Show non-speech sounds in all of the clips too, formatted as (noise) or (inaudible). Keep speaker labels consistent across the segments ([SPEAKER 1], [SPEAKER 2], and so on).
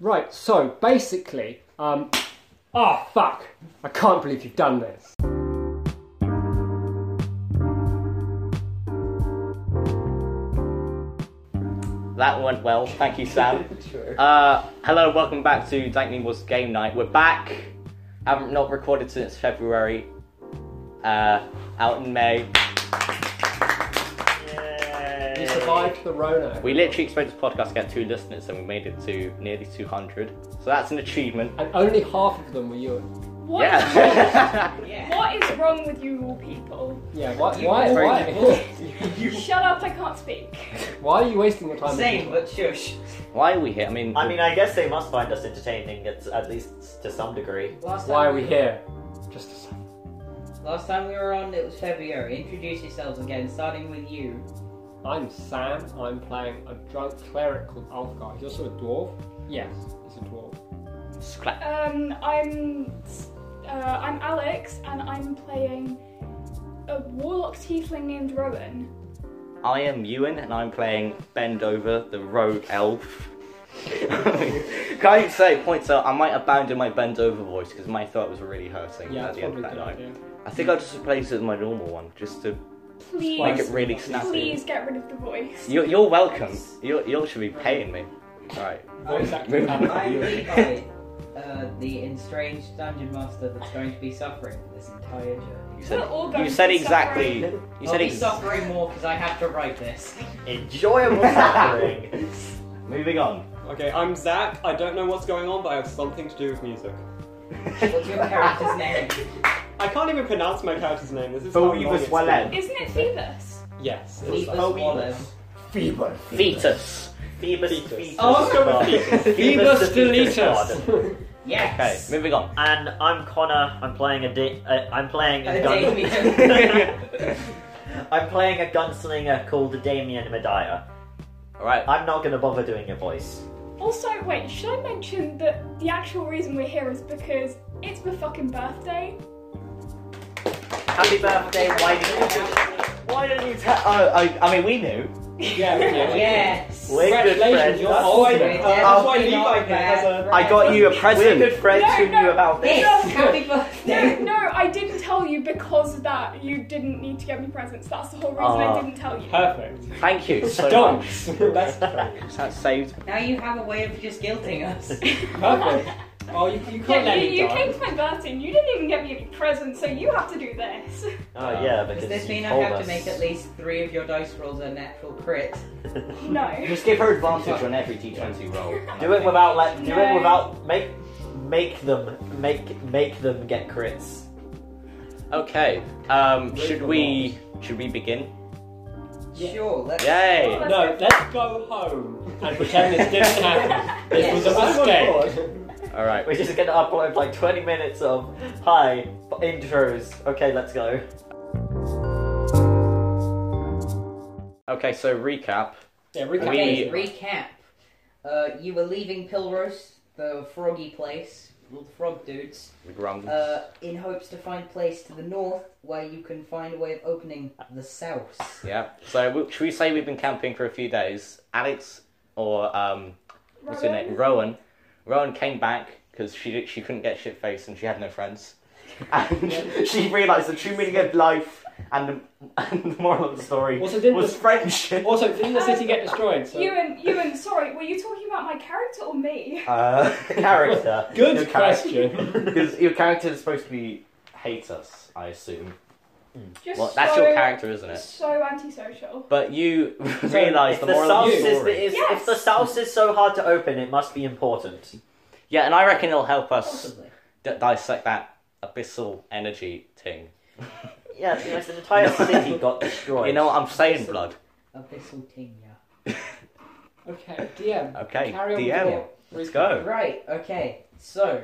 [SPEAKER 1] Right, so basically, um, ah, fuck! I can't believe you've done this.
[SPEAKER 2] That went well. Thank you, Sam.
[SPEAKER 1] (laughs) True.
[SPEAKER 2] Uh, hello, welcome back to Dank Me Was Game Night. We're back. Haven't not recorded since February. Uh, out in May.
[SPEAKER 1] You survived the Rona.
[SPEAKER 2] We literally expected this podcast to get two listeners, and we made it to nearly 200. So that's an achievement.
[SPEAKER 1] and only half of them were you.
[SPEAKER 3] What is
[SPEAKER 2] Yeah. (laughs)
[SPEAKER 3] what is wrong with you all people?
[SPEAKER 1] Yeah, why?
[SPEAKER 4] You
[SPEAKER 1] Why?
[SPEAKER 4] were
[SPEAKER 1] Why,
[SPEAKER 3] Shut up, I can't speak.
[SPEAKER 1] (laughs) why are you wasting your time? with
[SPEAKER 4] Same,
[SPEAKER 1] people?
[SPEAKER 4] but shush.
[SPEAKER 2] Why are we here? I mean,
[SPEAKER 5] I mean, I guess they must find us entertaining, at, at least to some degree.
[SPEAKER 4] Last time
[SPEAKER 1] Why are we here? Just to say.
[SPEAKER 4] Last time we were on, it was February. Introduce yourselves again, starting with you.
[SPEAKER 1] I'm Sam. I'm playing a drunk cleric called Alfgar. He's also a dwarf. Yes, he's a dwarf.
[SPEAKER 2] scla-
[SPEAKER 3] Um, I'm uh, I'm Alex, and I'm playing a warlock tiefling named Rowan.
[SPEAKER 2] I am Ewan, and I'm playing Bend Over, the rogue elf. (laughs) Can I say, points out, I might abandon my Bend Over voice because my throat was really hurting
[SPEAKER 1] Yeah,
[SPEAKER 2] at
[SPEAKER 1] that's
[SPEAKER 2] the end
[SPEAKER 1] probably
[SPEAKER 2] of
[SPEAKER 1] a
[SPEAKER 2] that
[SPEAKER 1] good
[SPEAKER 2] night.
[SPEAKER 1] idea.
[SPEAKER 2] I think I'll just replace it with my normal one, just to
[SPEAKER 3] Please,
[SPEAKER 1] Like
[SPEAKER 2] make it really snappy.
[SPEAKER 3] please get rid of the voice.
[SPEAKER 2] You're, you're welcome. You're, you should be paying me. Right.
[SPEAKER 1] Voice acting
[SPEAKER 2] Moving
[SPEAKER 1] talent.
[SPEAKER 2] on.
[SPEAKER 4] I'm (laughs) Levi, uh, the estranged dungeon master that's going to be suffering this entire journey.
[SPEAKER 2] You
[SPEAKER 3] We're
[SPEAKER 2] said,
[SPEAKER 3] all going
[SPEAKER 2] you
[SPEAKER 3] to
[SPEAKER 2] said
[SPEAKER 3] be
[SPEAKER 2] exactly.
[SPEAKER 3] suffering.
[SPEAKER 2] You
[SPEAKER 4] I'll
[SPEAKER 2] said
[SPEAKER 4] be
[SPEAKER 2] exactly.
[SPEAKER 4] suffering more because I have to write this.
[SPEAKER 2] (laughs)
[SPEAKER 5] Enjoyable suffering.
[SPEAKER 2] Moving on. (laughs)
[SPEAKER 6] Okay, I'm Zach. I don't know what's going on, but I have something to do with music.
[SPEAKER 4] What's your character's name?
[SPEAKER 6] I can't even pronounce my character's name. This is how long
[SPEAKER 5] Phoebus
[SPEAKER 6] it's
[SPEAKER 5] Wallet.
[SPEAKER 3] Isn't it Phoebus?
[SPEAKER 6] been. Yes. it's-
[SPEAKER 4] Leave us
[SPEAKER 5] Phoebus.
[SPEAKER 4] Olive.
[SPEAKER 1] Feeble.
[SPEAKER 2] Fetus.
[SPEAKER 5] Phoebus,
[SPEAKER 6] Fetus.
[SPEAKER 5] Phoebus.
[SPEAKER 4] Oh, let's
[SPEAKER 6] go with
[SPEAKER 5] God. (laughs)
[SPEAKER 6] Phoebus.
[SPEAKER 1] Phoebus
[SPEAKER 5] the Phoebus
[SPEAKER 1] Deletus.
[SPEAKER 5] God.
[SPEAKER 2] Okay,
[SPEAKER 4] Yes!
[SPEAKER 2] moving on.
[SPEAKER 5] And I'm Connor. I'm playing a di- uh, I'm playing a
[SPEAKER 4] A
[SPEAKER 5] gun.
[SPEAKER 4] Damien.
[SPEAKER 5] (laughs) I'm playing a gunslinger called Damien Medea.
[SPEAKER 2] Alright.
[SPEAKER 5] I'm not gonna bother doing a voice.
[SPEAKER 3] Also, wait, should I mention that the actual reason we're here is because it's my fucking birthday?
[SPEAKER 5] Happy birthday, why did you?
[SPEAKER 2] Why didn't you tell? Oh, I, I mean, we knew.
[SPEAKER 1] Yeah, yeah.
[SPEAKER 4] Yes!
[SPEAKER 5] We're good
[SPEAKER 1] Congratulations,
[SPEAKER 5] friends.
[SPEAKER 1] you're
[SPEAKER 5] That's
[SPEAKER 1] old
[SPEAKER 5] why-
[SPEAKER 1] now.
[SPEAKER 5] uh,
[SPEAKER 4] We're
[SPEAKER 6] that's why
[SPEAKER 4] definitely
[SPEAKER 6] Levi
[SPEAKER 4] not
[SPEAKER 6] here has
[SPEAKER 4] bad
[SPEAKER 6] a-
[SPEAKER 2] I got you a
[SPEAKER 5] We're
[SPEAKER 2] present.
[SPEAKER 5] good friends
[SPEAKER 3] No,
[SPEAKER 5] who
[SPEAKER 3] no.
[SPEAKER 5] knew about this.
[SPEAKER 4] This!
[SPEAKER 3] No.
[SPEAKER 4] Happy
[SPEAKER 3] No, (laughs)
[SPEAKER 4] birthday!
[SPEAKER 3] no, I didn't tell you because of that you didn't need to get me presents. That's the whole reason
[SPEAKER 2] Ah.
[SPEAKER 3] I didn't tell you.
[SPEAKER 1] Perfect.
[SPEAKER 2] Thank you so
[SPEAKER 5] (laughs)
[SPEAKER 2] much.
[SPEAKER 1] Dunks. (laughs) That's
[SPEAKER 5] Oh,
[SPEAKER 2] That saved.
[SPEAKER 4] Now you have a way of just
[SPEAKER 3] (laughs)
[SPEAKER 4] guilting us.
[SPEAKER 1] perfect. Oh, you, you can't
[SPEAKER 3] Yeah,
[SPEAKER 1] let
[SPEAKER 3] you,
[SPEAKER 1] me
[SPEAKER 3] you
[SPEAKER 1] die.
[SPEAKER 3] came to my birthday and you didn't even get me any presents, so you have to do this. (laughs)
[SPEAKER 5] Oh yeah, because
[SPEAKER 4] Does this
[SPEAKER 5] you
[SPEAKER 4] mean I
[SPEAKER 5] told
[SPEAKER 4] have
[SPEAKER 5] us.
[SPEAKER 4] to make at least three of your dice rolls a natural crit?
[SPEAKER 5] (laughs)
[SPEAKER 3] No.
[SPEAKER 2] Just give her advantage on every d20 roll.
[SPEAKER 5] Do it without let. Do
[SPEAKER 3] No.
[SPEAKER 5] it without make make them make make them get crits.
[SPEAKER 2] Okay. Um, should we should we begin?
[SPEAKER 1] Yeah.
[SPEAKER 4] Sure, let's.
[SPEAKER 2] Yay!
[SPEAKER 1] No, let's go home and pretend this didn't happen. This
[SPEAKER 4] (laughs) Yes.
[SPEAKER 1] was a mistake.
[SPEAKER 2] All right.
[SPEAKER 5] We're just gonna upload like 20 minutes of hi intros. Okay, let's go.
[SPEAKER 2] Okay. So recap.
[SPEAKER 1] Yeah, we can.
[SPEAKER 2] We-
[SPEAKER 4] Okay, recap. Uh, you were leaving Pilros, the froggy place, all the frog dudes,
[SPEAKER 2] The grumbles.
[SPEAKER 4] uh, in hopes to find place to the north where you can find a way of opening the south.
[SPEAKER 2] yeah. So we, should we say we've been camping for a few days? Alex or um, what's her name?
[SPEAKER 3] Rowan,
[SPEAKER 2] Rowan. Rowan came back because she did, she couldn't get shit faced and she had no (laughs) friends, and (laughs) she realised the true meaning of life and the, (laughs) and the moral of the story
[SPEAKER 1] Also, didn't
[SPEAKER 2] was
[SPEAKER 1] the-
[SPEAKER 2] friendship.
[SPEAKER 1] Also, didn't the city get destroyed? So
[SPEAKER 3] Ewan, Ewan, sorry, were you talking about my character or me?
[SPEAKER 2] (laughs)
[SPEAKER 3] (laughs)
[SPEAKER 2] (laughs) Uh,
[SPEAKER 5] (laughs) Character.
[SPEAKER 2] Your
[SPEAKER 1] good
[SPEAKER 2] character-
[SPEAKER 1] question.
[SPEAKER 2] Because your character is supposed to be hate us, I assume.
[SPEAKER 3] Just
[SPEAKER 2] Well, that's
[SPEAKER 3] so,
[SPEAKER 2] your character, isn't it?
[SPEAKER 3] So antisocial.
[SPEAKER 2] But
[SPEAKER 5] (laughs)
[SPEAKER 2] you
[SPEAKER 5] If
[SPEAKER 2] realise the
[SPEAKER 5] the
[SPEAKER 2] moral of
[SPEAKER 5] souse
[SPEAKER 2] the
[SPEAKER 5] is,
[SPEAKER 2] story.
[SPEAKER 5] is-
[SPEAKER 3] Yes.
[SPEAKER 5] if the souse is so hard to open, it must be important.
[SPEAKER 2] Yeah, and I reckon it'll help us
[SPEAKER 4] Possibly.
[SPEAKER 2] d- dissect that abyssal energy thing.
[SPEAKER 5] Yeah, because the (laughs) entire
[SPEAKER 2] No.
[SPEAKER 5] city got destroyed.
[SPEAKER 2] You know what I'm saying, blood?
[SPEAKER 4] Abyssal Tinya.
[SPEAKER 1] okay, DM.
[SPEAKER 2] Okay,
[SPEAKER 1] Carry on
[SPEAKER 2] DM.
[SPEAKER 1] Let's
[SPEAKER 2] go.
[SPEAKER 4] Right, okay. So,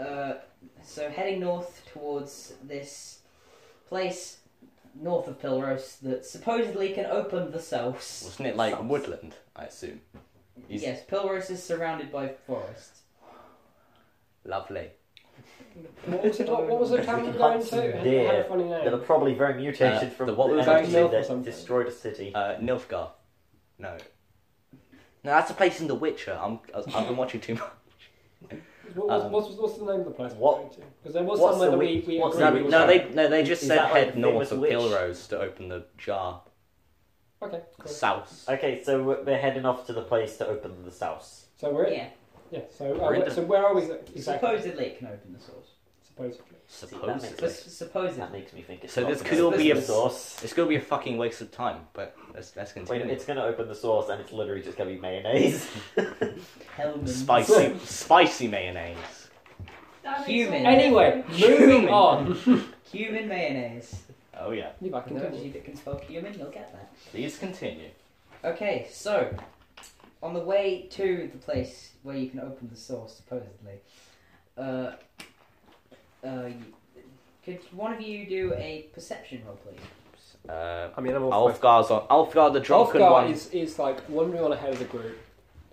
[SPEAKER 4] uh, so heading north towards this place north of Pilros that supposedly can open the south.
[SPEAKER 2] Wasn't it like
[SPEAKER 4] Souse.
[SPEAKER 2] woodland, I assume? Is-
[SPEAKER 4] Yes, Pilros is surrounded by forests.
[SPEAKER 2] Lovely.
[SPEAKER 1] What was, it, what was the town we were going to? It had- It had a funny
[SPEAKER 5] They were
[SPEAKER 1] name.
[SPEAKER 5] probably very mutated
[SPEAKER 2] Uh,
[SPEAKER 5] from
[SPEAKER 2] the what we were
[SPEAKER 5] the
[SPEAKER 2] going
[SPEAKER 5] energy
[SPEAKER 1] to- or
[SPEAKER 5] that
[SPEAKER 1] something.
[SPEAKER 5] destroyed a city.
[SPEAKER 2] Uh,
[SPEAKER 5] (laughs)
[SPEAKER 2] Nilfgaard. No. No, that's a place in The Witcher. I'm, I've been watching too much.
[SPEAKER 1] What, what's,
[SPEAKER 2] Um,
[SPEAKER 1] what's, what's the name of the place?
[SPEAKER 5] what-
[SPEAKER 1] Because there was
[SPEAKER 5] what's
[SPEAKER 1] somewhere
[SPEAKER 5] the
[SPEAKER 1] that we,
[SPEAKER 5] witch-
[SPEAKER 1] we
[SPEAKER 5] what's
[SPEAKER 1] agreed
[SPEAKER 2] No,
[SPEAKER 5] the
[SPEAKER 1] we were
[SPEAKER 5] witch-
[SPEAKER 2] no,
[SPEAKER 1] going.
[SPEAKER 2] they no, they just
[SPEAKER 5] Is
[SPEAKER 2] said
[SPEAKER 5] that like
[SPEAKER 2] head
[SPEAKER 5] the
[SPEAKER 2] north
[SPEAKER 5] famous
[SPEAKER 2] of
[SPEAKER 5] witch?
[SPEAKER 2] Pilrose to open the jar.
[SPEAKER 1] Okay, cool.
[SPEAKER 2] South.
[SPEAKER 5] Okay, so we're- we're heading off to the place to open the source.
[SPEAKER 1] So we're
[SPEAKER 4] Yeah,
[SPEAKER 1] yeah. So uh,
[SPEAKER 2] We're in
[SPEAKER 1] where-
[SPEAKER 2] the-
[SPEAKER 1] so where are we exactly?
[SPEAKER 4] supposedly it can open the source.
[SPEAKER 1] Supposedly.
[SPEAKER 5] makes
[SPEAKER 4] But
[SPEAKER 2] Supposedly.
[SPEAKER 5] sense.
[SPEAKER 4] s- supposedly.
[SPEAKER 5] That makes me think it's
[SPEAKER 2] So
[SPEAKER 5] not
[SPEAKER 2] this
[SPEAKER 5] gonna
[SPEAKER 2] could all
[SPEAKER 5] open
[SPEAKER 2] be
[SPEAKER 5] the
[SPEAKER 2] a-
[SPEAKER 5] source.
[SPEAKER 2] It's gonna be a fucking waste of time, but let's let's
[SPEAKER 5] Wait,
[SPEAKER 2] continue.
[SPEAKER 5] it's gonna open the source and it's literally just gonna be mayonnaise.
[SPEAKER 4] Hellman's.
[SPEAKER 2] spicy, spicy mayonnaise.
[SPEAKER 3] That makes
[SPEAKER 4] Human.
[SPEAKER 3] sense.
[SPEAKER 1] Anyway,
[SPEAKER 2] Human.
[SPEAKER 1] moving on.
[SPEAKER 4] Human mayonnaise.
[SPEAKER 2] Oh yeah,
[SPEAKER 1] Levi,
[SPEAKER 4] For those
[SPEAKER 1] continue.
[SPEAKER 4] of you that can spell human, you'll get that.
[SPEAKER 2] (laughs) please continue.
[SPEAKER 4] Okay, so on the way to the place where you can open the source, supposedly, uh, uh, you, could one of you do a perception roll, please?
[SPEAKER 2] Uh,
[SPEAKER 1] I mean, I'm all for it.
[SPEAKER 2] Alfgar's on. Alfgar the drunken
[SPEAKER 1] Ulfgar
[SPEAKER 2] one.
[SPEAKER 1] is, is like wandering on ahead of the group.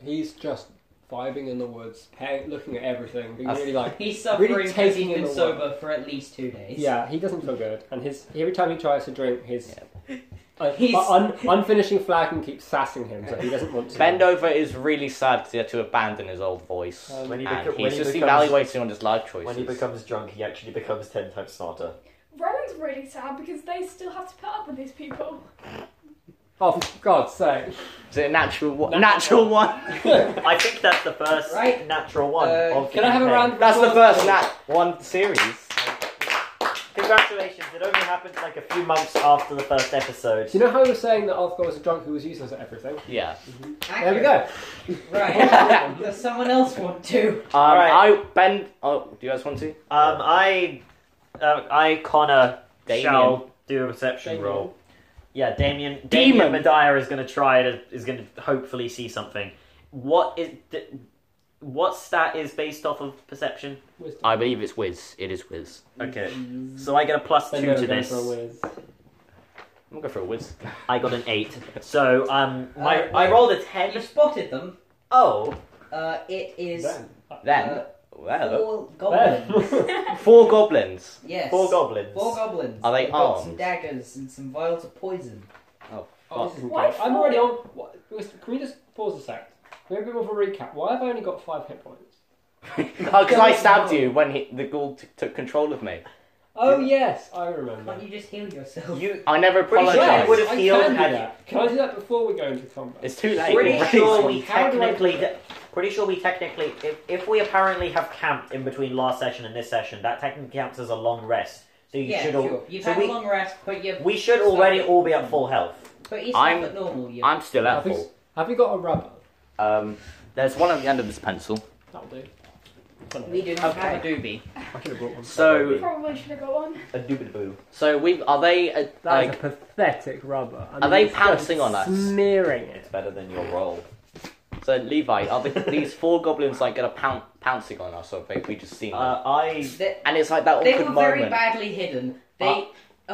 [SPEAKER 1] He's just vibing in the woods, pay, looking at everything, being
[SPEAKER 2] That's-
[SPEAKER 1] really like,
[SPEAKER 4] He's suffering
[SPEAKER 1] Really
[SPEAKER 4] because
[SPEAKER 1] taking
[SPEAKER 4] he's
[SPEAKER 1] in
[SPEAKER 4] been
[SPEAKER 1] the world.
[SPEAKER 4] sober for at least two days.
[SPEAKER 1] yeah, he doesn't feel good. And his every time he tries to drink, his
[SPEAKER 2] (laughs)
[SPEAKER 1] uh,
[SPEAKER 4] He's-
[SPEAKER 1] un, unfinishing flagon keeps sassing him, so he doesn't want to.
[SPEAKER 2] Bendover is really sad because he had to abandon his old voice,
[SPEAKER 1] Um,
[SPEAKER 5] When he
[SPEAKER 2] and
[SPEAKER 5] beco- when
[SPEAKER 2] he's
[SPEAKER 5] he
[SPEAKER 2] just
[SPEAKER 5] becomes-
[SPEAKER 2] evaluating on his life choices.
[SPEAKER 5] when he becomes drunk, he actually becomes ten times smarter.
[SPEAKER 3] Rowan's really sad because they still have to put up with these people.
[SPEAKER 1] Oh, for God's
[SPEAKER 2] (laughs)
[SPEAKER 1] sake.
[SPEAKER 2] is it a natural one?
[SPEAKER 1] Natural
[SPEAKER 2] Natural one.
[SPEAKER 1] Can
[SPEAKER 5] I think that's the first
[SPEAKER 4] Right.
[SPEAKER 5] natural one.
[SPEAKER 4] Uh,
[SPEAKER 5] of
[SPEAKER 1] I
[SPEAKER 5] the
[SPEAKER 1] have a
[SPEAKER 5] campaign.
[SPEAKER 1] round? of
[SPEAKER 2] That's the
[SPEAKER 1] applause,
[SPEAKER 2] first
[SPEAKER 1] please?
[SPEAKER 2] nat one series.
[SPEAKER 5] Congratulations! It only happened like a few months after the first episode.
[SPEAKER 1] Do you know how you were saying that Ulfgar was a drunk who was useless at everything?
[SPEAKER 2] Yeah.
[SPEAKER 1] There we go.
[SPEAKER 4] Right. (laughs) Does someone else want to?
[SPEAKER 2] Um,
[SPEAKER 5] Alright.
[SPEAKER 2] I Ben. Oh, do you guys want to?
[SPEAKER 5] Um, I, uh, I Connor
[SPEAKER 2] Damien.
[SPEAKER 5] shall do a reception
[SPEAKER 1] Damien.
[SPEAKER 5] roll. Yeah, Damien.
[SPEAKER 2] Demon.
[SPEAKER 5] Damien Medea is going to try to is going to hopefully see something. What is d- what stat is based off of perception?
[SPEAKER 1] Wisdom.
[SPEAKER 2] I believe it's Wiz. It is Wiz.
[SPEAKER 5] Okay, so I get a plus
[SPEAKER 1] Then
[SPEAKER 5] two
[SPEAKER 1] go
[SPEAKER 5] to
[SPEAKER 1] go
[SPEAKER 5] this.
[SPEAKER 1] for a whiz.
[SPEAKER 2] I'm gonna go for a Wiz.
[SPEAKER 5] I got an
[SPEAKER 2] (laughs)
[SPEAKER 5] eight. So um, my,
[SPEAKER 4] Uh,
[SPEAKER 5] I rolled a
[SPEAKER 4] You
[SPEAKER 5] ten.
[SPEAKER 4] spotted them.
[SPEAKER 5] Oh,
[SPEAKER 4] Uh, it is
[SPEAKER 1] Then.
[SPEAKER 2] Then,
[SPEAKER 4] uh,
[SPEAKER 2] well,
[SPEAKER 4] four
[SPEAKER 1] Then.
[SPEAKER 4] goblins.
[SPEAKER 2] four goblins.
[SPEAKER 4] (laughs) yes.
[SPEAKER 5] four goblins.
[SPEAKER 4] Four goblins.
[SPEAKER 2] Are they
[SPEAKER 4] They've got Some
[SPEAKER 2] armed?
[SPEAKER 4] daggers and some vials of poison.
[SPEAKER 1] (laughs) Oh, this isn't
[SPEAKER 3] Why
[SPEAKER 1] good. I'm
[SPEAKER 3] four?
[SPEAKER 1] already on. What, can we just pause a sec? Maybe we'll have a recap. Why have I only got five hit points?
[SPEAKER 2] oh, because I stabbed you when he, the ghoul t- took control of me.
[SPEAKER 1] Oh yes, I remember.
[SPEAKER 4] Can't you just heal yourself?
[SPEAKER 5] You
[SPEAKER 2] I never
[SPEAKER 5] Pretty sure
[SPEAKER 2] apologized.
[SPEAKER 5] it would have
[SPEAKER 1] I
[SPEAKER 5] healed
[SPEAKER 1] can do
[SPEAKER 5] had you-
[SPEAKER 1] that. Can I do that before we go into combat?
[SPEAKER 2] It's too late.
[SPEAKER 5] Pretty
[SPEAKER 2] already.
[SPEAKER 5] sure we
[SPEAKER 1] How do I-
[SPEAKER 5] technically, pretty sure we technically, if, if we apparently have camped in between last session and this session, that technically counts as a long rest. So you
[SPEAKER 4] yeah,
[SPEAKER 5] should
[SPEAKER 4] sure.
[SPEAKER 5] all,
[SPEAKER 4] You've
[SPEAKER 5] so
[SPEAKER 4] had
[SPEAKER 5] we,
[SPEAKER 4] a long rest, but you
[SPEAKER 5] we should already all be at full health.
[SPEAKER 4] but you
[SPEAKER 2] I'm-
[SPEAKER 4] stop at normal. You.
[SPEAKER 2] I'm still at
[SPEAKER 1] Have
[SPEAKER 2] full.
[SPEAKER 1] you, have you got a rubber?
[SPEAKER 2] Um, there's one at the end of this pencil.
[SPEAKER 1] That'll do.
[SPEAKER 4] We do not have a doobie.
[SPEAKER 1] I could have brought one.
[SPEAKER 2] So,
[SPEAKER 3] Probably should have got one.
[SPEAKER 5] A doobie-doo.
[SPEAKER 2] so we are they uh, like
[SPEAKER 1] pathetic rubber. I
[SPEAKER 2] mean, they it's just pouncing on us?
[SPEAKER 1] Smearing it.
[SPEAKER 5] It's better than your roll.
[SPEAKER 2] so Levi? Are the, these four goblins like gonna poun- pouncing on us or have we just seen
[SPEAKER 5] Uh,
[SPEAKER 2] them?
[SPEAKER 5] I
[SPEAKER 4] They,
[SPEAKER 2] and it's like that
[SPEAKER 4] they
[SPEAKER 2] awkward
[SPEAKER 4] were very
[SPEAKER 2] moment.
[SPEAKER 4] badly hidden. They.
[SPEAKER 2] Ah.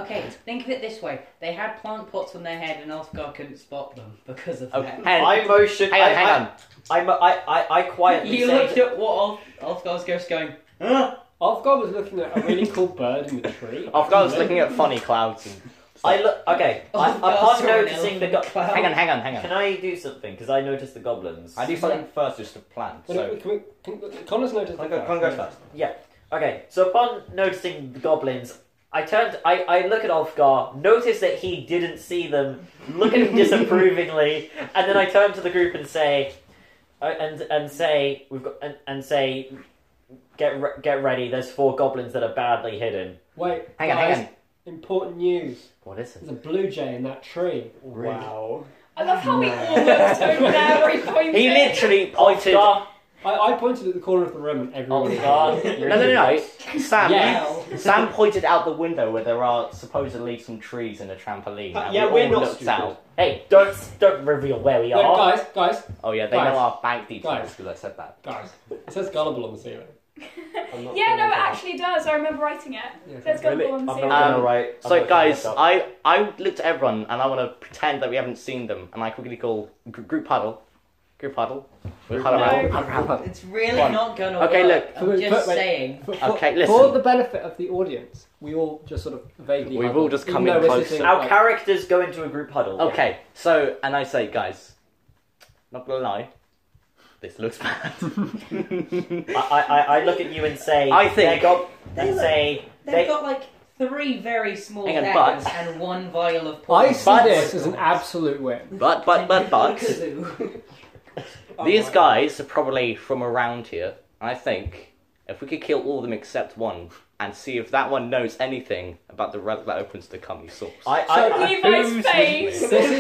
[SPEAKER 4] Okay, think of it this way. They had plant pots on their head and Ulfgar couldn't spot them because of
[SPEAKER 2] Oh,
[SPEAKER 4] that.
[SPEAKER 2] hang on,
[SPEAKER 5] I motion.
[SPEAKER 2] hang
[SPEAKER 5] I,
[SPEAKER 2] on, hang on.
[SPEAKER 5] I, I, I, I, I quietly
[SPEAKER 4] You
[SPEAKER 5] said,
[SPEAKER 4] looked at what Ulf, Ulfgar's ghost going, huh?
[SPEAKER 1] Ulfgar was looking at a really cool bird in the
[SPEAKER 2] (laughs)
[SPEAKER 1] tree.
[SPEAKER 2] I've got I was looking at funny clouds. And
[SPEAKER 5] I look. Okay. I,
[SPEAKER 4] Ulfgar saw
[SPEAKER 5] upon
[SPEAKER 4] an
[SPEAKER 5] noticing the.
[SPEAKER 4] elephant
[SPEAKER 5] Go-
[SPEAKER 4] cloud.
[SPEAKER 2] hang on, hang on, hang
[SPEAKER 5] Can
[SPEAKER 2] on.
[SPEAKER 5] I do something? Because I noticed the goblins.
[SPEAKER 2] I do something first, just to plan.
[SPEAKER 1] Can we-
[SPEAKER 2] So,
[SPEAKER 1] can we, can we, Connor's noticed
[SPEAKER 2] Con
[SPEAKER 1] the
[SPEAKER 2] go-
[SPEAKER 1] bird.
[SPEAKER 2] Con goes first.
[SPEAKER 5] Okay, so upon noticing the goblins, I turned, I, I look at Ulfgar, notice that he didn't see them, look at
[SPEAKER 1] (laughs)
[SPEAKER 5] him disapprovingly, and then I turn to the group and say, uh, and and say we've got and, and say, get re- get ready. There's four goblins that are badly hidden.
[SPEAKER 1] Wait,
[SPEAKER 2] Hang on,
[SPEAKER 1] guys,
[SPEAKER 2] hang on.
[SPEAKER 1] Important news.
[SPEAKER 2] What is it?
[SPEAKER 1] There's a blue jay in that tree.
[SPEAKER 5] Really?
[SPEAKER 1] Wow.
[SPEAKER 3] I love how we all looked over there
[SPEAKER 2] (laughs)
[SPEAKER 3] when he pointed.
[SPEAKER 2] He literally pointed. No,
[SPEAKER 5] Ulfgar,
[SPEAKER 1] I, I pointed at the corner of the room and
[SPEAKER 2] Oh,
[SPEAKER 1] everyone.
[SPEAKER 5] Ulfgar, you're-
[SPEAKER 2] no, no, no. Sam,
[SPEAKER 1] Yes.
[SPEAKER 2] Sam pointed out the window where there are supposedly some trees and a trampoline.
[SPEAKER 1] Uh,
[SPEAKER 2] and
[SPEAKER 1] yeah,
[SPEAKER 2] we
[SPEAKER 1] we're
[SPEAKER 2] all
[SPEAKER 1] not
[SPEAKER 2] looked
[SPEAKER 1] stupid.
[SPEAKER 2] out.
[SPEAKER 5] Hey, don't don't reveal where we
[SPEAKER 1] (laughs) Wait,
[SPEAKER 5] are.
[SPEAKER 1] guys, guys,
[SPEAKER 2] Oh yeah, they
[SPEAKER 1] Guys.
[SPEAKER 2] know our bank details
[SPEAKER 1] Guys.
[SPEAKER 2] because I said that.
[SPEAKER 1] guys. It says gullible on the
[SPEAKER 2] (laughs)
[SPEAKER 1] ceiling. I'm not
[SPEAKER 3] yeah, no,
[SPEAKER 1] feeling
[SPEAKER 3] it
[SPEAKER 1] good.
[SPEAKER 3] actually does. I remember writing it.
[SPEAKER 1] Yeah,
[SPEAKER 3] There's got
[SPEAKER 5] Really?
[SPEAKER 3] one
[SPEAKER 5] I'm not
[SPEAKER 3] series.
[SPEAKER 5] gonna
[SPEAKER 2] Um,
[SPEAKER 5] write. I'm
[SPEAKER 2] So
[SPEAKER 5] not gonna
[SPEAKER 2] guys,
[SPEAKER 5] write
[SPEAKER 2] I I looked at everyone and I want to pretend that we haven't seen them, and I quickly call gr- group huddle, group huddle, group huddle,
[SPEAKER 3] huddle.
[SPEAKER 2] huddle, huddle, huddle.
[SPEAKER 4] It's really
[SPEAKER 2] One.
[SPEAKER 4] not gonna
[SPEAKER 2] Okay,
[SPEAKER 4] work.
[SPEAKER 2] look,
[SPEAKER 4] I'm
[SPEAKER 1] wait,
[SPEAKER 4] just
[SPEAKER 1] wait.
[SPEAKER 4] saying.
[SPEAKER 1] For,
[SPEAKER 2] Okay,
[SPEAKER 1] for,
[SPEAKER 2] listen.
[SPEAKER 1] For the benefit of the audience, we all just sort of vaguely.
[SPEAKER 2] We've
[SPEAKER 1] huddled,
[SPEAKER 2] all just
[SPEAKER 1] even
[SPEAKER 2] come in
[SPEAKER 1] though we're
[SPEAKER 2] closer.
[SPEAKER 1] sitting,
[SPEAKER 5] up. Our
[SPEAKER 1] like-
[SPEAKER 5] characters go into a group huddle.
[SPEAKER 2] Okay, so and I say, guys, not gonna lie, this looks (laughs) bad.
[SPEAKER 5] I, I, I- I look at you and say,
[SPEAKER 2] I think-
[SPEAKER 5] they're gob-
[SPEAKER 4] They
[SPEAKER 5] and
[SPEAKER 4] look-
[SPEAKER 5] say,
[SPEAKER 4] They've
[SPEAKER 5] They-
[SPEAKER 4] got like three very small
[SPEAKER 2] Hang on,
[SPEAKER 4] daggers
[SPEAKER 2] but-
[SPEAKER 4] and one vial of poison.
[SPEAKER 1] I see
[SPEAKER 5] But-
[SPEAKER 1] this as an absolute win.
[SPEAKER 2] but, but,
[SPEAKER 4] (laughs)
[SPEAKER 2] but, but,
[SPEAKER 4] Kazoo.
[SPEAKER 6] Oh
[SPEAKER 2] these
[SPEAKER 4] (laughs)
[SPEAKER 6] my-
[SPEAKER 2] guys are probably from around here. I think if we could kill all of them except one and see if that one knows anything about the relic that opens the cummy source.
[SPEAKER 5] I, I,
[SPEAKER 1] So-
[SPEAKER 5] I,
[SPEAKER 3] Levi's Um, face.
[SPEAKER 1] This
[SPEAKER 2] (laughs)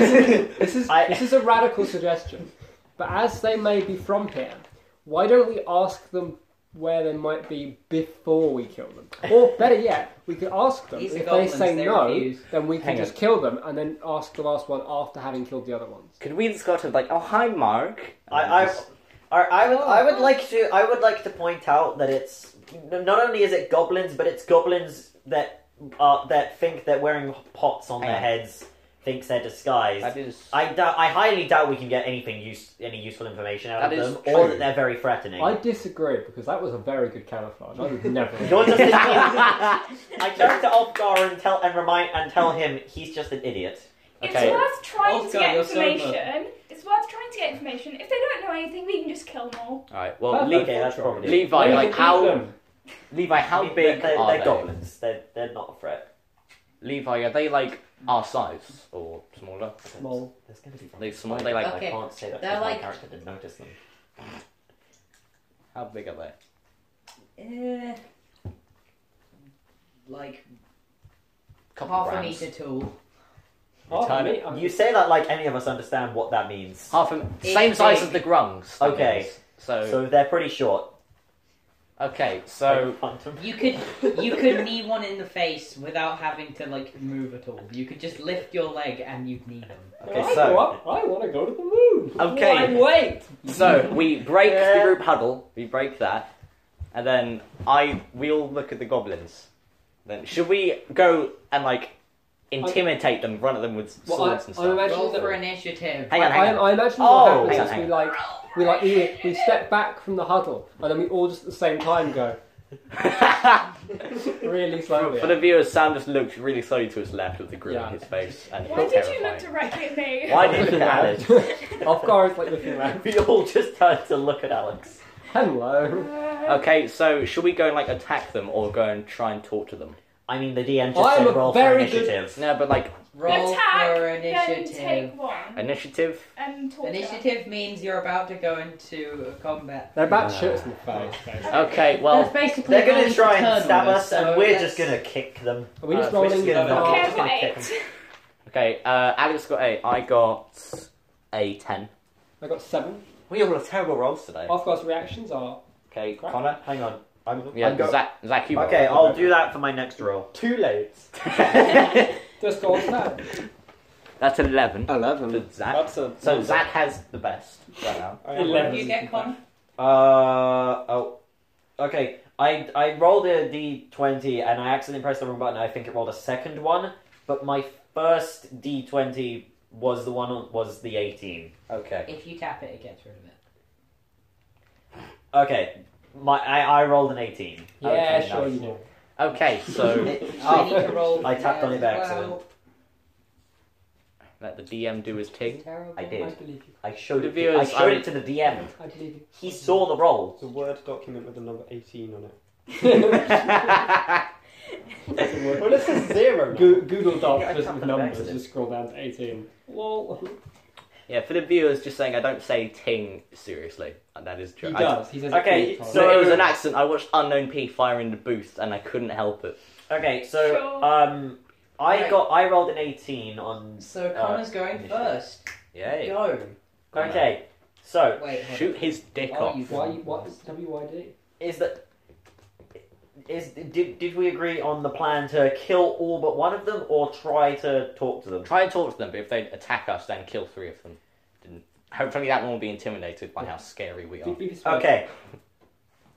[SPEAKER 1] is this is
[SPEAKER 5] I-
[SPEAKER 1] this is a radical suggestion. But as they may be from here, why don't we ask them where they might be before we kill them? Or better yet, we could ask them.
[SPEAKER 4] These are
[SPEAKER 1] if they
[SPEAKER 4] goblins,
[SPEAKER 1] say
[SPEAKER 4] they
[SPEAKER 1] no,
[SPEAKER 4] refuse.
[SPEAKER 1] then we can
[SPEAKER 2] Hang
[SPEAKER 1] just kill them and then ask the last one after having killed the other ones.
[SPEAKER 2] could we just go to like, oh hi Mark? Um,
[SPEAKER 5] I, I, I, I
[SPEAKER 2] Oh,
[SPEAKER 5] would, I would like to, I would like to point out that it's not only is it goblins, but it's goblins that are that think that wearing pots on their
[SPEAKER 2] Hang on.
[SPEAKER 5] heads thinks they're disguised.
[SPEAKER 2] that is
[SPEAKER 5] I doubt, I highly doubt we can get anything use, any useful information out
[SPEAKER 2] That
[SPEAKER 5] of
[SPEAKER 2] is
[SPEAKER 5] them, or
[SPEAKER 2] true.
[SPEAKER 5] that they're very threatening.
[SPEAKER 1] I disagree because that was a very good camouflage. I would never.
[SPEAKER 2] (laughs)
[SPEAKER 1] (laughs)
[SPEAKER 5] You're just an idiot. I turn to Ulfgar and tell and remind and tell him he's just an idiot.
[SPEAKER 2] Okay.
[SPEAKER 3] It's worth trying to
[SPEAKER 6] Oscar,
[SPEAKER 3] get
[SPEAKER 6] you're so
[SPEAKER 3] information. It's worth trying to get information. If they don't know anything, we can just kill them all.
[SPEAKER 2] Alright, well
[SPEAKER 1] Perfect.
[SPEAKER 2] Le-
[SPEAKER 5] Okay, that's probably
[SPEAKER 2] Levi,
[SPEAKER 1] Where
[SPEAKER 2] like
[SPEAKER 1] did
[SPEAKER 2] how
[SPEAKER 1] them?
[SPEAKER 2] Levi, how
[SPEAKER 5] They're-
[SPEAKER 2] big
[SPEAKER 5] they're,
[SPEAKER 2] are
[SPEAKER 5] they're
[SPEAKER 2] they?
[SPEAKER 5] goblins. They're they're not a threat.
[SPEAKER 2] Levi, are they like our size or smaller?
[SPEAKER 1] Small.
[SPEAKER 5] There's gonna be
[SPEAKER 2] Are they small? They like
[SPEAKER 4] Okay.
[SPEAKER 5] I can't say that
[SPEAKER 4] They're
[SPEAKER 5] because my
[SPEAKER 4] like-
[SPEAKER 5] character didn't notice them.
[SPEAKER 2] how big are they?
[SPEAKER 4] Eh, like
[SPEAKER 2] Couple
[SPEAKER 4] half
[SPEAKER 2] grams.
[SPEAKER 4] a meter tall.
[SPEAKER 1] Half
[SPEAKER 2] Time
[SPEAKER 1] of me,
[SPEAKER 2] it.
[SPEAKER 1] I'm-
[SPEAKER 5] You say that like any of us understand what that means.
[SPEAKER 2] Half a
[SPEAKER 4] It's
[SPEAKER 2] same size
[SPEAKER 4] big.
[SPEAKER 2] as the grungs. that
[SPEAKER 5] Okay.
[SPEAKER 2] means. So,
[SPEAKER 5] So they're pretty short.
[SPEAKER 2] okay, so
[SPEAKER 4] You could you could
[SPEAKER 5] (laughs)
[SPEAKER 4] knee one in the face without having to like move at all. You could just lift your leg and you'd knee them.
[SPEAKER 2] okay,
[SPEAKER 1] I,
[SPEAKER 2] so
[SPEAKER 1] want, I want to go to the moon.
[SPEAKER 2] Okay.
[SPEAKER 1] Why wait?
[SPEAKER 2] so we break the
[SPEAKER 5] Yeah.
[SPEAKER 2] group huddle. We break that, and then I we all look at the goblins. Then should we go and like (laughs) intimidate them, run at them with swords
[SPEAKER 1] Well, I,
[SPEAKER 2] and
[SPEAKER 1] I'm
[SPEAKER 2] stuff?
[SPEAKER 1] imagining
[SPEAKER 4] Roll
[SPEAKER 1] that
[SPEAKER 4] for initiative.
[SPEAKER 2] Hang on,
[SPEAKER 1] I,
[SPEAKER 2] hang on.
[SPEAKER 1] I imagine
[SPEAKER 5] Oh,
[SPEAKER 1] what
[SPEAKER 2] hang
[SPEAKER 1] happens
[SPEAKER 2] on,
[SPEAKER 1] is
[SPEAKER 2] hang
[SPEAKER 1] we like we like we, we step back from the huddle and then we all just at the same time go really slowly. (laughs)
[SPEAKER 2] For the viewers, Sam just looked really slowly to his left with the grin
[SPEAKER 1] Yeah.
[SPEAKER 2] on his face, and
[SPEAKER 3] Why
[SPEAKER 2] he was
[SPEAKER 3] did you
[SPEAKER 2] terrified.
[SPEAKER 3] look directly at
[SPEAKER 5] (laughs)
[SPEAKER 3] me?
[SPEAKER 2] Why did you Alex?
[SPEAKER 1] Off guard is like looking around.
[SPEAKER 5] we all just turned to look at Alex.
[SPEAKER 1] Hello.
[SPEAKER 3] Uh,
[SPEAKER 2] Okay, so should we go and like attack them or go and try and talk to them?
[SPEAKER 5] I mean, the DM just
[SPEAKER 1] I'm a
[SPEAKER 5] said roll for
[SPEAKER 1] very
[SPEAKER 5] initiative.
[SPEAKER 2] No, but like
[SPEAKER 4] Roll
[SPEAKER 3] attack,
[SPEAKER 4] for
[SPEAKER 3] then
[SPEAKER 4] initiative.
[SPEAKER 3] take one
[SPEAKER 2] initiative.
[SPEAKER 3] and torture.
[SPEAKER 4] Initiative means you're about to go into combat.
[SPEAKER 1] They're about
[SPEAKER 2] Yeah.
[SPEAKER 1] to shoot us in the face.
[SPEAKER 2] Okay, well,
[SPEAKER 4] That's basically
[SPEAKER 5] They're gonna
[SPEAKER 4] rolling
[SPEAKER 5] try
[SPEAKER 4] for turn
[SPEAKER 5] and stab
[SPEAKER 4] order,
[SPEAKER 5] us,
[SPEAKER 4] so
[SPEAKER 5] and we're
[SPEAKER 4] that's-
[SPEAKER 5] just gonna kick them.
[SPEAKER 1] Are we just
[SPEAKER 2] Uh,
[SPEAKER 1] rolling?
[SPEAKER 2] switch
[SPEAKER 5] to
[SPEAKER 1] the-
[SPEAKER 5] the-
[SPEAKER 3] Okay,
[SPEAKER 5] Oh,
[SPEAKER 3] I've got
[SPEAKER 5] okay.
[SPEAKER 3] eight.
[SPEAKER 2] okay. Uh, Alex got eight. I got a ten.
[SPEAKER 1] I got seven.
[SPEAKER 2] We all have terrible rolls today.
[SPEAKER 1] Off guard's reactions are
[SPEAKER 2] Okay,
[SPEAKER 1] Crap.
[SPEAKER 2] Connor.
[SPEAKER 5] Hang on. I'm,
[SPEAKER 2] Yeah,
[SPEAKER 5] I'm go-
[SPEAKER 2] Zach. Zach, you.
[SPEAKER 5] Okay,
[SPEAKER 2] roll. (laughs)
[SPEAKER 5] I'll do that for my next roll.
[SPEAKER 6] Too late.
[SPEAKER 1] just go on
[SPEAKER 2] (laughs)
[SPEAKER 1] set.
[SPEAKER 2] That's an eleven.
[SPEAKER 6] Eleven.
[SPEAKER 2] For Zach.
[SPEAKER 6] That's a
[SPEAKER 2] So Zach has the best right now.
[SPEAKER 6] I am-
[SPEAKER 1] Eleven.
[SPEAKER 4] You get con.
[SPEAKER 5] Uh oh. Okay, I I rolled a d twenty and I accidentally pressed the wrong button. I think it rolled a second one, but my first d twenty was the one on- was the eighteen.
[SPEAKER 2] Okay.
[SPEAKER 4] If you tap it, it gets rid of it.
[SPEAKER 5] Okay, my I, I rolled an eighteen.
[SPEAKER 1] Yeah,
[SPEAKER 5] Okay,
[SPEAKER 1] sure
[SPEAKER 5] nice.
[SPEAKER 1] you do.
[SPEAKER 2] Okay, (laughs) so
[SPEAKER 4] It-
[SPEAKER 5] Oh.
[SPEAKER 4] I need to roll.
[SPEAKER 5] (laughs) I tapped on it by
[SPEAKER 4] as
[SPEAKER 5] accident.
[SPEAKER 4] well.
[SPEAKER 2] let the DM do his (laughs) thing.
[SPEAKER 4] Terrible.
[SPEAKER 5] I
[SPEAKER 1] I
[SPEAKER 5] did.
[SPEAKER 1] believe you.
[SPEAKER 5] I showed
[SPEAKER 2] The
[SPEAKER 5] it. To, I
[SPEAKER 2] viewers,
[SPEAKER 5] showed
[SPEAKER 2] I-
[SPEAKER 5] it to the DM.
[SPEAKER 1] I believe you.
[SPEAKER 5] He saw the roll.
[SPEAKER 6] It's a Word document with the number 18 on it.
[SPEAKER 1] (laughs)
[SPEAKER 6] Well, this is zero.
[SPEAKER 1] Go- Google
[SPEAKER 5] Yeah,
[SPEAKER 2] (laughs)
[SPEAKER 5] I
[SPEAKER 1] Docs just
[SPEAKER 5] can't
[SPEAKER 1] with
[SPEAKER 5] put it back
[SPEAKER 1] numbers.
[SPEAKER 5] to this.
[SPEAKER 1] Just scroll down to eighteen. Lol.
[SPEAKER 2] yeah, for the viewers, just saying I don't say ting seriously. That is true.
[SPEAKER 1] He
[SPEAKER 2] I-
[SPEAKER 1] does. He says it
[SPEAKER 5] Okay,
[SPEAKER 1] eight times.
[SPEAKER 5] so-
[SPEAKER 2] No, it
[SPEAKER 1] (laughs)
[SPEAKER 2] was an accident. I watched Unknown P fire in the booth, and I couldn't help it.
[SPEAKER 5] Okay, so
[SPEAKER 3] Sure.
[SPEAKER 5] um, I
[SPEAKER 4] Right.
[SPEAKER 5] got I rolled an eighteen on.
[SPEAKER 4] So Connor's going
[SPEAKER 5] Uh, initiative.
[SPEAKER 4] first.
[SPEAKER 2] Yay!
[SPEAKER 4] Go.
[SPEAKER 5] Okay, so
[SPEAKER 4] Wait. hold
[SPEAKER 2] Shoot his dick
[SPEAKER 4] Oh,
[SPEAKER 2] off.
[SPEAKER 4] you-
[SPEAKER 1] Why? What? WYD?
[SPEAKER 5] is that is did did we agree on the plan to kill all but one of them or try to talk to them?
[SPEAKER 2] Try and talk to them, but if they attack us, then kill three of them. Didn't. Hopefully, that one will be intimidated by how scary we
[SPEAKER 1] (laughs)
[SPEAKER 2] are.
[SPEAKER 1] Be- be this way.
[SPEAKER 5] Okay,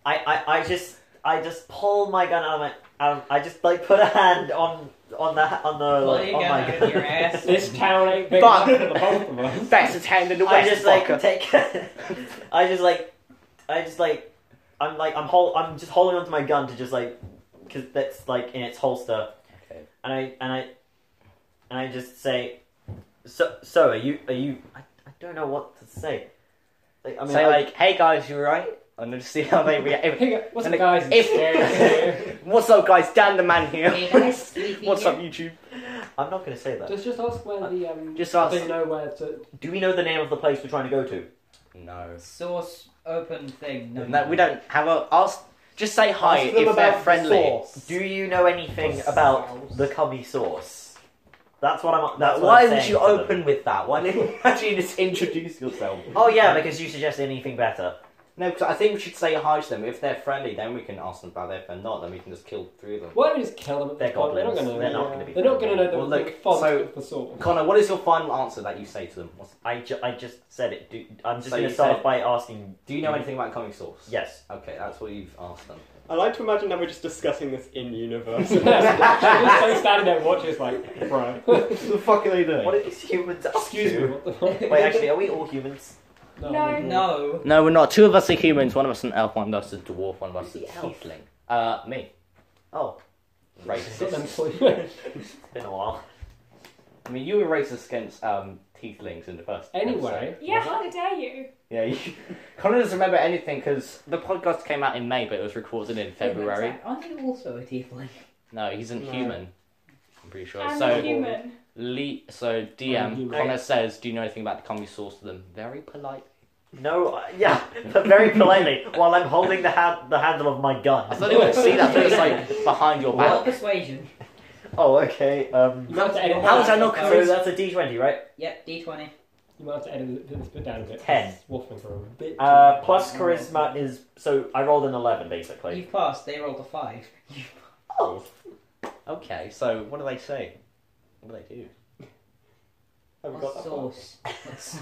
[SPEAKER 5] I I, I just I just pull my gun out of my um, I just like put a hand on on the on the
[SPEAKER 4] Pull
[SPEAKER 5] like
[SPEAKER 4] your
[SPEAKER 5] on
[SPEAKER 4] gun
[SPEAKER 5] my
[SPEAKER 4] out of your
[SPEAKER 5] (laughs)
[SPEAKER 4] ass.
[SPEAKER 1] (laughs) This town ain't big
[SPEAKER 2] Fuck.
[SPEAKER 1] enough for the both of (laughs) us.
[SPEAKER 2] Best attend in the
[SPEAKER 5] I
[SPEAKER 2] West.
[SPEAKER 5] just like
[SPEAKER 2] fucker.
[SPEAKER 5] take (laughs) I just like I just like I'm like I'm hol- I'm just holding onto my gun to just like because that's like in its holster.
[SPEAKER 2] Okay.
[SPEAKER 5] and I and I and I just say, so so are you are you? I, I don't know what to say. Like, I mean,
[SPEAKER 2] Say
[SPEAKER 5] like,
[SPEAKER 2] like, "Hey guys, you right?" And then just see how they react.
[SPEAKER 1] Hey, what's
[SPEAKER 2] And
[SPEAKER 1] up,
[SPEAKER 2] it-
[SPEAKER 1] guys?
[SPEAKER 2] if- (laughs) What's up, guys? Dan the man
[SPEAKER 4] Hey,
[SPEAKER 5] (laughs)
[SPEAKER 4] guys,
[SPEAKER 2] here. (laughs)
[SPEAKER 4] sleeping
[SPEAKER 2] What's
[SPEAKER 4] here?
[SPEAKER 2] up, YouTube?
[SPEAKER 5] I'm not going to say that.
[SPEAKER 1] just just ask where the um.
[SPEAKER 2] Just
[SPEAKER 1] I
[SPEAKER 2] ask.
[SPEAKER 1] don't know where to.
[SPEAKER 5] Do we know the name of the place we're trying to go to?
[SPEAKER 2] No.
[SPEAKER 4] Source open thing. No,
[SPEAKER 2] No, we don't have a. Ask. Just say hi
[SPEAKER 5] Ask them
[SPEAKER 2] if
[SPEAKER 5] about
[SPEAKER 2] they're
[SPEAKER 5] the
[SPEAKER 2] friendly.
[SPEAKER 5] source. Do you know anything about the cummy sauce? That's what I'm. That's what
[SPEAKER 2] Why
[SPEAKER 5] I'm
[SPEAKER 2] would
[SPEAKER 5] saying
[SPEAKER 2] you
[SPEAKER 5] to them.
[SPEAKER 2] open with that? Why didn't you (laughs) actually just introduce yourself?
[SPEAKER 5] Oh yeah, because you suggest anything better.
[SPEAKER 2] No, because I think we should say hi to them. If they're friendly, then we can ask them about it. If they're not, then we can just kill three of them.
[SPEAKER 1] Why don't you just kill them? At
[SPEAKER 5] They're
[SPEAKER 1] this point?
[SPEAKER 5] goblins.
[SPEAKER 1] They're not gonna.
[SPEAKER 5] They're not
[SPEAKER 1] yeah.
[SPEAKER 5] gonna be
[SPEAKER 1] They're not gonna know the,
[SPEAKER 2] Well,
[SPEAKER 1] the
[SPEAKER 2] look,
[SPEAKER 1] font
[SPEAKER 2] so-
[SPEAKER 1] of the (laughs)
[SPEAKER 2] (laughs)
[SPEAKER 1] sword.
[SPEAKER 2] Connor, what is your final answer that you say to them? What's,
[SPEAKER 5] I, ju- I just said it. Do, I'm just
[SPEAKER 2] So
[SPEAKER 5] going
[SPEAKER 2] you
[SPEAKER 5] to start
[SPEAKER 2] said- Mm-hmm.
[SPEAKER 5] off by asking.
[SPEAKER 2] do you know anything about comic source?
[SPEAKER 5] Yes.
[SPEAKER 2] Okay, that's what you've asked them.
[SPEAKER 6] I like to imagine that we're just discussing this
[SPEAKER 2] (laughs)
[SPEAKER 6] in universe.
[SPEAKER 1] She's so standing there watching, it's like, bro.
[SPEAKER 2] the fuck are they doing?
[SPEAKER 5] What are these humans up
[SPEAKER 1] (laughs) Excuse
[SPEAKER 5] to?
[SPEAKER 1] me. What the fuck?
[SPEAKER 5] Wait, actually, are we all humans?
[SPEAKER 3] No.
[SPEAKER 4] No.
[SPEAKER 2] No, we're not. Two of us are humans. One of us is an elf. One of us is a dwarf. One of us
[SPEAKER 5] Who's
[SPEAKER 2] is
[SPEAKER 5] the elf?
[SPEAKER 2] tiefling. Uh, me.
[SPEAKER 5] Oh,
[SPEAKER 1] Got them
[SPEAKER 2] (laughs) Racist.
[SPEAKER 1] for you.
[SPEAKER 5] it's been a while.
[SPEAKER 2] I mean, you were racist against um tieflings in the first.
[SPEAKER 1] Anyway,
[SPEAKER 3] Yeah, how dare you?
[SPEAKER 2] episode. yeah. You... (laughs) Connor doesn't remember anything because the podcast came out in May, but it was recorded in February.
[SPEAKER 4] Aren't you also a tiefling?
[SPEAKER 2] No, he's an
[SPEAKER 1] No.
[SPEAKER 2] human. I'm pretty sure.
[SPEAKER 3] I'm
[SPEAKER 2] so,
[SPEAKER 3] human.
[SPEAKER 2] Lee, so
[SPEAKER 1] I'm
[SPEAKER 2] DM
[SPEAKER 1] human.
[SPEAKER 2] Connor says, "Do you know anything about the comedy source?" To them, very polite.
[SPEAKER 5] No, uh, yeah, but very politely, while I'm holding the hand, the handle of my gun.
[SPEAKER 2] I
[SPEAKER 5] (laughs)
[SPEAKER 2] thought they would see that, but it's like behind your
[SPEAKER 4] Well,
[SPEAKER 2] back.
[SPEAKER 4] persuasion.
[SPEAKER 5] Oh, okay. Um,
[SPEAKER 1] you might have to edit.
[SPEAKER 2] How was I not
[SPEAKER 4] So
[SPEAKER 5] so
[SPEAKER 2] confused?
[SPEAKER 5] that's a D20, right?
[SPEAKER 4] Yep, D20.
[SPEAKER 1] You might have to edit this bit down a bit.
[SPEAKER 5] Ten.
[SPEAKER 1] It's waffling for a bit.
[SPEAKER 5] Uh, plus charisma is so I rolled an eleven basically.
[SPEAKER 4] You've passed. They rolled a five.
[SPEAKER 5] Oh,
[SPEAKER 2] Okay, so what do they say? What do they do?
[SPEAKER 5] I've
[SPEAKER 4] What
[SPEAKER 5] got
[SPEAKER 4] source? What's-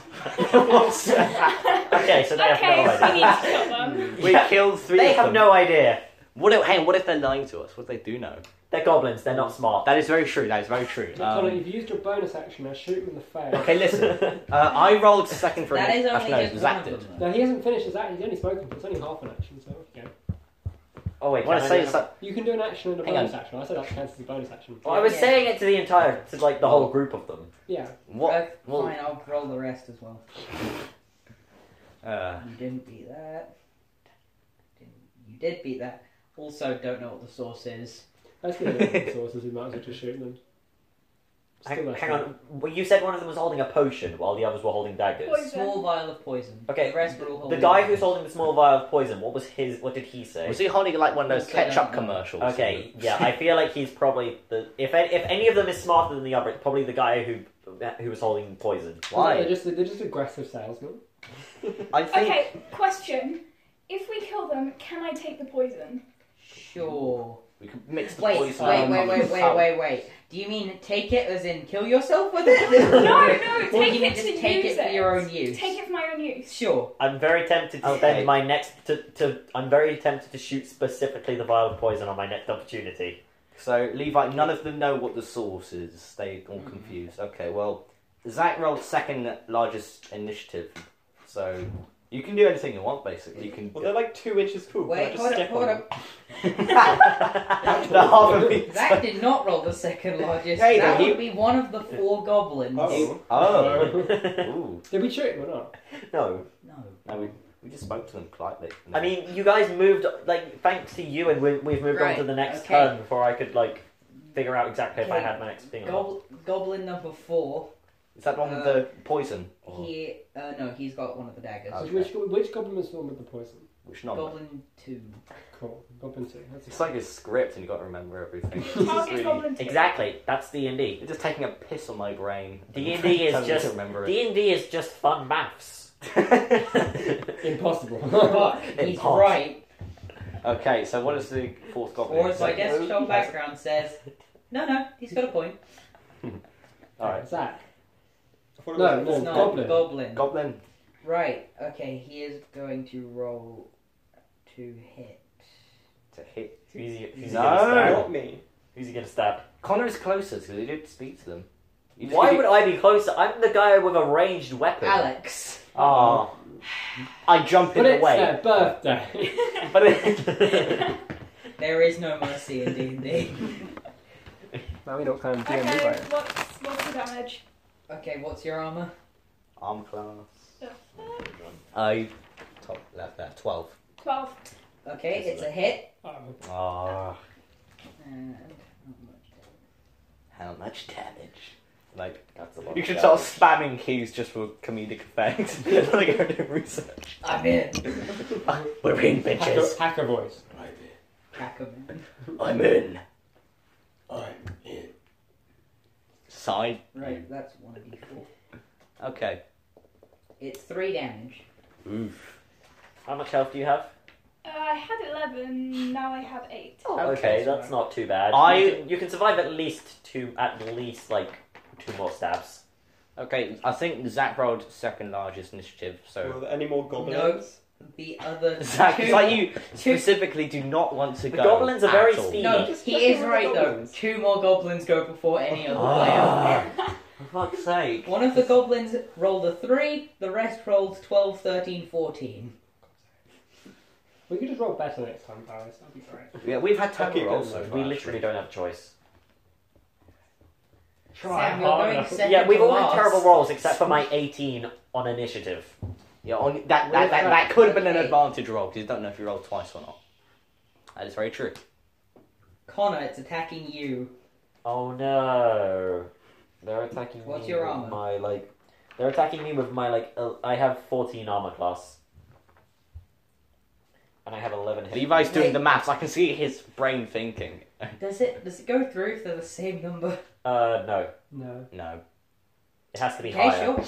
[SPEAKER 5] (laughs) okay, so they have
[SPEAKER 3] okay,
[SPEAKER 5] no
[SPEAKER 3] we need
[SPEAKER 5] idea.
[SPEAKER 3] to kill them.
[SPEAKER 5] (laughs)
[SPEAKER 2] We
[SPEAKER 5] Yeah.
[SPEAKER 2] killed three.
[SPEAKER 5] They
[SPEAKER 2] of
[SPEAKER 5] have
[SPEAKER 2] them.
[SPEAKER 5] no idea.
[SPEAKER 2] What if, hey, what if they're lying to us? What if they do know?
[SPEAKER 5] They're goblins. They're not smart.
[SPEAKER 2] That is very true. That is very true.
[SPEAKER 1] Connor,
[SPEAKER 2] Um,
[SPEAKER 1] you've used your bonus action. Now shoot him in the face.
[SPEAKER 2] (laughs)
[SPEAKER 1] (laughs)
[SPEAKER 2] okay, listen. Uh, I rolled second for an
[SPEAKER 4] That is only
[SPEAKER 2] actually, no,
[SPEAKER 4] just
[SPEAKER 2] Zach
[SPEAKER 4] one
[SPEAKER 2] did.
[SPEAKER 4] of them.
[SPEAKER 1] No, he hasn't finished his action. He's only spoken. It's only half an action, so off you go.
[SPEAKER 5] (laughs) oh wait,
[SPEAKER 2] I want
[SPEAKER 5] can
[SPEAKER 2] to
[SPEAKER 5] I
[SPEAKER 2] say
[SPEAKER 5] do-
[SPEAKER 2] it's like,
[SPEAKER 1] You can do an action and a
[SPEAKER 2] Hang
[SPEAKER 1] bonus action. I said that counts as a bonus action.
[SPEAKER 5] Well, I was
[SPEAKER 4] Yeah.
[SPEAKER 5] saying it to the entire, to like the
[SPEAKER 2] Oh.
[SPEAKER 5] whole group of them.
[SPEAKER 1] Yeah.
[SPEAKER 2] what?
[SPEAKER 4] Uh,
[SPEAKER 2] Well,
[SPEAKER 4] Fine, I'll roll the rest as well.
[SPEAKER 2] uh,
[SPEAKER 4] You didn't beat that. Didn't- You did beat that. Also, don't know what the source is.
[SPEAKER 1] That's the only resources. We might as well just shoot them.
[SPEAKER 5] Hang,
[SPEAKER 1] Still
[SPEAKER 5] hang
[SPEAKER 1] action.
[SPEAKER 5] on, well, you said one of them was holding a potion while the others were holding daggers.
[SPEAKER 3] Poison.
[SPEAKER 4] Small vial of poison.
[SPEAKER 5] Okay,
[SPEAKER 4] the rest were all
[SPEAKER 5] The
[SPEAKER 4] holding
[SPEAKER 5] guy
[SPEAKER 4] it.
[SPEAKER 5] who's holding the small vial of poison, what was his? What did he say?
[SPEAKER 2] was he holding like one of those
[SPEAKER 4] Also,
[SPEAKER 2] ketchup
[SPEAKER 4] uh,
[SPEAKER 2] commercials?
[SPEAKER 5] Okay, yeah, I feel like he's probably the if a- if any of them is smarter than the other, it's probably the guy who who was holding poison.
[SPEAKER 1] They're
[SPEAKER 2] Why?
[SPEAKER 1] just, they're just aggressive salesmen.
[SPEAKER 2] I think.
[SPEAKER 3] Okay, question. If we kill them, can I take the poison?
[SPEAKER 4] Sure.
[SPEAKER 2] We could mix the
[SPEAKER 4] Wait, wait,
[SPEAKER 2] poison.
[SPEAKER 4] wait,
[SPEAKER 2] and
[SPEAKER 4] wait,
[SPEAKER 2] common
[SPEAKER 4] wait,
[SPEAKER 2] salt.
[SPEAKER 4] wait, wait, Do you mean take it as in kill yourself
[SPEAKER 3] (laughs)
[SPEAKER 4] with it?
[SPEAKER 3] No, no,
[SPEAKER 4] Or
[SPEAKER 3] take
[SPEAKER 4] you mean
[SPEAKER 3] it
[SPEAKER 4] just
[SPEAKER 3] to
[SPEAKER 4] take
[SPEAKER 3] use
[SPEAKER 4] it for your own use?
[SPEAKER 3] Take it for my own use.
[SPEAKER 4] Sure.
[SPEAKER 5] (laughs) I'm very tempted to
[SPEAKER 2] Okay.
[SPEAKER 5] spend my next to, to I'm very tempted to shoot specifically the vial of poison on my next opportunity.
[SPEAKER 2] So Levi, none of them know what the source is. They all
[SPEAKER 4] Mm-hmm.
[SPEAKER 2] confused. Okay, well, Zach rolled second largest initiative, so you can do anything you want. Basically, you
[SPEAKER 4] (laughs)
[SPEAKER 2] can. (laughs)
[SPEAKER 6] well, they're like two inches cool.
[SPEAKER 4] Wait,
[SPEAKER 6] just
[SPEAKER 4] hold up,
[SPEAKER 6] step
[SPEAKER 4] hold
[SPEAKER 6] on
[SPEAKER 4] up.
[SPEAKER 2] the half of me.
[SPEAKER 4] Zach did not roll the second largest.
[SPEAKER 2] Hey,
[SPEAKER 4] that
[SPEAKER 2] no, he-
[SPEAKER 4] would be one of the four goblins.
[SPEAKER 6] Oh.
[SPEAKER 2] (laughs) Oh.
[SPEAKER 5] (laughs) no,
[SPEAKER 2] (laughs) Ooh.
[SPEAKER 1] Did we shoot him or not?
[SPEAKER 4] No.
[SPEAKER 2] No, we, we just spoke to them politely.
[SPEAKER 5] I mean, you guys moved like thanks to you, and we, we've moved on
[SPEAKER 4] Right,
[SPEAKER 5] to the next
[SPEAKER 4] okay.
[SPEAKER 5] turn before I could like figure out exactly if I
[SPEAKER 4] Okay.
[SPEAKER 5] had my next thing. or not.
[SPEAKER 4] Gobl goblin number four.
[SPEAKER 2] is that one with
[SPEAKER 4] uh,
[SPEAKER 2] the poison? Or
[SPEAKER 4] He. Uh, no, he's got one of the daggers.
[SPEAKER 2] Okay.
[SPEAKER 1] Which, which goblin was the one with the poison?
[SPEAKER 2] which number?
[SPEAKER 4] Goblin two.
[SPEAKER 1] Cool. Goblin two. That's
[SPEAKER 2] It's like a script, and you got to remember
[SPEAKER 4] (laughs)
[SPEAKER 2] everything. It's
[SPEAKER 3] Target
[SPEAKER 2] really-
[SPEAKER 3] goblin two.
[SPEAKER 5] Exactly, that's D and D.
[SPEAKER 2] You're just taking a piss on my brain.
[SPEAKER 5] D&D
[SPEAKER 2] (laughs)
[SPEAKER 5] is
[SPEAKER 2] Telling me
[SPEAKER 5] just-
[SPEAKER 2] to remember it.
[SPEAKER 5] D and D is just fun maths.
[SPEAKER 1] (laughs) impossible.
[SPEAKER 4] But he's
[SPEAKER 2] Impossible.
[SPEAKER 4] right.
[SPEAKER 2] (laughs) okay, so what is the fourth goblin?
[SPEAKER 4] Or as my
[SPEAKER 2] (laughs)
[SPEAKER 5] Yes.
[SPEAKER 4] desktop background says. No, no, he's got a point.
[SPEAKER 2] All
[SPEAKER 1] (laughs)
[SPEAKER 2] right,
[SPEAKER 1] Zach.
[SPEAKER 6] I thought it
[SPEAKER 1] No,
[SPEAKER 6] was-
[SPEAKER 1] no,
[SPEAKER 4] It's not
[SPEAKER 1] goblin.
[SPEAKER 4] goblin.
[SPEAKER 2] goblin.
[SPEAKER 4] Right. Okay. He is going to roll to hit.
[SPEAKER 2] to hit.
[SPEAKER 5] Who's he, who's he
[SPEAKER 2] No.
[SPEAKER 5] gonna stab?
[SPEAKER 6] Not me.
[SPEAKER 5] Who's he gonna stab?
[SPEAKER 2] Connor is closer because he did speak to them. You just-
[SPEAKER 5] Why
[SPEAKER 2] you-
[SPEAKER 5] would I be closer? I'm the guy with a ranged weapon.
[SPEAKER 6] (laughs)
[SPEAKER 4] Alex.
[SPEAKER 2] Uh, Ah.
[SPEAKER 5] Oh.
[SPEAKER 2] I jump
[SPEAKER 1] But
[SPEAKER 2] in the
[SPEAKER 1] it's
[SPEAKER 2] way?
[SPEAKER 1] their birthday.
[SPEAKER 2] But
[SPEAKER 5] (laughs)
[SPEAKER 2] it-
[SPEAKER 4] There is no mercy in D and
[SPEAKER 6] (laughs)
[SPEAKER 4] D.
[SPEAKER 1] now we don't claim
[SPEAKER 3] Okay, what's, what's the damage?
[SPEAKER 4] Okay. What's your armor?
[SPEAKER 2] (laughs) arm class.
[SPEAKER 3] The fuck?
[SPEAKER 2] I top left there twelve.
[SPEAKER 3] 12.
[SPEAKER 4] Okay, it's a hit.
[SPEAKER 1] Um,
[SPEAKER 5] Oh.
[SPEAKER 2] Ah,
[SPEAKER 4] And how much damage?
[SPEAKER 2] how much damage? Like
[SPEAKER 5] That's a lot.
[SPEAKER 2] you
[SPEAKER 5] of
[SPEAKER 2] should start
[SPEAKER 5] damage.
[SPEAKER 2] spamming keys just for comedic effect. (laughs) like I do research.
[SPEAKER 4] I'm in.
[SPEAKER 2] We're in,
[SPEAKER 1] hacker,
[SPEAKER 2] bitches.
[SPEAKER 1] hacker voice.
[SPEAKER 7] I'm
[SPEAKER 4] Hackerman.
[SPEAKER 2] I'm in.
[SPEAKER 7] in. I'm in.
[SPEAKER 2] Side.
[SPEAKER 4] Right, that's one of you. four.
[SPEAKER 2] Okay.
[SPEAKER 4] It's three damage.
[SPEAKER 2] Oof.
[SPEAKER 5] How much health do you have?
[SPEAKER 3] Uh, I had 11, now I have 8.
[SPEAKER 4] Oh.
[SPEAKER 5] Oh. okay, that's not too bad.
[SPEAKER 2] I-
[SPEAKER 5] you can, you can survive at least two, at least like two more stabs.
[SPEAKER 2] Okay, I think Zach rolled second largest initiative, (laughs)
[SPEAKER 6] Were
[SPEAKER 2] so.
[SPEAKER 6] there any more
[SPEAKER 5] (laughs)
[SPEAKER 6] goblins?
[SPEAKER 4] The other
[SPEAKER 2] Zach,
[SPEAKER 4] two.
[SPEAKER 2] it's like you specifically do not want to
[SPEAKER 5] The
[SPEAKER 2] go.
[SPEAKER 5] goblins are very
[SPEAKER 2] at all.
[SPEAKER 5] speedy.
[SPEAKER 4] No,
[SPEAKER 6] Just
[SPEAKER 4] he
[SPEAKER 6] checking
[SPEAKER 4] is
[SPEAKER 6] with
[SPEAKER 4] right
[SPEAKER 6] the
[SPEAKER 4] though.
[SPEAKER 6] goblins.
[SPEAKER 4] Two more goblins go before any other player.
[SPEAKER 3] (laughs)
[SPEAKER 2] Ah. For fuck's sake.
[SPEAKER 4] One of the goblins rolled a 3, the rest rolled 12, 13, 14.
[SPEAKER 1] We could just roll better next time, Paris. That'd be great.
[SPEAKER 2] Yeah, we've had
[SPEAKER 6] Okay,
[SPEAKER 2] Tucker
[SPEAKER 6] good.
[SPEAKER 2] also.
[SPEAKER 5] We literally don't have a choice.
[SPEAKER 1] Try hard
[SPEAKER 4] Sam, you're going
[SPEAKER 1] enough.
[SPEAKER 4] second
[SPEAKER 5] yeah, we've
[SPEAKER 4] to
[SPEAKER 5] all
[SPEAKER 4] last.
[SPEAKER 5] had terrible rolls except for my 18 on initiative.
[SPEAKER 2] Yeah, on, that, that,
[SPEAKER 4] We're
[SPEAKER 2] that,
[SPEAKER 4] back.
[SPEAKER 2] that could have been an
[SPEAKER 4] Okay.
[SPEAKER 2] advantage roll because you don't know if you rolled twice or not. That is very true.
[SPEAKER 4] Connor, it's attacking you.
[SPEAKER 5] Oh no. They're attacking
[SPEAKER 4] What's
[SPEAKER 5] me
[SPEAKER 4] your
[SPEAKER 5] with
[SPEAKER 4] armor?
[SPEAKER 5] my like they're attacking me with my like el- I have 14 armor class. And I have 11 hit.
[SPEAKER 2] Levi's doing
[SPEAKER 4] Wait.
[SPEAKER 2] the maths. I can see his brain thinking.
[SPEAKER 4] Does it does it go through if they're the same number?
[SPEAKER 5] Uh no.
[SPEAKER 2] (laughs)
[SPEAKER 1] No.
[SPEAKER 2] No.
[SPEAKER 5] It has to be
[SPEAKER 4] Okay,
[SPEAKER 5] higher.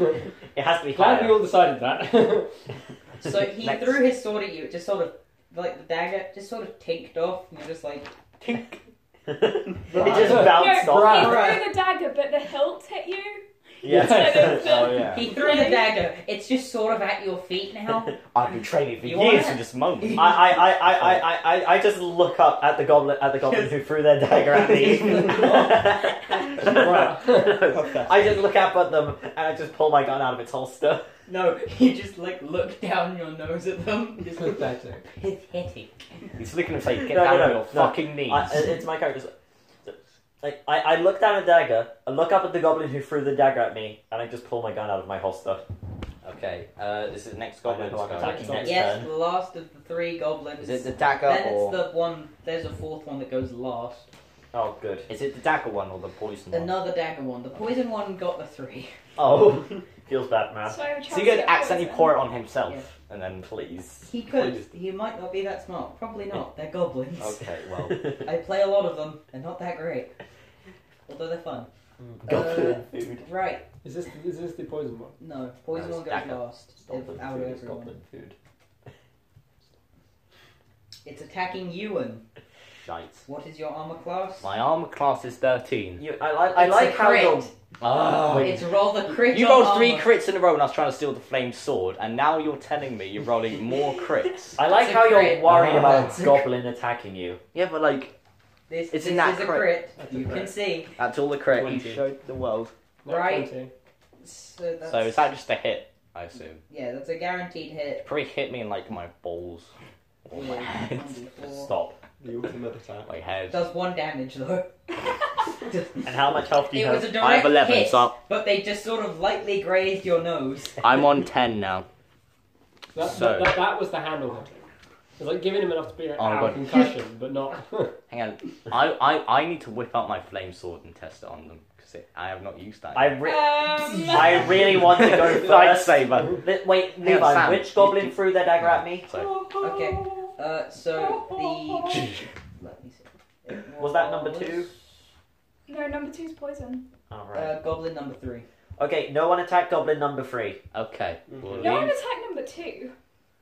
[SPEAKER 4] sure.
[SPEAKER 5] It has to be
[SPEAKER 1] Glad we
[SPEAKER 5] higher.
[SPEAKER 1] all decided
[SPEAKER 2] (laughs)
[SPEAKER 1] that.
[SPEAKER 4] so he
[SPEAKER 2] Next.
[SPEAKER 4] threw his sword at you, it just sort of like the dagger just sort of tinked off, and you're just like
[SPEAKER 5] (laughs)
[SPEAKER 4] (laughs)
[SPEAKER 5] it
[SPEAKER 1] Right.
[SPEAKER 5] just bounced
[SPEAKER 1] No,
[SPEAKER 5] off.
[SPEAKER 1] right.
[SPEAKER 3] you threw the dagger, but the hilt hit you.
[SPEAKER 5] Yeah. (laughs)
[SPEAKER 1] Yes.
[SPEAKER 2] oh yeah.
[SPEAKER 4] He threw the dagger. It's just sort of at your feet now.
[SPEAKER 2] (laughs) I've been training for
[SPEAKER 4] You
[SPEAKER 2] years
[SPEAKER 4] wanna-
[SPEAKER 2] for this
[SPEAKER 5] (laughs)
[SPEAKER 2] moment.
[SPEAKER 5] I, I, I, I, I, I, I just look up at the goblin at the
[SPEAKER 4] (laughs)
[SPEAKER 5] goblin who threw their dagger at me.
[SPEAKER 6] Perfect.
[SPEAKER 5] I just look up at them and I just pull my gun out of its holster.
[SPEAKER 4] No, you just like look down your nose
[SPEAKER 2] (laughs)
[SPEAKER 4] at them.
[SPEAKER 1] it's pathetic.
[SPEAKER 4] Pathetic.
[SPEAKER 2] (laughs) He's looking at me like, get
[SPEAKER 5] No, no,
[SPEAKER 2] down
[SPEAKER 5] no,
[SPEAKER 2] on your
[SPEAKER 5] no.
[SPEAKER 2] fucking knees.
[SPEAKER 5] I, it's my character's. Like, I, I look down at dagger, I look up at the goblin who threw the dagger at me, and I just pull my gun out of my holster.
[SPEAKER 2] okay, uh, is it next
[SPEAKER 5] I
[SPEAKER 2] goblin?
[SPEAKER 5] know who I'm
[SPEAKER 2] go?
[SPEAKER 5] attacking next
[SPEAKER 4] yes,
[SPEAKER 5] turn.
[SPEAKER 4] the last of the three
[SPEAKER 2] Is
[SPEAKER 4] goblins.
[SPEAKER 2] it the dagger
[SPEAKER 4] then
[SPEAKER 2] or
[SPEAKER 4] it's the one. There's a fourth one that goes last.
[SPEAKER 5] Oh, good.
[SPEAKER 2] is it the dagger one or the poison one?
[SPEAKER 4] Another dagger one. The poison one got the three. (laughs)
[SPEAKER 5] Oh, (laughs) feels bad, man.
[SPEAKER 3] So I have a
[SPEAKER 2] Ah. So you
[SPEAKER 3] chance
[SPEAKER 2] could
[SPEAKER 3] to get
[SPEAKER 2] accidentally
[SPEAKER 3] poisoned.
[SPEAKER 2] pour it on himself and then please.
[SPEAKER 4] He could. He might not be that smart. Probably
[SPEAKER 2] (laughs)
[SPEAKER 4] not. They're goblins.
[SPEAKER 2] Okay, well.
[SPEAKER 4] (laughs) I play a lot of them. They're not that great. Although they're fun.
[SPEAKER 2] (laughs)
[SPEAKER 5] goblin food.
[SPEAKER 4] Right.
[SPEAKER 1] Is this is this the poison one?
[SPEAKER 4] No. Poison
[SPEAKER 2] No,
[SPEAKER 4] one
[SPEAKER 2] it's
[SPEAKER 4] goes
[SPEAKER 2] dagger.
[SPEAKER 4] last.
[SPEAKER 5] Goblin
[SPEAKER 4] out of
[SPEAKER 5] food is
[SPEAKER 4] everyone.
[SPEAKER 5] goblin food.
[SPEAKER 4] It's attacking Ewan.
[SPEAKER 2] Shite.
[SPEAKER 4] What is your armor class?
[SPEAKER 2] My armor class is 13.
[SPEAKER 5] (laughs) You, I, I, I
[SPEAKER 4] It's a
[SPEAKER 5] like how
[SPEAKER 4] crit.
[SPEAKER 5] you're.
[SPEAKER 2] Oh,
[SPEAKER 5] Wait.
[SPEAKER 4] It's roll the crit.
[SPEAKER 2] You
[SPEAKER 4] on
[SPEAKER 2] rolled three
[SPEAKER 4] armor.
[SPEAKER 2] crits in a row and I was trying to steal the flame sword, and now you're telling me you're rolling
[SPEAKER 4] (laughs)
[SPEAKER 2] more crits.
[SPEAKER 5] I like
[SPEAKER 4] It's a
[SPEAKER 5] how you're
[SPEAKER 4] crit.
[SPEAKER 5] worried
[SPEAKER 2] Ah.
[SPEAKER 5] about
[SPEAKER 4] It's a
[SPEAKER 5] goblin attacking you.
[SPEAKER 2] Yeah, but like,
[SPEAKER 4] This,
[SPEAKER 2] It's
[SPEAKER 4] this
[SPEAKER 2] in that
[SPEAKER 4] is a
[SPEAKER 2] crit.
[SPEAKER 4] crit.
[SPEAKER 1] That's a
[SPEAKER 4] You
[SPEAKER 1] crit.
[SPEAKER 4] can see.
[SPEAKER 2] that's all the crit
[SPEAKER 1] Twenty.
[SPEAKER 2] you showed the world.
[SPEAKER 1] No,
[SPEAKER 4] Right.
[SPEAKER 1] 20.
[SPEAKER 4] So, that's,
[SPEAKER 2] So is that just a hit? I assume.
[SPEAKER 4] Yeah, that's a guaranteed hit.
[SPEAKER 2] It probably hit me in like my balls. Or my
[SPEAKER 4] Yeah,
[SPEAKER 2] head. (laughs)
[SPEAKER 4] 1d4.
[SPEAKER 5] Stop.
[SPEAKER 6] The ultimate attack.
[SPEAKER 2] My head.
[SPEAKER 4] Does one damage though. (laughs)
[SPEAKER 5] And how much health do you
[SPEAKER 4] It
[SPEAKER 5] have?
[SPEAKER 4] was a direct
[SPEAKER 2] I have 11,
[SPEAKER 4] hit,
[SPEAKER 2] so
[SPEAKER 4] but they just sort of lightly grazed your nose.
[SPEAKER 2] (laughs) I'm (laughs) on 10 now.
[SPEAKER 1] That,
[SPEAKER 2] So-
[SPEAKER 1] that, that, that was the handle hitting. It was like giving him enough to be like,
[SPEAKER 2] Oh,
[SPEAKER 1] "Ow,
[SPEAKER 2] God."
[SPEAKER 1] concussion, but not. (laughs)
[SPEAKER 2] Hang on. I, I, I need to whip out my flame sword and test it on them, because I have not used that.
[SPEAKER 5] I,
[SPEAKER 2] yet.
[SPEAKER 4] Ah.
[SPEAKER 5] re-
[SPEAKER 2] (laughs)
[SPEAKER 5] (laughs)
[SPEAKER 3] Um,
[SPEAKER 5] I really want to go (laughs) first.
[SPEAKER 2] Lightsaber.
[SPEAKER 5] Li- Wait,
[SPEAKER 2] Hang on,
[SPEAKER 5] Levi,
[SPEAKER 2] Sam.
[SPEAKER 5] which goblin threw their dagger at me?
[SPEAKER 2] So,
[SPEAKER 4] Okay. Uh, so
[SPEAKER 2] (laughs)
[SPEAKER 4] the let me see. It
[SPEAKER 5] Was that number two?
[SPEAKER 3] No, number two's poison.
[SPEAKER 5] Alright.
[SPEAKER 4] Uh, goblin number three.
[SPEAKER 5] okay, no one attack goblin number three.
[SPEAKER 2] okay. We'll
[SPEAKER 3] No one
[SPEAKER 2] leave.
[SPEAKER 3] attack number two.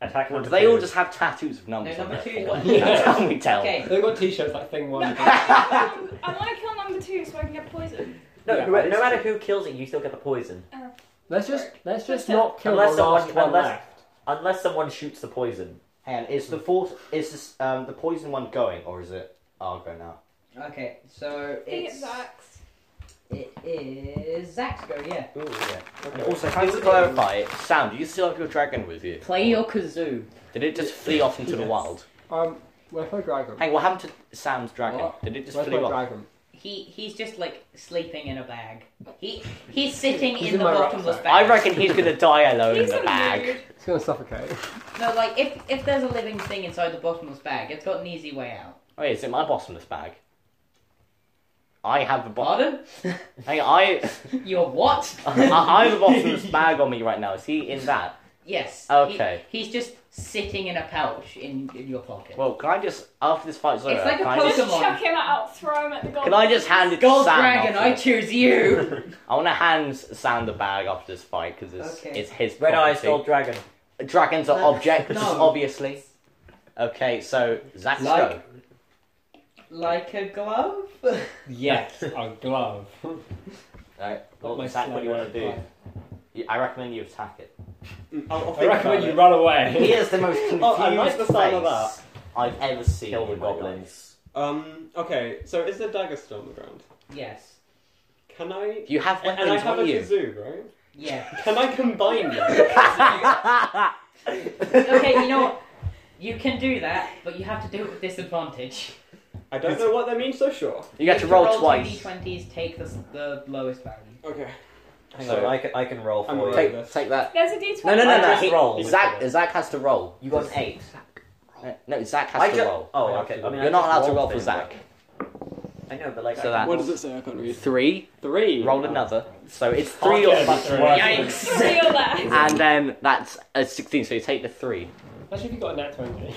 [SPEAKER 5] Attack
[SPEAKER 2] Well,
[SPEAKER 5] number
[SPEAKER 2] do they
[SPEAKER 5] two.
[SPEAKER 2] all just have tattoos of numbers
[SPEAKER 4] No,
[SPEAKER 2] on
[SPEAKER 4] number
[SPEAKER 2] their (laughs)
[SPEAKER 4] two.
[SPEAKER 2] forehead?
[SPEAKER 1] Yeah.
[SPEAKER 2] Tell me, tell me.
[SPEAKER 4] Okay.
[SPEAKER 1] They've got t-shirts like thing
[SPEAKER 3] No, (laughs)
[SPEAKER 1] one.
[SPEAKER 3] I want to kill num- (laughs) I want to kill number two so I can get poisoned.
[SPEAKER 5] No,
[SPEAKER 1] Yeah,
[SPEAKER 5] who-
[SPEAKER 1] that is
[SPEAKER 5] no matter who kills it, you still get the poison.
[SPEAKER 1] let's just let's just
[SPEAKER 3] Just
[SPEAKER 1] not kill
[SPEAKER 5] Unless
[SPEAKER 1] the
[SPEAKER 5] someone-
[SPEAKER 1] last one
[SPEAKER 5] unless-
[SPEAKER 1] left.
[SPEAKER 5] Unless someone shoots the poison.
[SPEAKER 2] Hang on, is the fourth, is this, um, the poison one going, or is it? I'll go now.
[SPEAKER 4] Okay, so
[SPEAKER 3] I think it's
[SPEAKER 4] it's
[SPEAKER 3] Zax.
[SPEAKER 4] it is Zax's go. Yeah.
[SPEAKER 2] Ooh, yeah. And also, can I just clarify, Sam, do you still have your dragon with you?
[SPEAKER 4] Play your kazoo.
[SPEAKER 2] Did it just flee off into the
[SPEAKER 1] Yes.
[SPEAKER 2] wild?
[SPEAKER 1] Um, where's my dragon?
[SPEAKER 2] Hey, what happened to Sam's dragon?
[SPEAKER 4] What?
[SPEAKER 2] Did it just
[SPEAKER 1] Where's
[SPEAKER 2] flee
[SPEAKER 1] my
[SPEAKER 2] off?
[SPEAKER 1] dragon?
[SPEAKER 4] he he's just like sleeping in a bag. He he's sitting
[SPEAKER 1] He's
[SPEAKER 4] in,
[SPEAKER 1] in
[SPEAKER 4] the
[SPEAKER 1] my
[SPEAKER 4] bottomless
[SPEAKER 1] rucksack.
[SPEAKER 4] bag.
[SPEAKER 5] I reckon he's gonna die alone
[SPEAKER 3] He's
[SPEAKER 5] in
[SPEAKER 3] a
[SPEAKER 5] the bag.
[SPEAKER 3] mood.
[SPEAKER 1] It's gonna suffocate.
[SPEAKER 4] No, like if if there's a living thing inside the bottomless bag, it's got an easy way out.
[SPEAKER 2] Wait, Oh, is it my bottomless bag? I have the bottom.
[SPEAKER 4] Pardon?
[SPEAKER 2] Hey, I, (laughs)
[SPEAKER 4] Your what?
[SPEAKER 2] I, I have a bottomless bag on me right now. Is he in that?
[SPEAKER 4] (laughs) yes. he-
[SPEAKER 2] Okay.
[SPEAKER 4] he's just sitting in a pouch in, in your pocket.
[SPEAKER 2] Well, can I just after this fight's over?
[SPEAKER 4] It's like a
[SPEAKER 2] can, I just,
[SPEAKER 4] Pokemon.
[SPEAKER 3] Just chuck him out, throw him at the goblin.
[SPEAKER 2] can I just hand it
[SPEAKER 4] Gold
[SPEAKER 2] to Sam?
[SPEAKER 4] dragon,
[SPEAKER 2] after
[SPEAKER 4] I
[SPEAKER 2] this?
[SPEAKER 4] choose
[SPEAKER 2] (laughs)
[SPEAKER 4] you.
[SPEAKER 2] I want to hand Sam the bag after this fight because it's
[SPEAKER 4] Okay.
[SPEAKER 2] it's his
[SPEAKER 5] Red eyes,
[SPEAKER 2] property.
[SPEAKER 5] gold dragon.
[SPEAKER 2] Dragons are
[SPEAKER 4] No.
[SPEAKER 2] objects,
[SPEAKER 4] No.
[SPEAKER 2] obviously. Okay, so Zach's
[SPEAKER 4] Like-
[SPEAKER 2] go.
[SPEAKER 4] like a glove.
[SPEAKER 1] Yes, a (laughs) glove.
[SPEAKER 2] Alright,
[SPEAKER 1] Got my
[SPEAKER 2] well, Zach, what do you want to
[SPEAKER 1] slider.
[SPEAKER 2] do? You- I recommend you attack (laughs) it.
[SPEAKER 6] Mm, I'll, I'll
[SPEAKER 1] I
[SPEAKER 6] think
[SPEAKER 1] recommend
[SPEAKER 6] about
[SPEAKER 1] you
[SPEAKER 6] it.
[SPEAKER 1] run
[SPEAKER 2] He
[SPEAKER 6] (laughs)
[SPEAKER 1] away. (laughs)
[SPEAKER 2] is the most confused
[SPEAKER 6] Oh, I like the sound of
[SPEAKER 2] face I've ever seen.
[SPEAKER 5] Kill the
[SPEAKER 2] in my life.
[SPEAKER 5] goblins.
[SPEAKER 6] Um, okay, so is there dagger still on the ground?
[SPEAKER 4] yes.
[SPEAKER 6] Can I.
[SPEAKER 2] You have
[SPEAKER 6] And I
[SPEAKER 2] weapons
[SPEAKER 6] have
[SPEAKER 2] on
[SPEAKER 6] a
[SPEAKER 2] you.
[SPEAKER 6] kazoo, right?
[SPEAKER 4] Yeah.
[SPEAKER 6] Can I combine them?
[SPEAKER 4] Okay, you know what? You can do that, but you have to do it with disadvantage.
[SPEAKER 6] I don't know what that means, so sure.
[SPEAKER 2] You got to
[SPEAKER 4] If
[SPEAKER 2] roll,
[SPEAKER 4] roll
[SPEAKER 2] twice.
[SPEAKER 4] Two d20s, take the, the lowest value.
[SPEAKER 6] Okay.
[SPEAKER 5] Hang
[SPEAKER 2] So-
[SPEAKER 5] on, I can, I can roll for
[SPEAKER 6] I'm
[SPEAKER 5] you.
[SPEAKER 6] alright.
[SPEAKER 2] Take,
[SPEAKER 6] Yes.
[SPEAKER 2] take that.
[SPEAKER 3] There's a d20.
[SPEAKER 2] No, no,
[SPEAKER 5] I
[SPEAKER 2] no, no.
[SPEAKER 5] just
[SPEAKER 2] He,
[SPEAKER 5] rolled.
[SPEAKER 2] Zach, Zach has to roll.
[SPEAKER 5] You got an eight.
[SPEAKER 2] No, no, Zach has
[SPEAKER 5] I
[SPEAKER 2] to
[SPEAKER 5] ju-
[SPEAKER 2] roll.
[SPEAKER 5] Oh,
[SPEAKER 6] I have
[SPEAKER 5] okay.
[SPEAKER 6] to.
[SPEAKER 5] I mean, I
[SPEAKER 2] You're not
[SPEAKER 5] just
[SPEAKER 2] allowed to
[SPEAKER 5] rolled
[SPEAKER 2] roll for
[SPEAKER 5] things,
[SPEAKER 2] Zach.
[SPEAKER 5] but- I know, but like,
[SPEAKER 2] So
[SPEAKER 5] I
[SPEAKER 2] that-
[SPEAKER 5] can-
[SPEAKER 6] What does it say? I can't read.
[SPEAKER 2] Three.
[SPEAKER 1] Three.
[SPEAKER 2] Roll another. So it's three
[SPEAKER 1] yeah,
[SPEAKER 2] or
[SPEAKER 1] it'd be
[SPEAKER 2] much
[SPEAKER 1] three.
[SPEAKER 2] worse.
[SPEAKER 4] Yikes.
[SPEAKER 3] You
[SPEAKER 2] (laughs)
[SPEAKER 3] feel that.
[SPEAKER 2] And then that's a 16, so you take the three.
[SPEAKER 1] Imagine if you (laughs) got a nat
[SPEAKER 6] (laughs)
[SPEAKER 1] 20.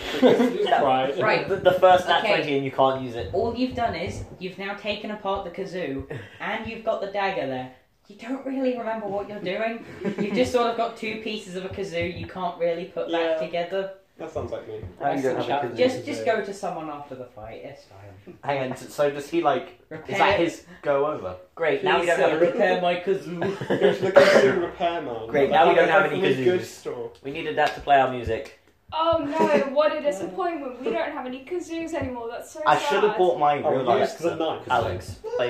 [SPEAKER 1] Just
[SPEAKER 5] (laughs)
[SPEAKER 1] cried.
[SPEAKER 4] Right.
[SPEAKER 5] the, the first nat
[SPEAKER 4] Okay.
[SPEAKER 5] twenty, and you can't use it.
[SPEAKER 4] All you've done is you've now taken apart the kazoo, and you've got the dagger there. You don't really remember what you're doing. You've just sort of got two pieces of a kazoo you can't really put back
[SPEAKER 6] Yeah.
[SPEAKER 4] together.
[SPEAKER 6] That sounds
[SPEAKER 1] (laughs)
[SPEAKER 6] like me.
[SPEAKER 1] That's
[SPEAKER 5] Hang on,
[SPEAKER 1] the
[SPEAKER 5] have a
[SPEAKER 1] challenge.
[SPEAKER 5] kazoo.
[SPEAKER 4] Just just go to someone after the fight. It's fine.
[SPEAKER 2] Hang on, so does he like.
[SPEAKER 4] Repair.
[SPEAKER 2] Is that his go over?
[SPEAKER 5] Great. now we
[SPEAKER 4] Please,
[SPEAKER 5] don't
[SPEAKER 4] sir,
[SPEAKER 5] have
[SPEAKER 4] repair my
[SPEAKER 2] (laughs)
[SPEAKER 4] kazoo. (laughs)
[SPEAKER 6] Go to the (laughs) kazoo repairman.
[SPEAKER 5] Great,
[SPEAKER 6] I
[SPEAKER 5] now we
[SPEAKER 6] can't
[SPEAKER 5] don't have
[SPEAKER 6] think
[SPEAKER 5] any
[SPEAKER 6] of good
[SPEAKER 5] kazoos.
[SPEAKER 6] store.
[SPEAKER 5] We needed that to play our music.
[SPEAKER 3] Oh no, what a disappointment. We don't have any kazoos anymore. That's so
[SPEAKER 2] I
[SPEAKER 3] sad.
[SPEAKER 2] should have bought my
[SPEAKER 6] Oh,
[SPEAKER 2] real
[SPEAKER 6] use
[SPEAKER 2] life.
[SPEAKER 6] the knife.
[SPEAKER 5] Alex, play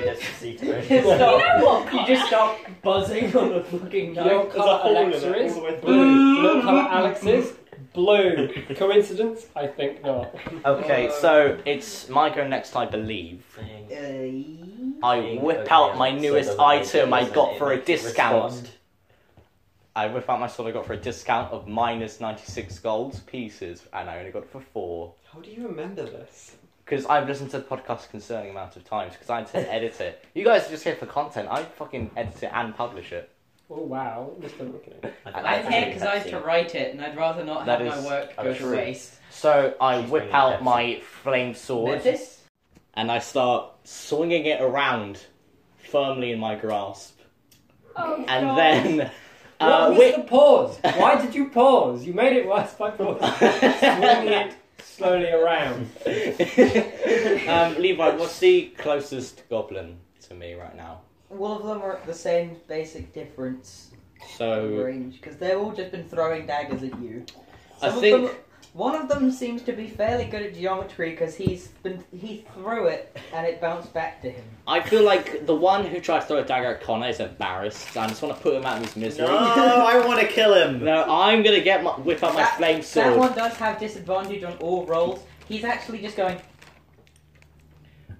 [SPEAKER 2] (laughs)
[SPEAKER 5] Destiny
[SPEAKER 4] You
[SPEAKER 5] Secret.
[SPEAKER 4] stop-
[SPEAKER 3] You know what,
[SPEAKER 4] You just stop buzzing on the fucking
[SPEAKER 1] You know what
[SPEAKER 4] knife.
[SPEAKER 6] There's
[SPEAKER 1] colour
[SPEAKER 6] a hole in
[SPEAKER 1] Alexa
[SPEAKER 6] it all
[SPEAKER 1] is?
[SPEAKER 6] the way through.
[SPEAKER 1] Blue. You know what colour Alex is? Blue.
[SPEAKER 6] (laughs)
[SPEAKER 1] Coincidence? I think not.
[SPEAKER 2] Okay, so it's my go next, I believe. I whip out my newest item I got for a discount. I whip out my sword I got for a discount of minus 96 gold pieces, and I only got it for four.
[SPEAKER 6] How do you remember this?
[SPEAKER 2] Because I've listened to the podcast concerning amount of times, because I had
[SPEAKER 5] (laughs)
[SPEAKER 2] to edit it. You guys are just here for content. I fucking edit it and publish it.
[SPEAKER 1] Oh wow. Just a-
[SPEAKER 4] I'm here because I have to write it, and I'd rather not
[SPEAKER 2] That
[SPEAKER 4] have
[SPEAKER 2] is
[SPEAKER 4] my work
[SPEAKER 2] a
[SPEAKER 4] go to
[SPEAKER 2] true.
[SPEAKER 4] waste.
[SPEAKER 2] So I
[SPEAKER 5] She's
[SPEAKER 2] whip
[SPEAKER 5] bringing
[SPEAKER 2] out
[SPEAKER 5] Pepsi.
[SPEAKER 2] my flame sword.
[SPEAKER 4] Memphis?
[SPEAKER 2] and I start swinging it around firmly in my grasp.
[SPEAKER 3] Oh,
[SPEAKER 2] And
[SPEAKER 3] God.
[SPEAKER 2] then.
[SPEAKER 1] What
[SPEAKER 2] Uh,
[SPEAKER 1] was
[SPEAKER 2] whip.
[SPEAKER 1] the pause? Why did you pause? You made it worse by pausing. Swinging it slowly around.
[SPEAKER 2] (laughs) um, Levi, what's the closest goblin to me right now?
[SPEAKER 4] All of them are at the same basic difference
[SPEAKER 2] So
[SPEAKER 4] range because they've all just been throwing daggers at you.
[SPEAKER 2] I
[SPEAKER 4] Some of
[SPEAKER 2] think
[SPEAKER 4] them- one of them seems to be fairly good at geometry because he's been he threw it and it bounced back to him.
[SPEAKER 2] I feel like the one who tried to throw a dagger at Connor is embarrassed. I just want to put him out of his misery.
[SPEAKER 5] No,
[SPEAKER 2] (laughs)
[SPEAKER 5] I want to kill him.
[SPEAKER 2] No, I'm gonna get my whip out my
[SPEAKER 4] That-
[SPEAKER 2] flame
[SPEAKER 4] That
[SPEAKER 2] sword.
[SPEAKER 4] one does have disadvantage on all rolls. He's actually just going.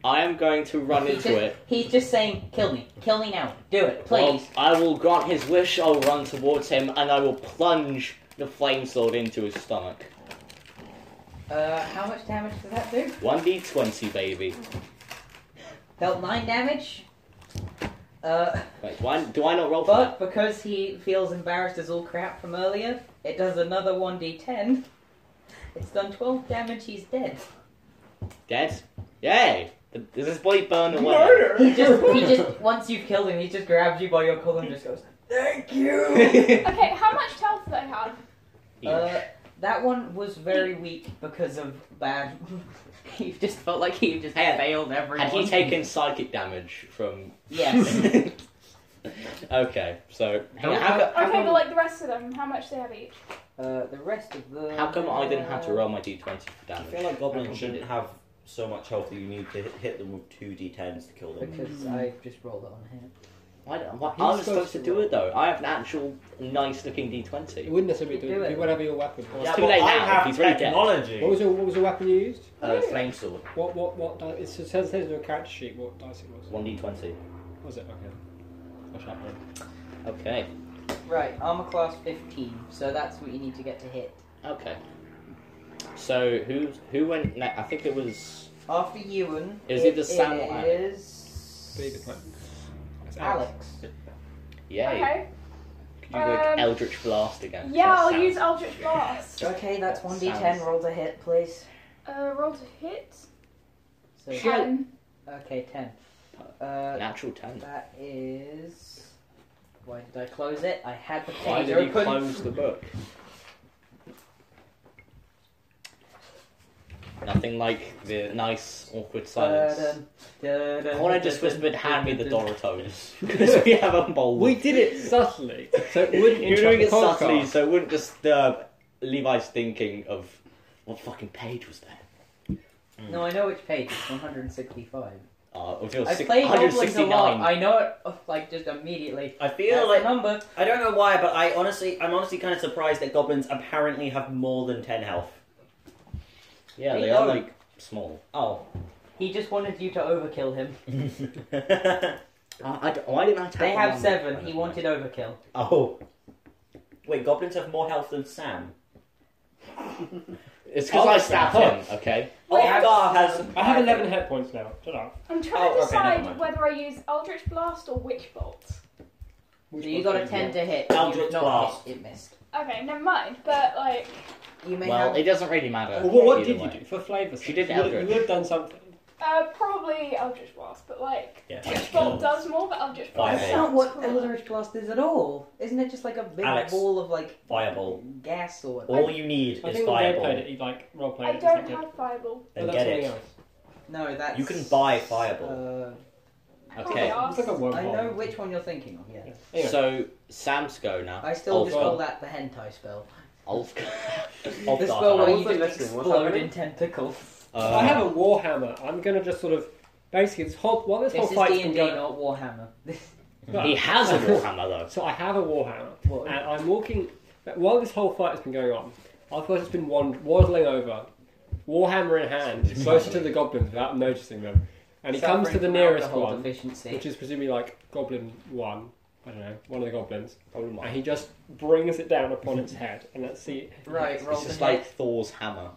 [SPEAKER 2] I am going to run
[SPEAKER 4] he's,
[SPEAKER 2] into
[SPEAKER 4] just,
[SPEAKER 2] it.
[SPEAKER 4] he's just saying, "Kill me, kill me now, do it, please."
[SPEAKER 2] Well, I will grant his wish. I'll run towards him and I will plunge the flame sword into his stomach.
[SPEAKER 4] Uh, how much damage does that do?
[SPEAKER 2] One d twenty, baby.
[SPEAKER 4] Dealt nine damage. Uh,
[SPEAKER 2] Wait, why do I not roll for
[SPEAKER 4] but because he feels embarrassed as all crap from earlier, it does another 1d10. It's done 12 damage, he's dead.
[SPEAKER 2] that? Dead? Yay! Does his body burn away?
[SPEAKER 4] He just, he just, once you've killed him, he just grabs you by your collar and just goes, Thank you!
[SPEAKER 2] He-
[SPEAKER 3] (laughs) Okay, how much health do they have?
[SPEAKER 4] uh, that one was very weak because of bad. (laughs) he just felt like he just
[SPEAKER 2] Had-
[SPEAKER 4] failed everyone.
[SPEAKER 2] Had he taken psychic damage from?
[SPEAKER 4] Yes.
[SPEAKER 2] (laughs) okay, so hang on,
[SPEAKER 4] Don't-
[SPEAKER 2] how, co- how
[SPEAKER 3] Okay,
[SPEAKER 2] come,
[SPEAKER 3] but like the rest of them, how much do they have each?
[SPEAKER 4] uh, the rest of the.
[SPEAKER 2] how come I didn't have to roll my d20 for
[SPEAKER 5] I
[SPEAKER 2] damage?
[SPEAKER 5] feel like goblins
[SPEAKER 2] Okay.
[SPEAKER 5] shouldn't have so much health that you need to hit- hit them with two d10s to kill them.
[SPEAKER 2] Hmm.
[SPEAKER 4] Because I've just rolled it on him.
[SPEAKER 2] Why, don't- what,
[SPEAKER 1] He's
[SPEAKER 2] how am I supposed
[SPEAKER 1] supposed
[SPEAKER 2] to
[SPEAKER 1] to
[SPEAKER 2] do
[SPEAKER 1] roll.
[SPEAKER 2] it though? I have an actual nice looking D20.
[SPEAKER 1] It wouldn't necessarily do
[SPEAKER 4] Do
[SPEAKER 1] it.
[SPEAKER 4] it.
[SPEAKER 1] Do whatever your weapon was.
[SPEAKER 2] It's
[SPEAKER 5] Yeah,
[SPEAKER 2] too
[SPEAKER 5] but
[SPEAKER 2] late
[SPEAKER 5] I
[SPEAKER 2] now,
[SPEAKER 5] have
[SPEAKER 2] he's already dead.
[SPEAKER 5] technology.
[SPEAKER 1] What was your, what was the weapon you used?
[SPEAKER 2] Uh, flame sword,
[SPEAKER 1] What what what? Di- it says says in your character sheet what dice it was.
[SPEAKER 2] 1d20.
[SPEAKER 1] Was it okay? I shall have it.
[SPEAKER 2] Okay,
[SPEAKER 4] Right, armor class 15, so that's what you need to get to hit.
[SPEAKER 2] okay. So who who went next? I think it was.
[SPEAKER 4] After Ewan,
[SPEAKER 2] Is it the samurai?
[SPEAKER 4] It is.
[SPEAKER 1] Be the point. It's
[SPEAKER 4] Alex.
[SPEAKER 2] Yay.
[SPEAKER 3] Okay.
[SPEAKER 2] Could you go
[SPEAKER 3] Um,
[SPEAKER 2] Eldritch Blast again?
[SPEAKER 3] Yeah,
[SPEAKER 2] That
[SPEAKER 3] I'll
[SPEAKER 2] sounds-
[SPEAKER 3] use Eldritch Blast.
[SPEAKER 4] Okay, that's
[SPEAKER 2] That
[SPEAKER 4] 1d10,
[SPEAKER 2] sounds-
[SPEAKER 4] roll to hit, please.
[SPEAKER 3] Uh, roll to hit. Um,
[SPEAKER 4] So,
[SPEAKER 1] Shit.
[SPEAKER 3] Ten.
[SPEAKER 4] okay, 10. Uh,
[SPEAKER 2] Natural 10.
[SPEAKER 4] That is. Why did I close it? I had the page
[SPEAKER 2] Why did
[SPEAKER 4] open.
[SPEAKER 2] you close the book? Nothing like the nice, awkward silence.
[SPEAKER 4] I
[SPEAKER 2] When I just whispered, hand me
[SPEAKER 1] (laughs)
[SPEAKER 2] the Dorotos. Because we have a bowl.
[SPEAKER 1] We did it subtly, so it wouldn't
[SPEAKER 2] You're doing
[SPEAKER 1] interrupt the
[SPEAKER 2] it
[SPEAKER 1] podcast.
[SPEAKER 2] subtly, so it wouldn't disturb Levi's thinking of what fucking page was there?
[SPEAKER 4] No, I know which page. It's 165.
[SPEAKER 2] Uh, of your
[SPEAKER 4] I
[SPEAKER 2] six-
[SPEAKER 4] play goblins a lot.
[SPEAKER 2] 169.
[SPEAKER 4] I know it oh, like just immediately.
[SPEAKER 5] I feel
[SPEAKER 4] That's
[SPEAKER 5] like
[SPEAKER 4] the number.
[SPEAKER 5] I don't know why, but I honestly, I'm honestly kind of surprised that goblins apparently have more than ten health. (laughs)
[SPEAKER 2] yeah,
[SPEAKER 4] They
[SPEAKER 2] they are
[SPEAKER 4] don't.
[SPEAKER 2] like small.
[SPEAKER 5] Oh.
[SPEAKER 4] He just wanted you to overkill him.
[SPEAKER 1] Uh,
[SPEAKER 2] I, I don't- why didn't I tap
[SPEAKER 4] They
[SPEAKER 2] on that
[SPEAKER 4] have seven.
[SPEAKER 2] one?
[SPEAKER 4] He wanted overkill.
[SPEAKER 5] oh. Wait, goblins have more health than Sam.
[SPEAKER 2] It's because I stabbed him, okay?
[SPEAKER 3] Wait,
[SPEAKER 5] Olgar has. (laughs)
[SPEAKER 1] I have 11 hit points now. Shut up.
[SPEAKER 3] I'm trying
[SPEAKER 5] Oh,
[SPEAKER 3] to
[SPEAKER 5] okay,
[SPEAKER 3] decide
[SPEAKER 5] never mind.
[SPEAKER 3] whether I use Eldritch Blast or Witch Bolt.
[SPEAKER 1] Which
[SPEAKER 4] So you
[SPEAKER 1] one's
[SPEAKER 4] got a
[SPEAKER 1] yours?
[SPEAKER 4] 10 to hit.
[SPEAKER 5] Eldritch
[SPEAKER 4] you would not
[SPEAKER 5] Blast.
[SPEAKER 4] Hit. It missed.
[SPEAKER 3] Okay, never mind. But like,
[SPEAKER 4] You may
[SPEAKER 2] Well,
[SPEAKER 4] have.
[SPEAKER 2] it doesn't really matter.
[SPEAKER 1] Well, what, what
[SPEAKER 2] either
[SPEAKER 1] did you
[SPEAKER 2] way.
[SPEAKER 1] do for flavour?
[SPEAKER 2] She did
[SPEAKER 1] You would- You
[SPEAKER 2] Eldritch.
[SPEAKER 1] would have done something.
[SPEAKER 3] uh, probably Eldritch Blast. But like,
[SPEAKER 5] Yeah.
[SPEAKER 3] Witch Bolt does more, but Eldritch
[SPEAKER 5] Five
[SPEAKER 3] Blast.
[SPEAKER 4] That's
[SPEAKER 5] eight.
[SPEAKER 4] not
[SPEAKER 3] sounds
[SPEAKER 4] what
[SPEAKER 3] cool.
[SPEAKER 4] Eldritch Blast is at all. Isn't it just like a big
[SPEAKER 5] Alex.
[SPEAKER 4] ball of like
[SPEAKER 5] Fireball.
[SPEAKER 4] gas or whatever?
[SPEAKER 5] All you need
[SPEAKER 1] I think when
[SPEAKER 5] is
[SPEAKER 1] they
[SPEAKER 5] fireball.
[SPEAKER 1] played it, he like role
[SPEAKER 3] I
[SPEAKER 1] played it.
[SPEAKER 3] don't have Fireball.
[SPEAKER 5] Then get it.
[SPEAKER 4] No, that's.
[SPEAKER 5] You can buy Fireball.
[SPEAKER 4] Uh,
[SPEAKER 2] Okay.
[SPEAKER 3] Oh,
[SPEAKER 1] It's like a
[SPEAKER 3] yes.
[SPEAKER 1] wormhole.
[SPEAKER 4] I know which one you're thinking of, yeah.
[SPEAKER 1] Anyway,
[SPEAKER 2] So, Sam's go now.
[SPEAKER 4] I still
[SPEAKER 2] Oh,
[SPEAKER 4] just
[SPEAKER 2] God.
[SPEAKER 4] call that the hentai spell.
[SPEAKER 2] I'll go.
[SPEAKER 1] (laughs)
[SPEAKER 5] Of
[SPEAKER 4] the
[SPEAKER 5] Dark
[SPEAKER 4] spell where
[SPEAKER 5] Eye.
[SPEAKER 6] What
[SPEAKER 4] you
[SPEAKER 6] was the
[SPEAKER 4] just
[SPEAKER 6] next one? What's
[SPEAKER 4] explode
[SPEAKER 6] happening?
[SPEAKER 4] in tentacles.
[SPEAKER 2] (laughs) Uh,
[SPEAKER 1] I have a warhammer. I'm gonna just sort of basically this whole while this,
[SPEAKER 4] This
[SPEAKER 1] whole
[SPEAKER 4] is
[SPEAKER 1] fight's been
[SPEAKER 4] D&D,
[SPEAKER 1] going on.
[SPEAKER 4] not Warhammer. (laughs)
[SPEAKER 2] He has a
[SPEAKER 1] (laughs)
[SPEAKER 2] warhammer though.
[SPEAKER 1] So I have a warhammer,
[SPEAKER 4] What?
[SPEAKER 1] and I'm walking. While this whole fight has been going on, I've just been wand- waddling over, warhammer in hand, closer to the goblins without noticing them, and he comes to the
[SPEAKER 4] Suffering from
[SPEAKER 1] nearest
[SPEAKER 4] alcohol
[SPEAKER 1] one,
[SPEAKER 4] Deficiency.
[SPEAKER 1] which is presumably like goblin one. I don't know, one of the goblins,
[SPEAKER 2] Problem
[SPEAKER 1] and he just brings it down upon its head, and let's see.
[SPEAKER 4] Right, roll
[SPEAKER 2] It's
[SPEAKER 4] the
[SPEAKER 2] just
[SPEAKER 4] hit.
[SPEAKER 2] like Thor's hammer.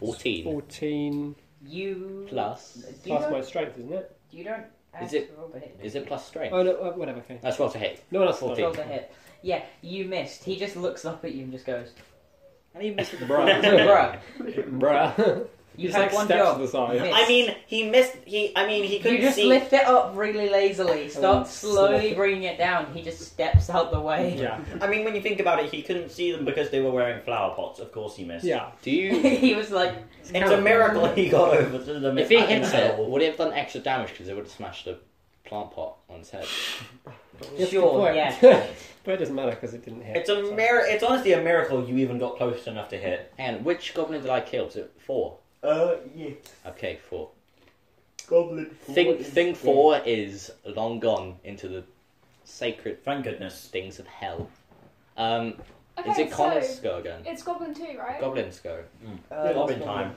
[SPEAKER 2] 14
[SPEAKER 1] Fourteen
[SPEAKER 4] You...
[SPEAKER 2] plus.
[SPEAKER 4] You
[SPEAKER 1] plus
[SPEAKER 4] don't-
[SPEAKER 1] my strength, isn't it?
[SPEAKER 4] You don't have
[SPEAKER 2] Is it-
[SPEAKER 4] to roll the hit.
[SPEAKER 2] Is it plus strength?
[SPEAKER 1] Oh no, uh, whatever. Okay.
[SPEAKER 2] That's what to hit.
[SPEAKER 1] No, that's
[SPEAKER 2] 14.
[SPEAKER 4] Roll the hit. Yeah, you missed. He just looks up at you and just goes,
[SPEAKER 2] And he
[SPEAKER 5] (laughs)
[SPEAKER 2] missed the
[SPEAKER 4] (laughs) bruh,
[SPEAKER 1] (laughs) Bruh.
[SPEAKER 4] you
[SPEAKER 1] Just,
[SPEAKER 4] had
[SPEAKER 1] like,
[SPEAKER 4] one
[SPEAKER 1] steps
[SPEAKER 4] job.
[SPEAKER 1] to the side.
[SPEAKER 4] You missed.
[SPEAKER 5] I mean, he missed. He. I mean, he couldn't
[SPEAKER 4] you just
[SPEAKER 5] see.
[SPEAKER 4] lift it up really lazily. Stop
[SPEAKER 1] Oh,
[SPEAKER 4] slowly
[SPEAKER 1] slop.
[SPEAKER 4] bringing it down. He just steps out the way.
[SPEAKER 1] Yeah.
[SPEAKER 5] I mean, when you think about it, he couldn't see them because they were wearing flower pots. Of course, he missed.
[SPEAKER 1] Yeah. (laughs)
[SPEAKER 2] Do you.
[SPEAKER 4] (laughs) he was like,
[SPEAKER 5] It's a miracle he got over to
[SPEAKER 1] (laughs)
[SPEAKER 5] them.
[SPEAKER 2] If he
[SPEAKER 5] at
[SPEAKER 2] hits it,
[SPEAKER 5] all.
[SPEAKER 2] would it have done extra damage because it would have smashed the plant pot on its head?
[SPEAKER 1] Yes, good
[SPEAKER 4] sure,
[SPEAKER 1] point.
[SPEAKER 4] yeah.
[SPEAKER 1] (laughs) but it doesn't matter because it didn't hit.
[SPEAKER 5] it's a
[SPEAKER 1] so.
[SPEAKER 5] mir- It's honestly a miracle you even got close enough to hit.
[SPEAKER 2] And which goblin did I kill? Was it four?
[SPEAKER 5] Uh, yeah.
[SPEAKER 2] Okay, four.
[SPEAKER 5] Goblin.
[SPEAKER 2] Thing, thing four is long gone into the sacred
[SPEAKER 5] Thank goodness.
[SPEAKER 2] things of hell. Um,
[SPEAKER 3] Okay,
[SPEAKER 2] is it Connor's
[SPEAKER 3] so
[SPEAKER 2] go again?
[SPEAKER 3] it's Goblin Two, right?
[SPEAKER 2] Goblin's go.
[SPEAKER 1] Yeah,
[SPEAKER 4] Uh,
[SPEAKER 5] Goblin
[SPEAKER 1] that's
[SPEAKER 5] time.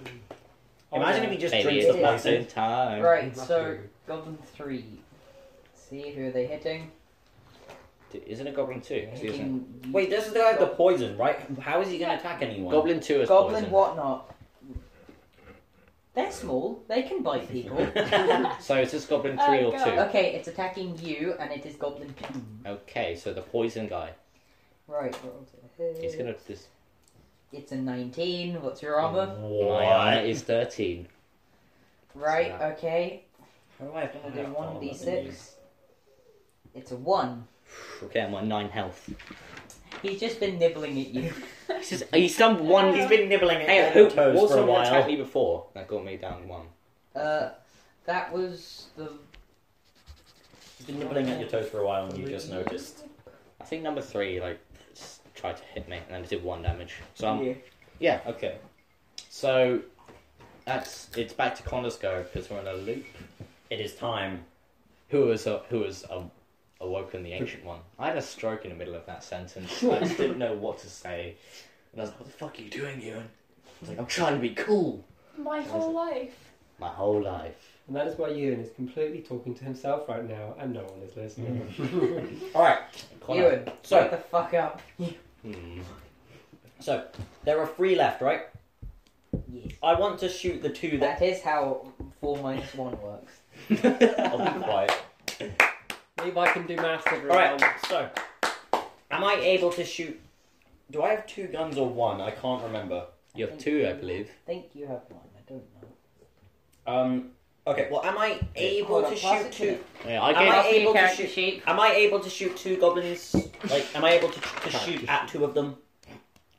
[SPEAKER 1] Oh,
[SPEAKER 5] Imagine
[SPEAKER 1] yeah.
[SPEAKER 5] if he just
[SPEAKER 2] Maybe
[SPEAKER 5] drinks
[SPEAKER 2] it's
[SPEAKER 5] the
[SPEAKER 4] Yeah.
[SPEAKER 2] passing
[SPEAKER 5] poison.
[SPEAKER 2] time.
[SPEAKER 4] right, so Goblin 3. See, who are they hitting?
[SPEAKER 2] D- Isn't it Goblin 2? Isn't
[SPEAKER 4] hitting you-
[SPEAKER 5] Wait, this is the guy with the poison, right? How is he going to attack
[SPEAKER 2] it?
[SPEAKER 5] anyone?
[SPEAKER 2] Goblin 2 is
[SPEAKER 4] Goblin
[SPEAKER 2] poison.
[SPEAKER 4] whatnot. They're small. They can bite
[SPEAKER 5] (laughs)
[SPEAKER 4] people.
[SPEAKER 2] So is this Goblin 3
[SPEAKER 3] Uh,
[SPEAKER 2] or 2?
[SPEAKER 3] go.
[SPEAKER 4] okay, it's attacking you, and it is Goblin 2.
[SPEAKER 2] Okay, so the poison guy.
[SPEAKER 4] Right, roll to hit.
[SPEAKER 2] He's gonna just.
[SPEAKER 4] It's a 19. What's your
[SPEAKER 5] Mm,
[SPEAKER 4] armor?
[SPEAKER 2] My armor
[SPEAKER 5] What?
[SPEAKER 2] is 13.
[SPEAKER 4] Right,
[SPEAKER 2] Yeah.
[SPEAKER 4] okay.
[SPEAKER 5] How do I have
[SPEAKER 4] I'll
[SPEAKER 5] that
[SPEAKER 4] do
[SPEAKER 5] armor than
[SPEAKER 4] 1d6. It's a 1.
[SPEAKER 2] Okay, I'm on 9 health.
[SPEAKER 4] He's just been nibbling at
[SPEAKER 5] (laughs)
[SPEAKER 4] you.
[SPEAKER 2] He's, just, he's done one.
[SPEAKER 5] you? He's been nibbling at
[SPEAKER 2] Hang on,
[SPEAKER 5] your
[SPEAKER 2] who
[SPEAKER 5] toes
[SPEAKER 2] was
[SPEAKER 5] for a
[SPEAKER 2] someone attacked
[SPEAKER 5] while.
[SPEAKER 2] me before? That got me down one.
[SPEAKER 4] Uh, that was the.
[SPEAKER 5] He's been nibbling at your toes for a while, and you just noticed.
[SPEAKER 2] I think number 3, like, just tried to hit me and then it did 1 damage. So I'm
[SPEAKER 4] Yeah.
[SPEAKER 2] Yeah, okay. So that's it's back to Connor's go because we're in a loop.
[SPEAKER 5] It is time.
[SPEAKER 2] who was a, who was a, awoken the ancient one. I had a stroke in the middle of that sentence. I just didn't know what to say, and I was like, "What the fuck are you doing, Ewan?" I was like, "I'm trying to be cool."
[SPEAKER 3] My whole life.
[SPEAKER 2] My whole life.
[SPEAKER 1] And that is why Ewan is completely talking to himself right now, and no one is listening. Mm. (laughs)
[SPEAKER 5] All right.
[SPEAKER 2] Connor.
[SPEAKER 4] Ewan,
[SPEAKER 5] So-
[SPEAKER 4] shut the fuck up.
[SPEAKER 2] Hmm. (laughs)
[SPEAKER 5] So there are three left, right?
[SPEAKER 4] Yes.
[SPEAKER 5] I want to shoot the two
[SPEAKER 4] (laughs)
[SPEAKER 5] that.
[SPEAKER 4] That is how four minus one works.
[SPEAKER 5] I'll be quiet.
[SPEAKER 1] Levi can do maths everyone.
[SPEAKER 5] All right. So, am I able to shoot? Do I have two guns or one? I can't remember.
[SPEAKER 2] You have two, I believe.
[SPEAKER 4] I think you have one. I don't know.
[SPEAKER 5] Um. Okay. Well, am I able
[SPEAKER 4] Hold on,
[SPEAKER 5] to
[SPEAKER 4] pass it
[SPEAKER 5] shoot two?
[SPEAKER 2] Yeah, I
[SPEAKER 5] Am I
[SPEAKER 2] gave.
[SPEAKER 5] able to
[SPEAKER 4] character
[SPEAKER 5] shoot?
[SPEAKER 4] sheet?
[SPEAKER 5] Am I able to shoot two goblins? Like, am I able to, to shoot at two of them?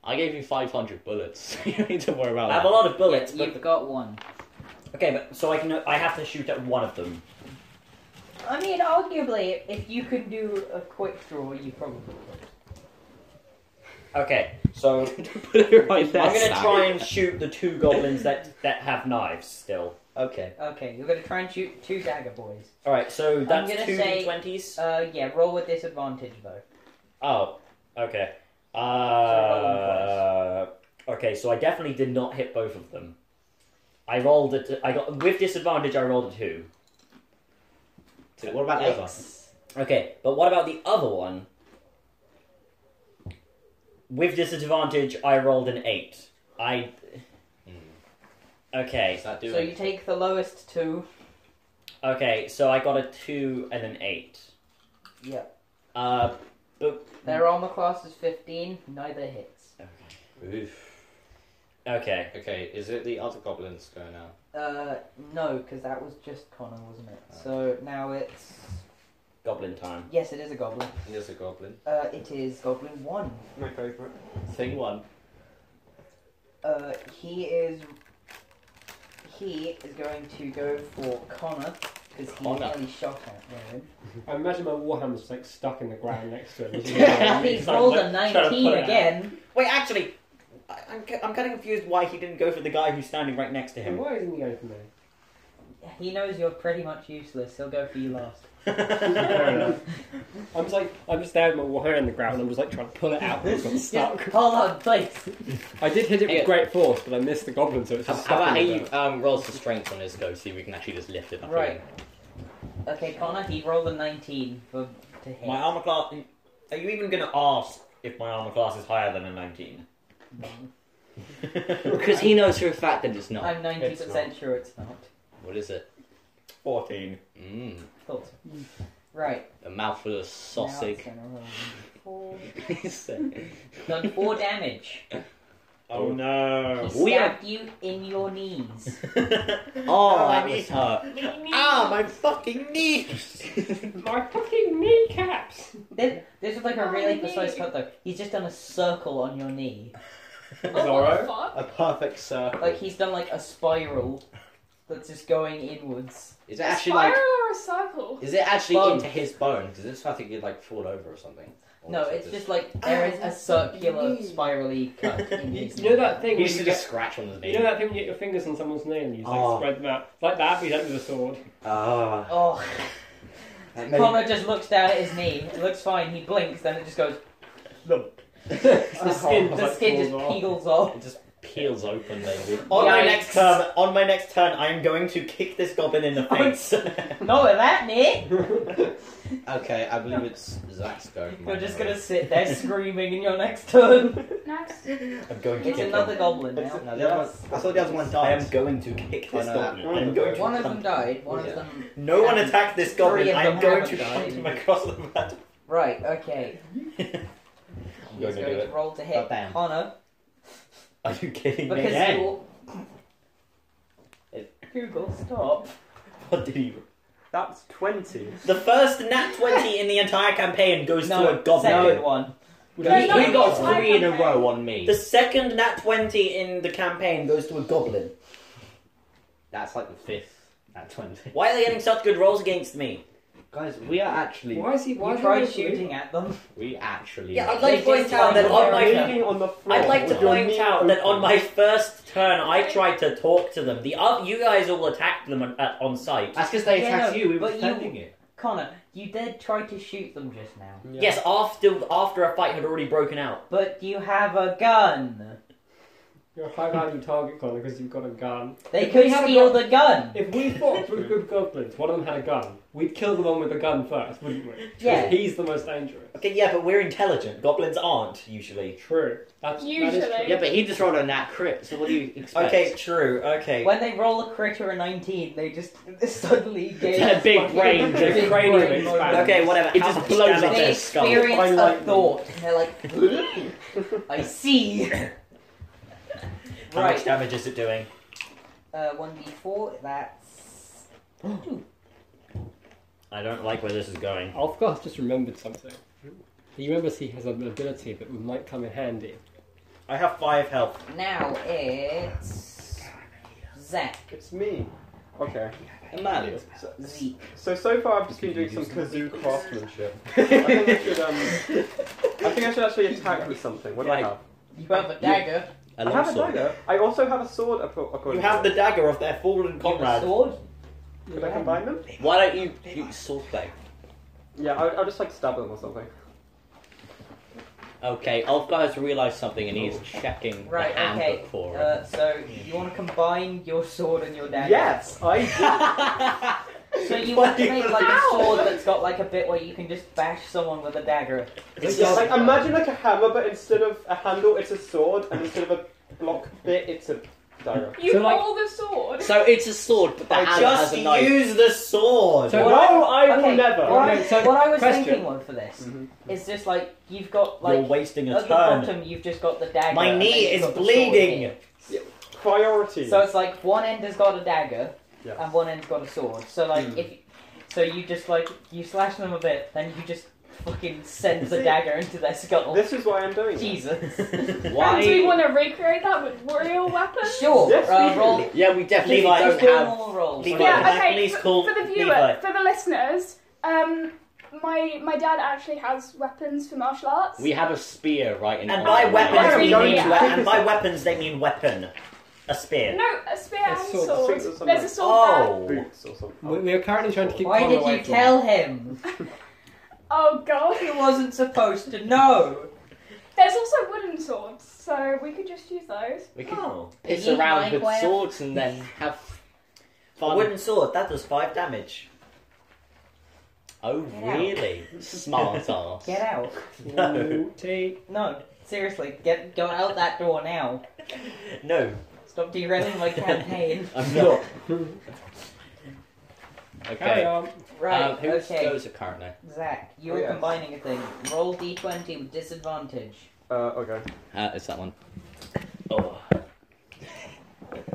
[SPEAKER 2] I gave you 500 bullets. (laughs) you don't need to worry about
[SPEAKER 5] I
[SPEAKER 2] that.
[SPEAKER 5] have a lot of bullets, but
[SPEAKER 4] You've got one.
[SPEAKER 5] okay. But so I can. I have to shoot at one of them.
[SPEAKER 4] I mean, arguably, if you can do a quick draw, you probably would.
[SPEAKER 5] Okay.
[SPEAKER 2] (laughs)
[SPEAKER 5] So
[SPEAKER 2] Put it right there.
[SPEAKER 5] I'm gonna
[SPEAKER 2] Sam.
[SPEAKER 5] try and shoot the two goblins that that have knives still.
[SPEAKER 2] Okay.
[SPEAKER 4] Okay, you're gonna try and shoot two dagger boys.
[SPEAKER 5] All right. So that's
[SPEAKER 4] gonna
[SPEAKER 5] two
[SPEAKER 4] say-
[SPEAKER 5] d20s.
[SPEAKER 4] Uh, yeah, roll with disadvantage though.
[SPEAKER 5] Oh, okay.
[SPEAKER 4] roll
[SPEAKER 5] Uh, okay, so I definitely did not hit both of them. I rolled it. I got with disadvantage. I rolled a two.
[SPEAKER 2] So what about the other?
[SPEAKER 5] Okay, but what about the other one? With disadvantage, I rolled an eight. I. Okay,
[SPEAKER 2] What's Mm. that
[SPEAKER 4] So you
[SPEAKER 2] doing?
[SPEAKER 4] take the lowest two.
[SPEAKER 5] okay. So I got a two and an eight.
[SPEAKER 4] Yep.
[SPEAKER 5] Uh, Mm.
[SPEAKER 4] Their armor class is 15. Neither hits.
[SPEAKER 2] Oof.
[SPEAKER 5] okay.
[SPEAKER 2] Okay, is it the other goblins go now?
[SPEAKER 4] Uh, no, because that was just Connor, wasn't it? So now it's
[SPEAKER 5] Goblin time.
[SPEAKER 4] yes, it is a goblin.
[SPEAKER 2] It is a goblin.
[SPEAKER 4] Uh, it is goblin one.
[SPEAKER 6] My favourite.
[SPEAKER 2] Thing one.
[SPEAKER 4] Uh, he is. He is going to go for Connor because he
[SPEAKER 2] Connor.
[SPEAKER 4] nearly shot
[SPEAKER 5] (laughs)
[SPEAKER 4] at him.
[SPEAKER 1] I imagine my warhammer's just like stuck in the ground next (laughs) to him.
[SPEAKER 4] (laughs) Yeah, he's
[SPEAKER 5] He's like,
[SPEAKER 4] rolled a
[SPEAKER 5] "Look, trying to
[SPEAKER 4] 19
[SPEAKER 5] put it out."
[SPEAKER 4] again.
[SPEAKER 5] Wait, actually, I, I'm, ca- I'm kind of confused why he didn't go for the guy who's standing right next to
[SPEAKER 1] And
[SPEAKER 5] him.
[SPEAKER 1] Why isn't he open there?
[SPEAKER 4] He knows you're pretty much useless. He'll go for you last.
[SPEAKER 1] Fair enough. I'm just like I'm just there with my warhammer in the ground. and I'm just like trying to pull it (laughs) out. And it's got
[SPEAKER 4] Yeah,
[SPEAKER 1] stuck.
[SPEAKER 4] hold on, please.
[SPEAKER 1] I did hit it
[SPEAKER 2] Yeah.
[SPEAKER 1] with great force, but I missed the goblin, so it's
[SPEAKER 2] How,
[SPEAKER 1] just
[SPEAKER 2] how
[SPEAKER 1] stuck
[SPEAKER 2] about how
[SPEAKER 1] in the
[SPEAKER 2] you
[SPEAKER 1] ground.
[SPEAKER 2] um, rolls the strength on his go, see if we can actually just lift it up again?
[SPEAKER 4] Right. Okay, Connor, he rolled a 19 for to hit.
[SPEAKER 5] My armor class. Are you even going to ask if my armor class is higher than a
[SPEAKER 4] (laughs)
[SPEAKER 5] 19?
[SPEAKER 2] Because he knows for a fact that it's not.
[SPEAKER 4] I'm 90%
[SPEAKER 5] it's
[SPEAKER 4] sure it's not.
[SPEAKER 2] What is it?
[SPEAKER 5] 14.
[SPEAKER 2] Mmm.
[SPEAKER 4] Thought so.
[SPEAKER 5] Mm.
[SPEAKER 4] Right.
[SPEAKER 2] A mouthful of
[SPEAKER 4] now
[SPEAKER 2] sausage. (laughs)
[SPEAKER 4] it's gonna roll Four.
[SPEAKER 2] He's, uh,
[SPEAKER 4] Done four damage.
[SPEAKER 5] Oh,
[SPEAKER 2] Oh.
[SPEAKER 5] no.
[SPEAKER 4] He
[SPEAKER 2] We are-
[SPEAKER 4] stabbed you in your knees.
[SPEAKER 2] oh,
[SPEAKER 4] (laughs)
[SPEAKER 5] Oh,
[SPEAKER 2] that
[SPEAKER 5] I
[SPEAKER 2] was
[SPEAKER 5] need-
[SPEAKER 2] hurt.
[SPEAKER 5] ah, my
[SPEAKER 2] (laughs)
[SPEAKER 5] fucking knees!
[SPEAKER 1] My fucking kneecaps.
[SPEAKER 4] This, this was like a
[SPEAKER 3] Oh,
[SPEAKER 4] really
[SPEAKER 3] my
[SPEAKER 4] precise
[SPEAKER 3] knee.
[SPEAKER 4] cut though. He's just done a circle on your knee.
[SPEAKER 3] Oh, what the fuck?
[SPEAKER 2] A perfect circle.
[SPEAKER 4] Like he's done like a spiral that's just going inwards.
[SPEAKER 2] is it
[SPEAKER 3] A
[SPEAKER 2] actually
[SPEAKER 3] spiral
[SPEAKER 2] like?
[SPEAKER 3] or a circle?
[SPEAKER 2] Is it actually
[SPEAKER 4] Bone.
[SPEAKER 2] into his bone? Because it's I think you'd like fall over or something. Or
[SPEAKER 4] No,
[SPEAKER 2] is it
[SPEAKER 4] it's just
[SPEAKER 1] Ah,
[SPEAKER 4] like there is a circular spirally cut
[SPEAKER 1] (laughs)
[SPEAKER 4] in his
[SPEAKER 1] You know that thing
[SPEAKER 2] You
[SPEAKER 1] when
[SPEAKER 2] used to
[SPEAKER 1] you
[SPEAKER 2] just
[SPEAKER 1] get,
[SPEAKER 2] scratch on the knee.
[SPEAKER 1] you know that thing when you get your fingers on someone's knee and you just like
[SPEAKER 2] Oh.
[SPEAKER 1] spread them out like that, but you don't do the sword.
[SPEAKER 2] Ah.
[SPEAKER 4] Oh,
[SPEAKER 2] that made- (laughs)
[SPEAKER 4] Connor just looks down at his knee. It looks fine. He blinks, then it just goes.
[SPEAKER 1] the skin,
[SPEAKER 4] The skin just peels Oh, off.
[SPEAKER 2] Oh, It just peels open, maybe.
[SPEAKER 5] On my
[SPEAKER 4] Yikes.
[SPEAKER 5] next turn, on my next turn, I am going to kick this goblin
[SPEAKER 4] (laughs)
[SPEAKER 5] in the face. (laughs)
[SPEAKER 4] No, with that, Nick.
[SPEAKER 2] Okay, I believe it's Zach's go.
[SPEAKER 4] You're just gonna sit (laughs) there screaming in your next turn.
[SPEAKER 2] (laughs)
[SPEAKER 3] Nice.
[SPEAKER 5] I'm going to
[SPEAKER 4] It's
[SPEAKER 5] kick
[SPEAKER 4] another
[SPEAKER 5] him.
[SPEAKER 4] (laughs) goblin now.
[SPEAKER 2] No, the other one, I thought the other one
[SPEAKER 5] I
[SPEAKER 2] died.
[SPEAKER 5] am going to kick
[SPEAKER 2] Oh,
[SPEAKER 5] this
[SPEAKER 2] no,
[SPEAKER 5] goblin.
[SPEAKER 2] that-
[SPEAKER 5] I'm going to
[SPEAKER 4] One of them
[SPEAKER 5] punch-
[SPEAKER 4] died. One
[SPEAKER 2] Yeah.
[SPEAKER 4] of them.
[SPEAKER 5] No one
[SPEAKER 4] and
[SPEAKER 5] attack this
[SPEAKER 4] three
[SPEAKER 5] goblin.
[SPEAKER 4] of
[SPEAKER 5] I'm
[SPEAKER 4] them
[SPEAKER 5] going to
[SPEAKER 4] haven't
[SPEAKER 5] shoot
[SPEAKER 4] died.
[SPEAKER 5] him across the back. (laughs)
[SPEAKER 4] Right. Okay.
[SPEAKER 2] I'm going
[SPEAKER 4] He's
[SPEAKER 2] to do
[SPEAKER 4] going to
[SPEAKER 2] it.
[SPEAKER 4] roll to
[SPEAKER 2] Oh,
[SPEAKER 4] hit
[SPEAKER 2] damn.
[SPEAKER 4] Connor
[SPEAKER 5] Are you kidding me?
[SPEAKER 4] because
[SPEAKER 5] Again?
[SPEAKER 4] you. Google, stop.
[SPEAKER 5] What did you?
[SPEAKER 6] That's 20.
[SPEAKER 5] The first nat twenty in the entire campaign goes to a goblin.
[SPEAKER 4] second one.
[SPEAKER 1] We
[SPEAKER 3] No,
[SPEAKER 1] don't-
[SPEAKER 3] no,
[SPEAKER 2] We
[SPEAKER 3] no,
[SPEAKER 2] got
[SPEAKER 3] it's my
[SPEAKER 2] three in a
[SPEAKER 3] campaign.
[SPEAKER 2] row on me.
[SPEAKER 5] The second nat twenty in the campaign goes to a goblin.
[SPEAKER 2] That's like the fifth at 20.
[SPEAKER 5] Why are they getting such good rolls against me?
[SPEAKER 2] Guys, we are actually.
[SPEAKER 1] Why is he? Why
[SPEAKER 4] You
[SPEAKER 1] is he
[SPEAKER 4] tried
[SPEAKER 1] always
[SPEAKER 4] shooting at them.
[SPEAKER 2] We actually.
[SPEAKER 5] Yeah, I'd
[SPEAKER 4] They
[SPEAKER 5] like to point
[SPEAKER 4] just
[SPEAKER 5] out that
[SPEAKER 4] like
[SPEAKER 5] on
[SPEAKER 4] they're
[SPEAKER 5] my
[SPEAKER 1] leaning on the floor.
[SPEAKER 5] I'd like to
[SPEAKER 1] with your
[SPEAKER 5] point
[SPEAKER 1] knee
[SPEAKER 5] out that
[SPEAKER 1] open.
[SPEAKER 5] on my first turn I tried to talk to them. The oth- you guys all attacked them on, at, on sight.
[SPEAKER 2] That's because they
[SPEAKER 4] Yeah,
[SPEAKER 2] attacked
[SPEAKER 4] no,
[SPEAKER 2] you, we were
[SPEAKER 4] but you-
[SPEAKER 2] defending it.
[SPEAKER 4] Connor, you did try to shoot them just now,
[SPEAKER 2] (laughs)
[SPEAKER 5] Yes, after after a fight had already broken out.
[SPEAKER 4] but you have a gun.
[SPEAKER 1] You're a high value target, Connor, because you've got a gun.
[SPEAKER 4] They
[SPEAKER 1] If
[SPEAKER 4] could
[SPEAKER 1] we had a
[SPEAKER 4] steal
[SPEAKER 1] gun-
[SPEAKER 5] (laughs)
[SPEAKER 4] the gun.
[SPEAKER 1] If
[SPEAKER 2] (laughs)
[SPEAKER 1] we fought with good goblins, one of them had a gun, we'd kill the one with the gun first, wouldn't we? 'Cause
[SPEAKER 4] Yeah.
[SPEAKER 1] He's the most dangerous.
[SPEAKER 8] Okay, yeah, but we're intelligent. Goblins aren't usually.
[SPEAKER 1] True. That's, That is
[SPEAKER 3] Usually.
[SPEAKER 1] true.
[SPEAKER 2] Yeah, but he just rolled a nat crit, so what do you expect?
[SPEAKER 8] Okay, true. Okay.
[SPEAKER 4] When they roll a crit or a 19, they just suddenly
[SPEAKER 2] A (laughs)
[SPEAKER 4] get
[SPEAKER 2] big
[SPEAKER 1] (laughs)
[SPEAKER 2] brain just
[SPEAKER 1] Big
[SPEAKER 2] (laughs)
[SPEAKER 4] brain
[SPEAKER 1] cranium
[SPEAKER 4] brain.
[SPEAKER 1] expansion.
[SPEAKER 8] Okay, whatever.
[SPEAKER 2] It
[SPEAKER 8] how
[SPEAKER 2] just
[SPEAKER 8] much
[SPEAKER 2] blows
[SPEAKER 8] damage
[SPEAKER 2] up
[SPEAKER 4] They
[SPEAKER 2] their
[SPEAKER 8] is-
[SPEAKER 2] skull.
[SPEAKER 4] experience
[SPEAKER 1] I
[SPEAKER 4] a
[SPEAKER 1] like-
[SPEAKER 4] thought, and they're like, (laughs)
[SPEAKER 5] (laughs)
[SPEAKER 4] I see.
[SPEAKER 8] How
[SPEAKER 4] Right.
[SPEAKER 8] much damage is it doing?
[SPEAKER 4] Uh, 1d4, that's.
[SPEAKER 8] I don't like where this is going.
[SPEAKER 1] Alfgarth just remembered something. He remembers he has an ability that might come in handy.
[SPEAKER 8] I have five health.
[SPEAKER 4] Now it's. Zach.
[SPEAKER 6] It's me. Okay.
[SPEAKER 2] Emmanuel.
[SPEAKER 6] So,
[SPEAKER 4] Zeke.
[SPEAKER 6] so so far I've just been doing some kazoo craftsmanship.
[SPEAKER 1] (laughs)
[SPEAKER 6] I think I should um. I think I should actually attack with something. What do I
[SPEAKER 8] Like,
[SPEAKER 6] have?
[SPEAKER 4] You have a dagger.
[SPEAKER 8] A
[SPEAKER 6] I
[SPEAKER 8] long
[SPEAKER 6] have a
[SPEAKER 8] sword.
[SPEAKER 6] dagger. I also have a sword. appro-
[SPEAKER 8] You
[SPEAKER 6] According
[SPEAKER 8] have
[SPEAKER 6] to
[SPEAKER 8] the dagger of their fallen
[SPEAKER 4] A
[SPEAKER 8] comrade.
[SPEAKER 4] sword.
[SPEAKER 6] Could I combine them?
[SPEAKER 2] Why don't you use sword play?
[SPEAKER 6] Yeah, I'll, I'll just like stab them or something.
[SPEAKER 2] Okay, Ulfgar has realised something and he's checking
[SPEAKER 4] Right,
[SPEAKER 2] the handbook
[SPEAKER 4] okay.
[SPEAKER 2] for it.
[SPEAKER 4] Uh, so you want to combine your sword and your dagger?
[SPEAKER 6] Yes,
[SPEAKER 1] (laughs)
[SPEAKER 6] I do.
[SPEAKER 5] (laughs)
[SPEAKER 4] So you
[SPEAKER 8] Why
[SPEAKER 4] want to
[SPEAKER 8] do you
[SPEAKER 4] make like a sword that's got like a bit where you can just bash someone with a dagger.
[SPEAKER 8] It's
[SPEAKER 6] Yeah,
[SPEAKER 8] just
[SPEAKER 6] like imagine like a hammer, but instead of a handle, it's a sword, and instead of a block bit, it's a dagger.
[SPEAKER 3] You
[SPEAKER 1] So, like-
[SPEAKER 3] hold the sword.
[SPEAKER 2] So it's a sword, but the
[SPEAKER 8] I
[SPEAKER 2] hand
[SPEAKER 8] just
[SPEAKER 2] has a knife.
[SPEAKER 8] use the sword.
[SPEAKER 1] So-
[SPEAKER 6] no,
[SPEAKER 1] what
[SPEAKER 6] I, will
[SPEAKER 4] okay,
[SPEAKER 6] never.
[SPEAKER 4] What I,
[SPEAKER 1] Okay, so
[SPEAKER 4] what I was
[SPEAKER 1] question.
[SPEAKER 4] thinking one for this
[SPEAKER 6] Mhm.
[SPEAKER 4] is just like you've got
[SPEAKER 8] You're
[SPEAKER 4] like
[SPEAKER 8] wasting
[SPEAKER 4] at
[SPEAKER 8] a
[SPEAKER 4] the
[SPEAKER 8] turn.
[SPEAKER 4] bottom you've just got the dagger.
[SPEAKER 8] My
[SPEAKER 4] and then
[SPEAKER 8] knee
[SPEAKER 4] you've
[SPEAKER 8] is
[SPEAKER 4] got the sword
[SPEAKER 8] bleeding.
[SPEAKER 4] here. (laughs)
[SPEAKER 6] Priority.
[SPEAKER 4] So it's like one end has got a dagger
[SPEAKER 6] Yeah.
[SPEAKER 4] and one end's got a sword. So like
[SPEAKER 6] Mm.
[SPEAKER 4] if so you just like you slash them a bit, then you just fucking send the
[SPEAKER 6] See?
[SPEAKER 4] dagger into their
[SPEAKER 1] (laughs)
[SPEAKER 4] skull.
[SPEAKER 6] this is why I'm doing it.
[SPEAKER 5] (laughs)
[SPEAKER 4] Jesus.
[SPEAKER 3] And do we
[SPEAKER 2] (laughs) Why?
[SPEAKER 3] want to recreate that with real weapons?
[SPEAKER 4] Sure.
[SPEAKER 6] Yes,
[SPEAKER 4] uh,
[SPEAKER 6] we
[SPEAKER 4] roll.
[SPEAKER 6] do.
[SPEAKER 2] Yeah, we definitely
[SPEAKER 8] Levi,
[SPEAKER 2] don't
[SPEAKER 4] Just do
[SPEAKER 2] have.
[SPEAKER 4] normal rolls.
[SPEAKER 8] Levi,
[SPEAKER 3] Yeah,
[SPEAKER 8] can I
[SPEAKER 3] okay,
[SPEAKER 8] please
[SPEAKER 3] for,
[SPEAKER 8] call
[SPEAKER 3] for the viewer,
[SPEAKER 8] Levi?
[SPEAKER 3] for the listeners, um, my my dad actually has weapons for martial arts.
[SPEAKER 2] We have a spear right in
[SPEAKER 8] (laughs) And
[SPEAKER 2] our
[SPEAKER 8] by
[SPEAKER 2] hand.
[SPEAKER 8] weapons,
[SPEAKER 3] Where are
[SPEAKER 8] we
[SPEAKER 3] we
[SPEAKER 8] mean
[SPEAKER 3] going?
[SPEAKER 8] we- and by weapons they mean weapon, a spear. Oh.
[SPEAKER 3] no, a spear
[SPEAKER 1] A
[SPEAKER 3] and
[SPEAKER 1] sword,
[SPEAKER 6] I
[SPEAKER 3] sword.
[SPEAKER 6] think there's some,
[SPEAKER 3] There's a
[SPEAKER 6] like,
[SPEAKER 2] Oh.
[SPEAKER 3] sword there.
[SPEAKER 6] Boots or something.
[SPEAKER 1] We, we are currently trying to keep
[SPEAKER 4] Why
[SPEAKER 1] Connor
[SPEAKER 4] did
[SPEAKER 1] away
[SPEAKER 4] you
[SPEAKER 1] from
[SPEAKER 4] tell him?
[SPEAKER 3] Oh god.
[SPEAKER 4] He wasn't supposed to know.
[SPEAKER 3] There's also wooden swords, so we could just use those.
[SPEAKER 8] We can
[SPEAKER 2] Piss
[SPEAKER 4] You
[SPEAKER 2] around
[SPEAKER 4] like
[SPEAKER 2] with
[SPEAKER 4] where-
[SPEAKER 2] swords and then have
[SPEAKER 8] a
[SPEAKER 2] fun.
[SPEAKER 8] wooden sword that does five damage.
[SPEAKER 2] Oh,
[SPEAKER 4] Get out.
[SPEAKER 2] really? Smart ass.
[SPEAKER 4] (laughs) Get out.
[SPEAKER 1] (laughs) No.
[SPEAKER 6] (laughs)
[SPEAKER 1] Take.
[SPEAKER 4] No, seriously, get go out that door now.
[SPEAKER 8] No,
[SPEAKER 4] Stop derailing
[SPEAKER 2] (laughs)
[SPEAKER 4] my campaign. (laughs)
[SPEAKER 8] I'm not.
[SPEAKER 1] Carry
[SPEAKER 2] Okay.
[SPEAKER 1] on.
[SPEAKER 4] Right,
[SPEAKER 2] Um, who's
[SPEAKER 4] okay.
[SPEAKER 2] those are currently?
[SPEAKER 4] Zach, you
[SPEAKER 6] Oh,
[SPEAKER 4] were
[SPEAKER 6] yeah.
[SPEAKER 4] combining a thing. Roll d20 with disadvantage.
[SPEAKER 6] Uh, okay.
[SPEAKER 2] Uh, it's that one.
[SPEAKER 8] Oh.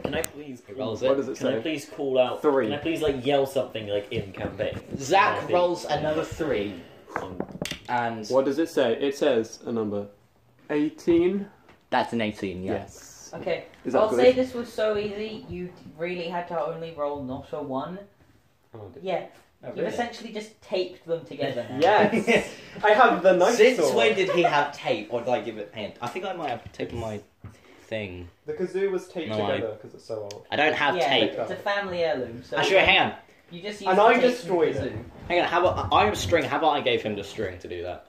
[SPEAKER 8] Can I please
[SPEAKER 2] It rolls
[SPEAKER 6] What
[SPEAKER 2] it.
[SPEAKER 6] does it
[SPEAKER 8] Can I
[SPEAKER 6] say?
[SPEAKER 8] please call out?
[SPEAKER 6] Three.
[SPEAKER 8] Can I please like yell something like in campaign?
[SPEAKER 2] Zach
[SPEAKER 8] Maybe.
[SPEAKER 2] rolls another three, and
[SPEAKER 6] What does it say? It says a number. 18?
[SPEAKER 2] that's an 18, yeah.
[SPEAKER 6] Yes.
[SPEAKER 4] Okay,
[SPEAKER 6] Is that
[SPEAKER 4] I'll
[SPEAKER 6] good?
[SPEAKER 4] say this was so easy, you really had to only roll not a 1.
[SPEAKER 8] Oh,
[SPEAKER 4] Yeah, you've essentially just taped them together now.
[SPEAKER 6] Yes! I have the knife
[SPEAKER 2] Since
[SPEAKER 6] sword.
[SPEAKER 2] when did he have tape, or did I give it hint? I think I might have tape on my thing.
[SPEAKER 6] The kazoo was taped
[SPEAKER 2] No, I-
[SPEAKER 6] together because it's so old.
[SPEAKER 2] I don't have
[SPEAKER 4] yeah,
[SPEAKER 2] tape.
[SPEAKER 4] It's a family heirloom, so
[SPEAKER 2] Actually, hang on.
[SPEAKER 4] you just use
[SPEAKER 6] And I
[SPEAKER 4] tape from
[SPEAKER 6] destroyed
[SPEAKER 4] the
[SPEAKER 6] it.
[SPEAKER 4] kazoo
[SPEAKER 2] Hang on, how about I have a string? How about I gave him the string to do that?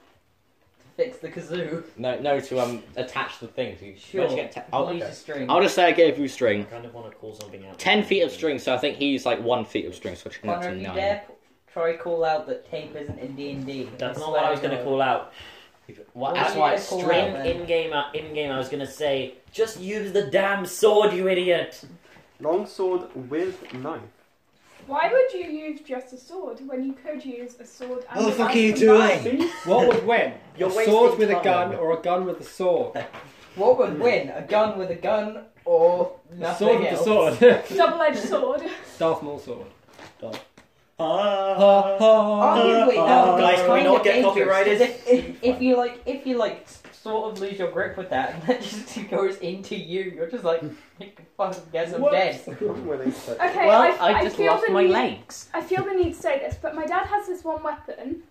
[SPEAKER 4] to fix the
[SPEAKER 8] Oh,
[SPEAKER 4] kazoo.
[SPEAKER 2] No, no, to um attach the thing. To,
[SPEAKER 4] Sure.
[SPEAKER 2] where'd you get ta-
[SPEAKER 4] I'll
[SPEAKER 2] I'll,
[SPEAKER 4] use a string.
[SPEAKER 2] I'll just say I gave you
[SPEAKER 8] I
[SPEAKER 2] string.
[SPEAKER 8] kind of want to call something out.
[SPEAKER 2] Ten feet of string, so I think he's like one feet of string, so I can up
[SPEAKER 4] Connor,
[SPEAKER 2] to
[SPEAKER 4] if you
[SPEAKER 2] nine.
[SPEAKER 4] dare p- try call out that tape isn't in D and D.
[SPEAKER 8] That's not what I was going to call out.
[SPEAKER 2] Well,
[SPEAKER 4] What
[SPEAKER 2] that's
[SPEAKER 4] do you
[SPEAKER 2] why
[SPEAKER 4] guys
[SPEAKER 2] it's
[SPEAKER 4] call
[SPEAKER 2] string.
[SPEAKER 4] that?
[SPEAKER 8] In in game, uh, in game, I was going to say, just use the damn sword, you idiot.
[SPEAKER 6] Long sword with knife.
[SPEAKER 3] Why would you use just a sword when you could use a sword and
[SPEAKER 2] What the
[SPEAKER 3] a
[SPEAKER 2] fuck
[SPEAKER 3] knife
[SPEAKER 2] are you
[SPEAKER 3] combined?
[SPEAKER 2] doing?
[SPEAKER 1] What would win?
[SPEAKER 4] (laughs)
[SPEAKER 8] You're
[SPEAKER 1] a
[SPEAKER 8] wasting
[SPEAKER 1] sword with a
[SPEAKER 8] time.
[SPEAKER 1] gun or a gun with a sword?
[SPEAKER 4] What would win? A gun with a gun or
[SPEAKER 1] A
[SPEAKER 4] (laughs) nothing
[SPEAKER 1] sword with
[SPEAKER 4] else?
[SPEAKER 1] a sword. (laughs)
[SPEAKER 3] Double-edged sword.
[SPEAKER 2] (laughs)
[SPEAKER 1] Darth Maul sword.
[SPEAKER 8] Ah.
[SPEAKER 4] Arguably, no.
[SPEAKER 8] Uh, guys,
[SPEAKER 4] it's
[SPEAKER 8] can we
[SPEAKER 4] kind
[SPEAKER 8] not
[SPEAKER 4] of
[SPEAKER 8] get
[SPEAKER 4] dangerous,
[SPEAKER 8] copyrighted?
[SPEAKER 4] 'cause If, if, if you like, if you like, s- sort of lose your grip with that, (laughs) and that just goes into you, you're just like, (laughs) fucking guess I'm dead.
[SPEAKER 3] Okay,
[SPEAKER 2] well,
[SPEAKER 3] I,
[SPEAKER 2] I,
[SPEAKER 3] I
[SPEAKER 2] just
[SPEAKER 3] feel
[SPEAKER 2] lost
[SPEAKER 3] the
[SPEAKER 2] my
[SPEAKER 3] need,
[SPEAKER 2] legs.
[SPEAKER 3] I feel the need to say this, but my dad has this one weapon,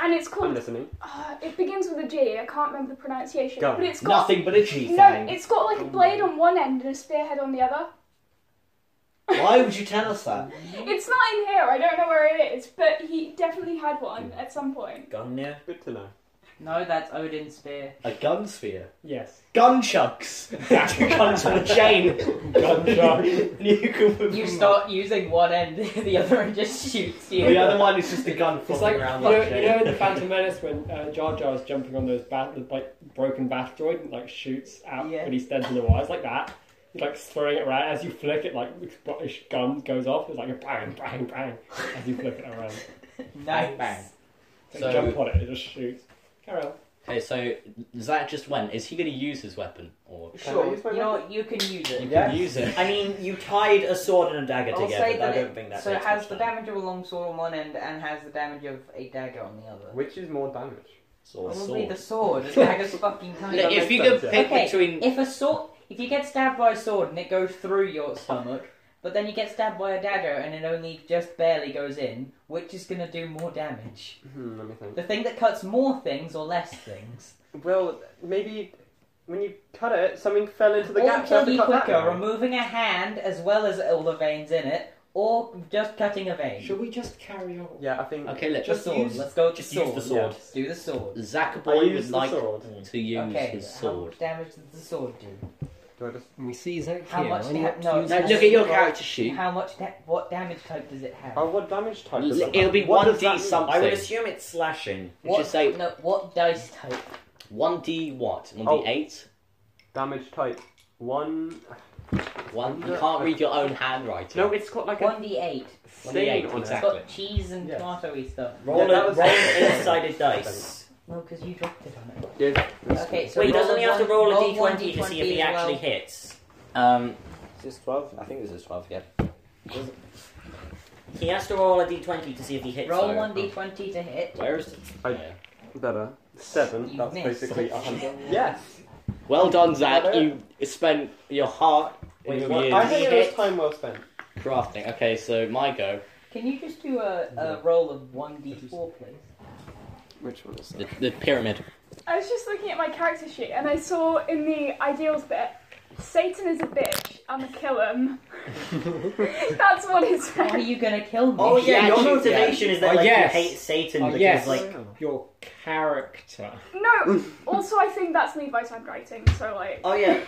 [SPEAKER 3] and it's
[SPEAKER 6] I'm
[SPEAKER 3] called.
[SPEAKER 6] listening.
[SPEAKER 3] Uh, it begins with a G. I can't remember the pronunciation,
[SPEAKER 6] Gun.
[SPEAKER 3] but it's got
[SPEAKER 2] Nothing but a G
[SPEAKER 3] no.
[SPEAKER 2] thing.
[SPEAKER 3] It's got like a blade on one end and a spearhead on the other.
[SPEAKER 2] Why
[SPEAKER 3] (laughs)
[SPEAKER 2] would you tell us that?
[SPEAKER 3] It's not in here. I don't know where it is, but he definitely had one at some point.
[SPEAKER 5] Gun near?
[SPEAKER 6] Good to know.
[SPEAKER 4] No, that's Odin's spear.
[SPEAKER 2] A gun sphere?
[SPEAKER 1] Yes.
[SPEAKER 2] Gun chucks! (laughs) Guns on a chain! you can move
[SPEAKER 4] You
[SPEAKER 8] Hmm.
[SPEAKER 2] them
[SPEAKER 4] start using one end, (laughs) the other end just shoots
[SPEAKER 2] up. The
[SPEAKER 4] (laughs) you.
[SPEAKER 2] other one is just a gun flopping
[SPEAKER 1] It's like
[SPEAKER 2] around
[SPEAKER 1] you know,
[SPEAKER 2] like
[SPEAKER 1] you know in (laughs) the
[SPEAKER 2] (laughs)
[SPEAKER 1] Phantom Menace when uh, Jar Jar's jumping on those bat, the, like broken bath droid and like shoots out
[SPEAKER 4] Yeah.
[SPEAKER 1] when he stands in the wires like that. He's like throwing it around as you flick it, like British gun goes off. It's like a bang, bang, bang as you flick it around.
[SPEAKER 4] Nice.
[SPEAKER 2] bang.
[SPEAKER 1] So,
[SPEAKER 2] So-
[SPEAKER 1] jump on it, it just shoots. Carry on.
[SPEAKER 2] Okay, so that just went. Is he going to use his weapon? Or
[SPEAKER 6] Can I
[SPEAKER 4] Sure,
[SPEAKER 6] use my
[SPEAKER 4] you know what, you can use
[SPEAKER 2] you
[SPEAKER 4] it.
[SPEAKER 2] can use it?
[SPEAKER 5] I mean, you tied a sword and a dagger
[SPEAKER 4] I'll
[SPEAKER 5] together,
[SPEAKER 4] say
[SPEAKER 5] but I
[SPEAKER 4] that
[SPEAKER 5] don't
[SPEAKER 4] it-
[SPEAKER 5] think that
[SPEAKER 4] so it
[SPEAKER 5] takes
[SPEAKER 4] has
[SPEAKER 5] much
[SPEAKER 4] the
[SPEAKER 5] time.
[SPEAKER 4] damage of a long sword on one end and has the damage of a dagger on the other.
[SPEAKER 6] Which is more damage?
[SPEAKER 2] Sword,
[SPEAKER 4] Probably
[SPEAKER 2] sword.
[SPEAKER 4] the sword. The dagger's fucking
[SPEAKER 8] (laughs)
[SPEAKER 4] tiny.
[SPEAKER 6] Look,
[SPEAKER 2] if you
[SPEAKER 6] makes
[SPEAKER 2] could
[SPEAKER 6] sense,
[SPEAKER 2] pick
[SPEAKER 4] yeah. Okay.
[SPEAKER 2] between.
[SPEAKER 4] If a sword, if you get stabbed by a sword and it goes through your stomach, but then you get stabbed by a dagger and it only just barely goes in, which is gonna do more damage?
[SPEAKER 6] Hmm, let me think.
[SPEAKER 4] The thing that cuts more things or less things?
[SPEAKER 6] Well, maybe when you cut it, something fell into the
[SPEAKER 4] or
[SPEAKER 6] gap. so I
[SPEAKER 4] kill
[SPEAKER 6] have to
[SPEAKER 4] you
[SPEAKER 6] cut that
[SPEAKER 4] quicker,
[SPEAKER 6] now.
[SPEAKER 4] removing a hand as well as all the veins in it, or just cutting a vein.
[SPEAKER 1] Should we just carry on?
[SPEAKER 6] Yeah, I think.
[SPEAKER 2] Okay, look.
[SPEAKER 4] The
[SPEAKER 2] Just
[SPEAKER 4] sword. Let's go with
[SPEAKER 5] Just
[SPEAKER 4] the sword.
[SPEAKER 5] use the sword.
[SPEAKER 4] Let's do the sword.
[SPEAKER 6] I
[SPEAKER 2] Zachary
[SPEAKER 6] use
[SPEAKER 2] would
[SPEAKER 6] the
[SPEAKER 2] like
[SPEAKER 6] sword.
[SPEAKER 2] to use
[SPEAKER 4] okay.
[SPEAKER 2] his
[SPEAKER 4] How
[SPEAKER 2] sword.
[SPEAKER 4] much damage does the sword do?
[SPEAKER 6] Do I just?
[SPEAKER 1] we see Zach
[SPEAKER 4] How much da- no,
[SPEAKER 2] Now
[SPEAKER 4] how
[SPEAKER 2] look at your
[SPEAKER 4] much-
[SPEAKER 2] character sheet.
[SPEAKER 4] How much? Da- what damage type does it have?
[SPEAKER 6] Oh, what damage type? Does
[SPEAKER 2] L-
[SPEAKER 6] that
[SPEAKER 2] It'll be
[SPEAKER 6] What
[SPEAKER 2] one
[SPEAKER 6] does
[SPEAKER 2] d
[SPEAKER 6] that mean?
[SPEAKER 2] something.
[SPEAKER 5] I would assume it's slashing.
[SPEAKER 2] Would you say
[SPEAKER 4] No, what dice type?
[SPEAKER 2] one d what? One
[SPEAKER 6] Oh.
[SPEAKER 2] d eight?
[SPEAKER 6] Damage type one.
[SPEAKER 2] One. You
[SPEAKER 6] No,
[SPEAKER 2] can't
[SPEAKER 6] I-
[SPEAKER 2] read your own handwriting.
[SPEAKER 6] No, it's got like a
[SPEAKER 4] One d eight.
[SPEAKER 6] stain
[SPEAKER 2] 1d8,
[SPEAKER 6] on
[SPEAKER 4] It's
[SPEAKER 6] it.
[SPEAKER 2] Exactly.
[SPEAKER 4] got cheese and
[SPEAKER 6] Yes.
[SPEAKER 4] tomatoey stuff.
[SPEAKER 5] Roll
[SPEAKER 6] Yeah,
[SPEAKER 5] a
[SPEAKER 6] that was-
[SPEAKER 5] roll an eight-sided dice.
[SPEAKER 4] No, because you dropped it on it.
[SPEAKER 6] Yes.
[SPEAKER 4] Okay, so
[SPEAKER 5] Wait,
[SPEAKER 4] roll
[SPEAKER 5] doesn't
[SPEAKER 4] a
[SPEAKER 5] he have to
[SPEAKER 4] one-
[SPEAKER 5] roll a
[SPEAKER 4] roll
[SPEAKER 5] d20
[SPEAKER 4] one
[SPEAKER 5] to see if he
[SPEAKER 4] as well.
[SPEAKER 5] actually hits?
[SPEAKER 2] Um, is this twelve? I think this is twelve. Yeah.
[SPEAKER 5] He has to roll a d20 to see if he hits.
[SPEAKER 4] Roll
[SPEAKER 5] though.
[SPEAKER 4] one d20 to hit.
[SPEAKER 2] Where is it?
[SPEAKER 6] I-
[SPEAKER 2] Yeah.
[SPEAKER 6] Better. Seven.
[SPEAKER 4] You
[SPEAKER 6] that's
[SPEAKER 4] missed.
[SPEAKER 6] basically a hundred. yes.
[SPEAKER 2] Well done, Zach.
[SPEAKER 6] Hello.
[SPEAKER 2] You spent your heart and
[SPEAKER 5] Wait,
[SPEAKER 2] your
[SPEAKER 5] what?
[SPEAKER 2] years
[SPEAKER 6] I think it
[SPEAKER 5] hit.
[SPEAKER 6] was time well spent.
[SPEAKER 2] crafting. Okay, so my go.
[SPEAKER 4] Can you just do a, a roll of one d4, please?
[SPEAKER 6] Which one is
[SPEAKER 2] The, the pyramid.
[SPEAKER 3] I was just looking at my character sheet and I saw in the ideals bit, Satan is a bitch. I'ma kill him. That's what it
[SPEAKER 4] Why are
[SPEAKER 3] said.
[SPEAKER 4] you gonna kill me?
[SPEAKER 5] Oh yeah,
[SPEAKER 2] Yeah,
[SPEAKER 5] your
[SPEAKER 2] actually,
[SPEAKER 5] motivation is that
[SPEAKER 1] Oh,
[SPEAKER 5] like
[SPEAKER 1] yes.
[SPEAKER 5] you hate Satan
[SPEAKER 1] Oh,
[SPEAKER 5] because
[SPEAKER 1] yes.
[SPEAKER 5] like
[SPEAKER 1] Your character.
[SPEAKER 3] No. Also, I think that's Levi's handwriting. So like,
[SPEAKER 4] Uh,
[SPEAKER 5] oh yeah,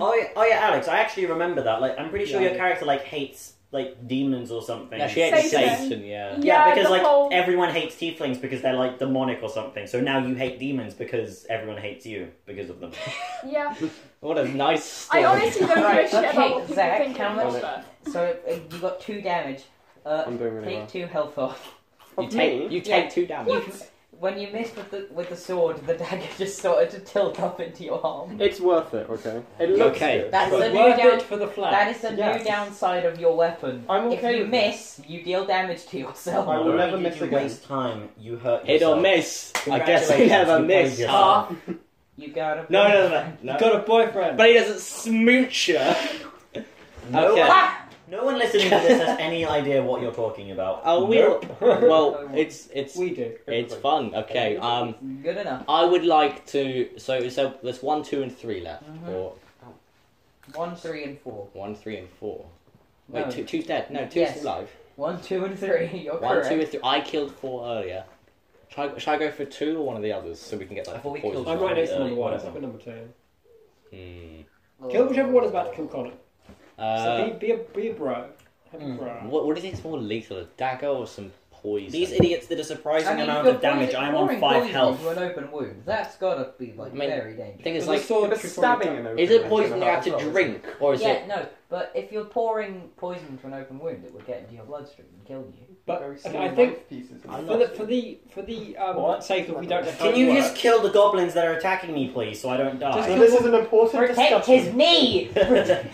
[SPEAKER 5] oh yeah, oh yeah, Alex, I actually remember that. Like I'm pretty sure
[SPEAKER 1] Yeah.
[SPEAKER 5] your character like hates like demons or something.
[SPEAKER 2] No, she ate
[SPEAKER 3] Satan.
[SPEAKER 2] Satan. Yeah.
[SPEAKER 5] yeah,
[SPEAKER 3] Yeah,
[SPEAKER 5] because
[SPEAKER 3] the
[SPEAKER 5] like
[SPEAKER 3] whole-
[SPEAKER 5] everyone hates tieflings because they're like demonic or something. So now you hate demons because everyone hates you because of them.
[SPEAKER 3] yeah.
[SPEAKER 2] What a nice
[SPEAKER 3] I
[SPEAKER 2] story.
[SPEAKER 3] honestly don't give a
[SPEAKER 4] Right,
[SPEAKER 3] shit
[SPEAKER 4] okay,
[SPEAKER 3] about what people
[SPEAKER 4] Zach,
[SPEAKER 3] think
[SPEAKER 4] how
[SPEAKER 3] of
[SPEAKER 4] much-
[SPEAKER 3] Levi.
[SPEAKER 4] So uh, you got two damage. Uh,
[SPEAKER 6] I'm doing really
[SPEAKER 4] take
[SPEAKER 6] well.
[SPEAKER 4] two health off.
[SPEAKER 2] you
[SPEAKER 6] Of
[SPEAKER 2] take
[SPEAKER 6] me?
[SPEAKER 2] you take
[SPEAKER 4] Yeah.
[SPEAKER 2] two damage.
[SPEAKER 4] When you missed with the with the sword, the dagger (laughs) just started to tilt up into your arm.
[SPEAKER 6] It's worth it. Okay. It looks
[SPEAKER 2] Okay.
[SPEAKER 6] good.
[SPEAKER 4] That's
[SPEAKER 6] but-
[SPEAKER 4] the
[SPEAKER 1] But
[SPEAKER 4] new
[SPEAKER 1] worth
[SPEAKER 4] down.
[SPEAKER 1] it for the flag.
[SPEAKER 4] That is the
[SPEAKER 6] Yes.
[SPEAKER 4] new downside of your weapon.
[SPEAKER 6] I'm okay
[SPEAKER 4] if you
[SPEAKER 6] with
[SPEAKER 4] miss, you deal damage to yourself.
[SPEAKER 6] I will
[SPEAKER 5] Not
[SPEAKER 6] never
[SPEAKER 5] only
[SPEAKER 6] miss
[SPEAKER 5] did you
[SPEAKER 6] again.
[SPEAKER 5] Waste time, you hurt.
[SPEAKER 2] Hit or
[SPEAKER 5] yourself.
[SPEAKER 2] miss. I guess I never
[SPEAKER 5] Congratulations, you
[SPEAKER 2] miss.
[SPEAKER 5] played yourself.
[SPEAKER 4] Ah, you got a
[SPEAKER 2] No, no, no, no.
[SPEAKER 1] You got a boyfriend.
[SPEAKER 2] But he doesn't smooch her.
[SPEAKER 5] No
[SPEAKER 2] Okay.
[SPEAKER 5] one,
[SPEAKER 3] Ah,
[SPEAKER 5] no one listening to this has any idea what you're talking about.
[SPEAKER 2] (laughs) Oh, we'll. (laughs) Well,
[SPEAKER 4] (laughs) No.
[SPEAKER 2] it's it's
[SPEAKER 1] we do.
[SPEAKER 2] it's fun. Okay. Um,
[SPEAKER 4] (laughs) Good enough.
[SPEAKER 2] I would like to. So so there's one, two, and three left.
[SPEAKER 4] Mm-hmm.
[SPEAKER 2] Or
[SPEAKER 4] One, three, and four.
[SPEAKER 2] one, three, and four. Wait,
[SPEAKER 4] No.
[SPEAKER 2] two, two's dead. No, two's
[SPEAKER 4] Yes.
[SPEAKER 2] still alive.
[SPEAKER 4] One, two, and three. (laughs) You're
[SPEAKER 2] One,
[SPEAKER 4] correct.
[SPEAKER 2] two, and three. I killed four earlier. Should I, should I go for two or one of the others so we can get like
[SPEAKER 4] I thought we
[SPEAKER 2] poison
[SPEAKER 4] killed
[SPEAKER 1] I'm
[SPEAKER 2] or
[SPEAKER 1] right next to
[SPEAKER 2] something?
[SPEAKER 1] number one. It's
[SPEAKER 5] whatever.
[SPEAKER 1] up at number two.
[SPEAKER 2] Hmm.
[SPEAKER 1] Kill whichever one is about to kill Connor.
[SPEAKER 2] Uh,
[SPEAKER 1] so be, be, a, be a bro. Have a bro.
[SPEAKER 2] what, what do you think is more lethal, a dagger or some poison?
[SPEAKER 5] These idiots did a surprising
[SPEAKER 4] I mean,
[SPEAKER 5] amount
[SPEAKER 4] you're
[SPEAKER 5] of damage.
[SPEAKER 4] pouring-
[SPEAKER 5] I am on
[SPEAKER 4] pouring
[SPEAKER 5] five
[SPEAKER 4] poison
[SPEAKER 5] health.
[SPEAKER 4] Into an open wound. That's gotta be like
[SPEAKER 2] I mean,
[SPEAKER 4] very
[SPEAKER 2] I
[SPEAKER 4] dangerous.
[SPEAKER 2] think it's
[SPEAKER 1] But the
[SPEAKER 2] like.
[SPEAKER 1] sword
[SPEAKER 6] But
[SPEAKER 1] could
[SPEAKER 6] stabbing
[SPEAKER 1] probably-
[SPEAKER 6] in an
[SPEAKER 2] Is
[SPEAKER 6] open
[SPEAKER 2] it poison
[SPEAKER 6] wound
[SPEAKER 2] you
[SPEAKER 6] as
[SPEAKER 2] have to
[SPEAKER 6] well, isn't it?
[SPEAKER 2] drink or is
[SPEAKER 4] yeah,
[SPEAKER 2] it?
[SPEAKER 4] no, but if you're pouring poison into an open wound, it would get into your bloodstream and kill you.
[SPEAKER 1] But
[SPEAKER 6] Very
[SPEAKER 1] and
[SPEAKER 6] small
[SPEAKER 1] I think
[SPEAKER 6] knife pieces.
[SPEAKER 2] I'm
[SPEAKER 1] for the for the for the um,
[SPEAKER 6] What?
[SPEAKER 1] sake of we don't know how
[SPEAKER 5] Can
[SPEAKER 1] it
[SPEAKER 5] you
[SPEAKER 1] works,
[SPEAKER 5] just kill the goblins that are attacking me, please, so I don't (laughs) die?
[SPEAKER 1] Just
[SPEAKER 6] So this is an important
[SPEAKER 4] Protect
[SPEAKER 6] discussion.
[SPEAKER 4] his knee.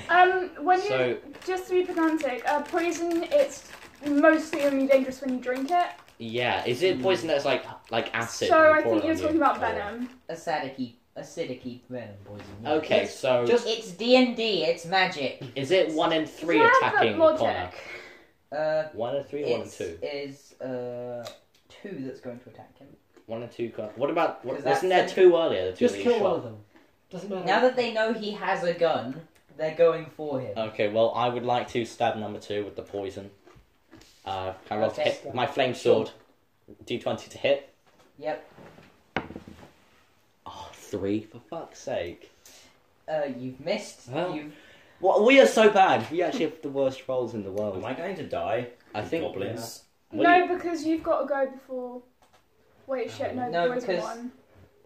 [SPEAKER 3] Um, when you
[SPEAKER 2] So
[SPEAKER 3] just to be pedantic, uh, poison it's mostly only dangerous when you drink it.
[SPEAKER 2] yeah, is it poison that's like like acid?
[SPEAKER 3] so
[SPEAKER 2] and
[SPEAKER 3] I
[SPEAKER 2] pour
[SPEAKER 3] think
[SPEAKER 2] it
[SPEAKER 3] you're
[SPEAKER 2] on
[SPEAKER 3] talking
[SPEAKER 2] you?
[SPEAKER 3] about
[SPEAKER 2] Or-
[SPEAKER 3] venom.
[SPEAKER 4] Acidic, acidic venom poison. yeah.
[SPEAKER 2] Okay,
[SPEAKER 4] It's-
[SPEAKER 2] so
[SPEAKER 1] just-
[SPEAKER 4] it's D and D. It's magic.
[SPEAKER 2] is it one and three
[SPEAKER 3] yeah,
[SPEAKER 2] attacking
[SPEAKER 3] but
[SPEAKER 2] Connor?
[SPEAKER 3] logic.
[SPEAKER 4] Uh,
[SPEAKER 2] One and three, or one and
[SPEAKER 4] it
[SPEAKER 2] two,
[SPEAKER 4] is uh two that's going to attack him.
[SPEAKER 2] one and two. Connor. What about what,
[SPEAKER 4] Because that's
[SPEAKER 2] wasn't there
[SPEAKER 4] the-
[SPEAKER 2] two earlier? The two
[SPEAKER 1] just
[SPEAKER 2] that you
[SPEAKER 1] kill
[SPEAKER 2] shot?
[SPEAKER 1] one of them. Doesn't matter.
[SPEAKER 4] Now that they know he has a gun, They're going for him.
[SPEAKER 2] Okay, well, I would like to stab number two with the poison. Uh, I rolled to
[SPEAKER 4] Okay.
[SPEAKER 2] hit my flame sword. D20 to hit.
[SPEAKER 4] Yep.
[SPEAKER 2] Oh, three, for fuck's sake.
[SPEAKER 4] Uh, you've missed.
[SPEAKER 2] Well.
[SPEAKER 4] You've
[SPEAKER 2] Well, we are so bad. We actually have the worst rolls in the
[SPEAKER 5] Am
[SPEAKER 2] world.
[SPEAKER 5] I going to die?
[SPEAKER 2] I think.
[SPEAKER 5] goblins.
[SPEAKER 2] Well,
[SPEAKER 3] no, because you've got to go before. Wait, shit, no,
[SPEAKER 4] No,
[SPEAKER 3] the boys
[SPEAKER 4] because-
[SPEAKER 3] won.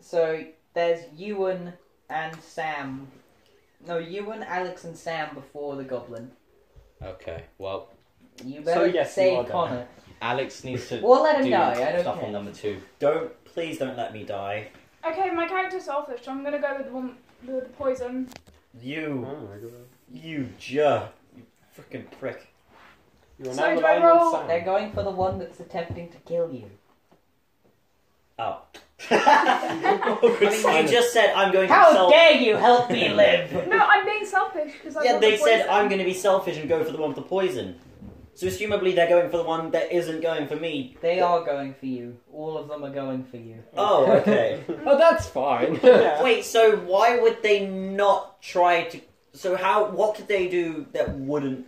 [SPEAKER 4] so there's Ewan and Sam. No, Ewan, Alex, and Sam before the goblin.
[SPEAKER 2] Okay, well,
[SPEAKER 4] You
[SPEAKER 6] So
[SPEAKER 4] better
[SPEAKER 6] yes, you are
[SPEAKER 4] save
[SPEAKER 6] going.
[SPEAKER 4] Connor.
[SPEAKER 2] Alex needs to
[SPEAKER 4] Or let him
[SPEAKER 2] do
[SPEAKER 4] die. I don't
[SPEAKER 2] stuff
[SPEAKER 4] care.
[SPEAKER 2] on number two.
[SPEAKER 5] Don't please don't let me die.
[SPEAKER 3] Okay, my character's selfish, so I'm gonna go with the one with the poison.
[SPEAKER 5] You,
[SPEAKER 6] Oh, my god.
[SPEAKER 5] you jer, you freaking prick.
[SPEAKER 6] You're
[SPEAKER 3] So do I
[SPEAKER 6] now relying on
[SPEAKER 3] roll-
[SPEAKER 6] Sam.
[SPEAKER 4] They're going for the one that's attempting to kill you.
[SPEAKER 5] Oh. I mean,
[SPEAKER 2] Silence.
[SPEAKER 5] (laughs) you just said I'm going to be
[SPEAKER 4] How
[SPEAKER 5] self-
[SPEAKER 4] dare you help me live?
[SPEAKER 3] No, I'm being selfish because I
[SPEAKER 5] Yeah,
[SPEAKER 3] got
[SPEAKER 5] they
[SPEAKER 3] the
[SPEAKER 5] said
[SPEAKER 3] poison.
[SPEAKER 5] I'm going to be selfish and go for the one with the poison. So assumably they're going for the one that isn't going for me.
[SPEAKER 4] They are going for you. All of them are going for you.
[SPEAKER 5] Oh, okay.
[SPEAKER 1] Oh, that's fine.
[SPEAKER 6] Yeah.
[SPEAKER 5] Wait, so why would they not try to? So how? What could they do that wouldn't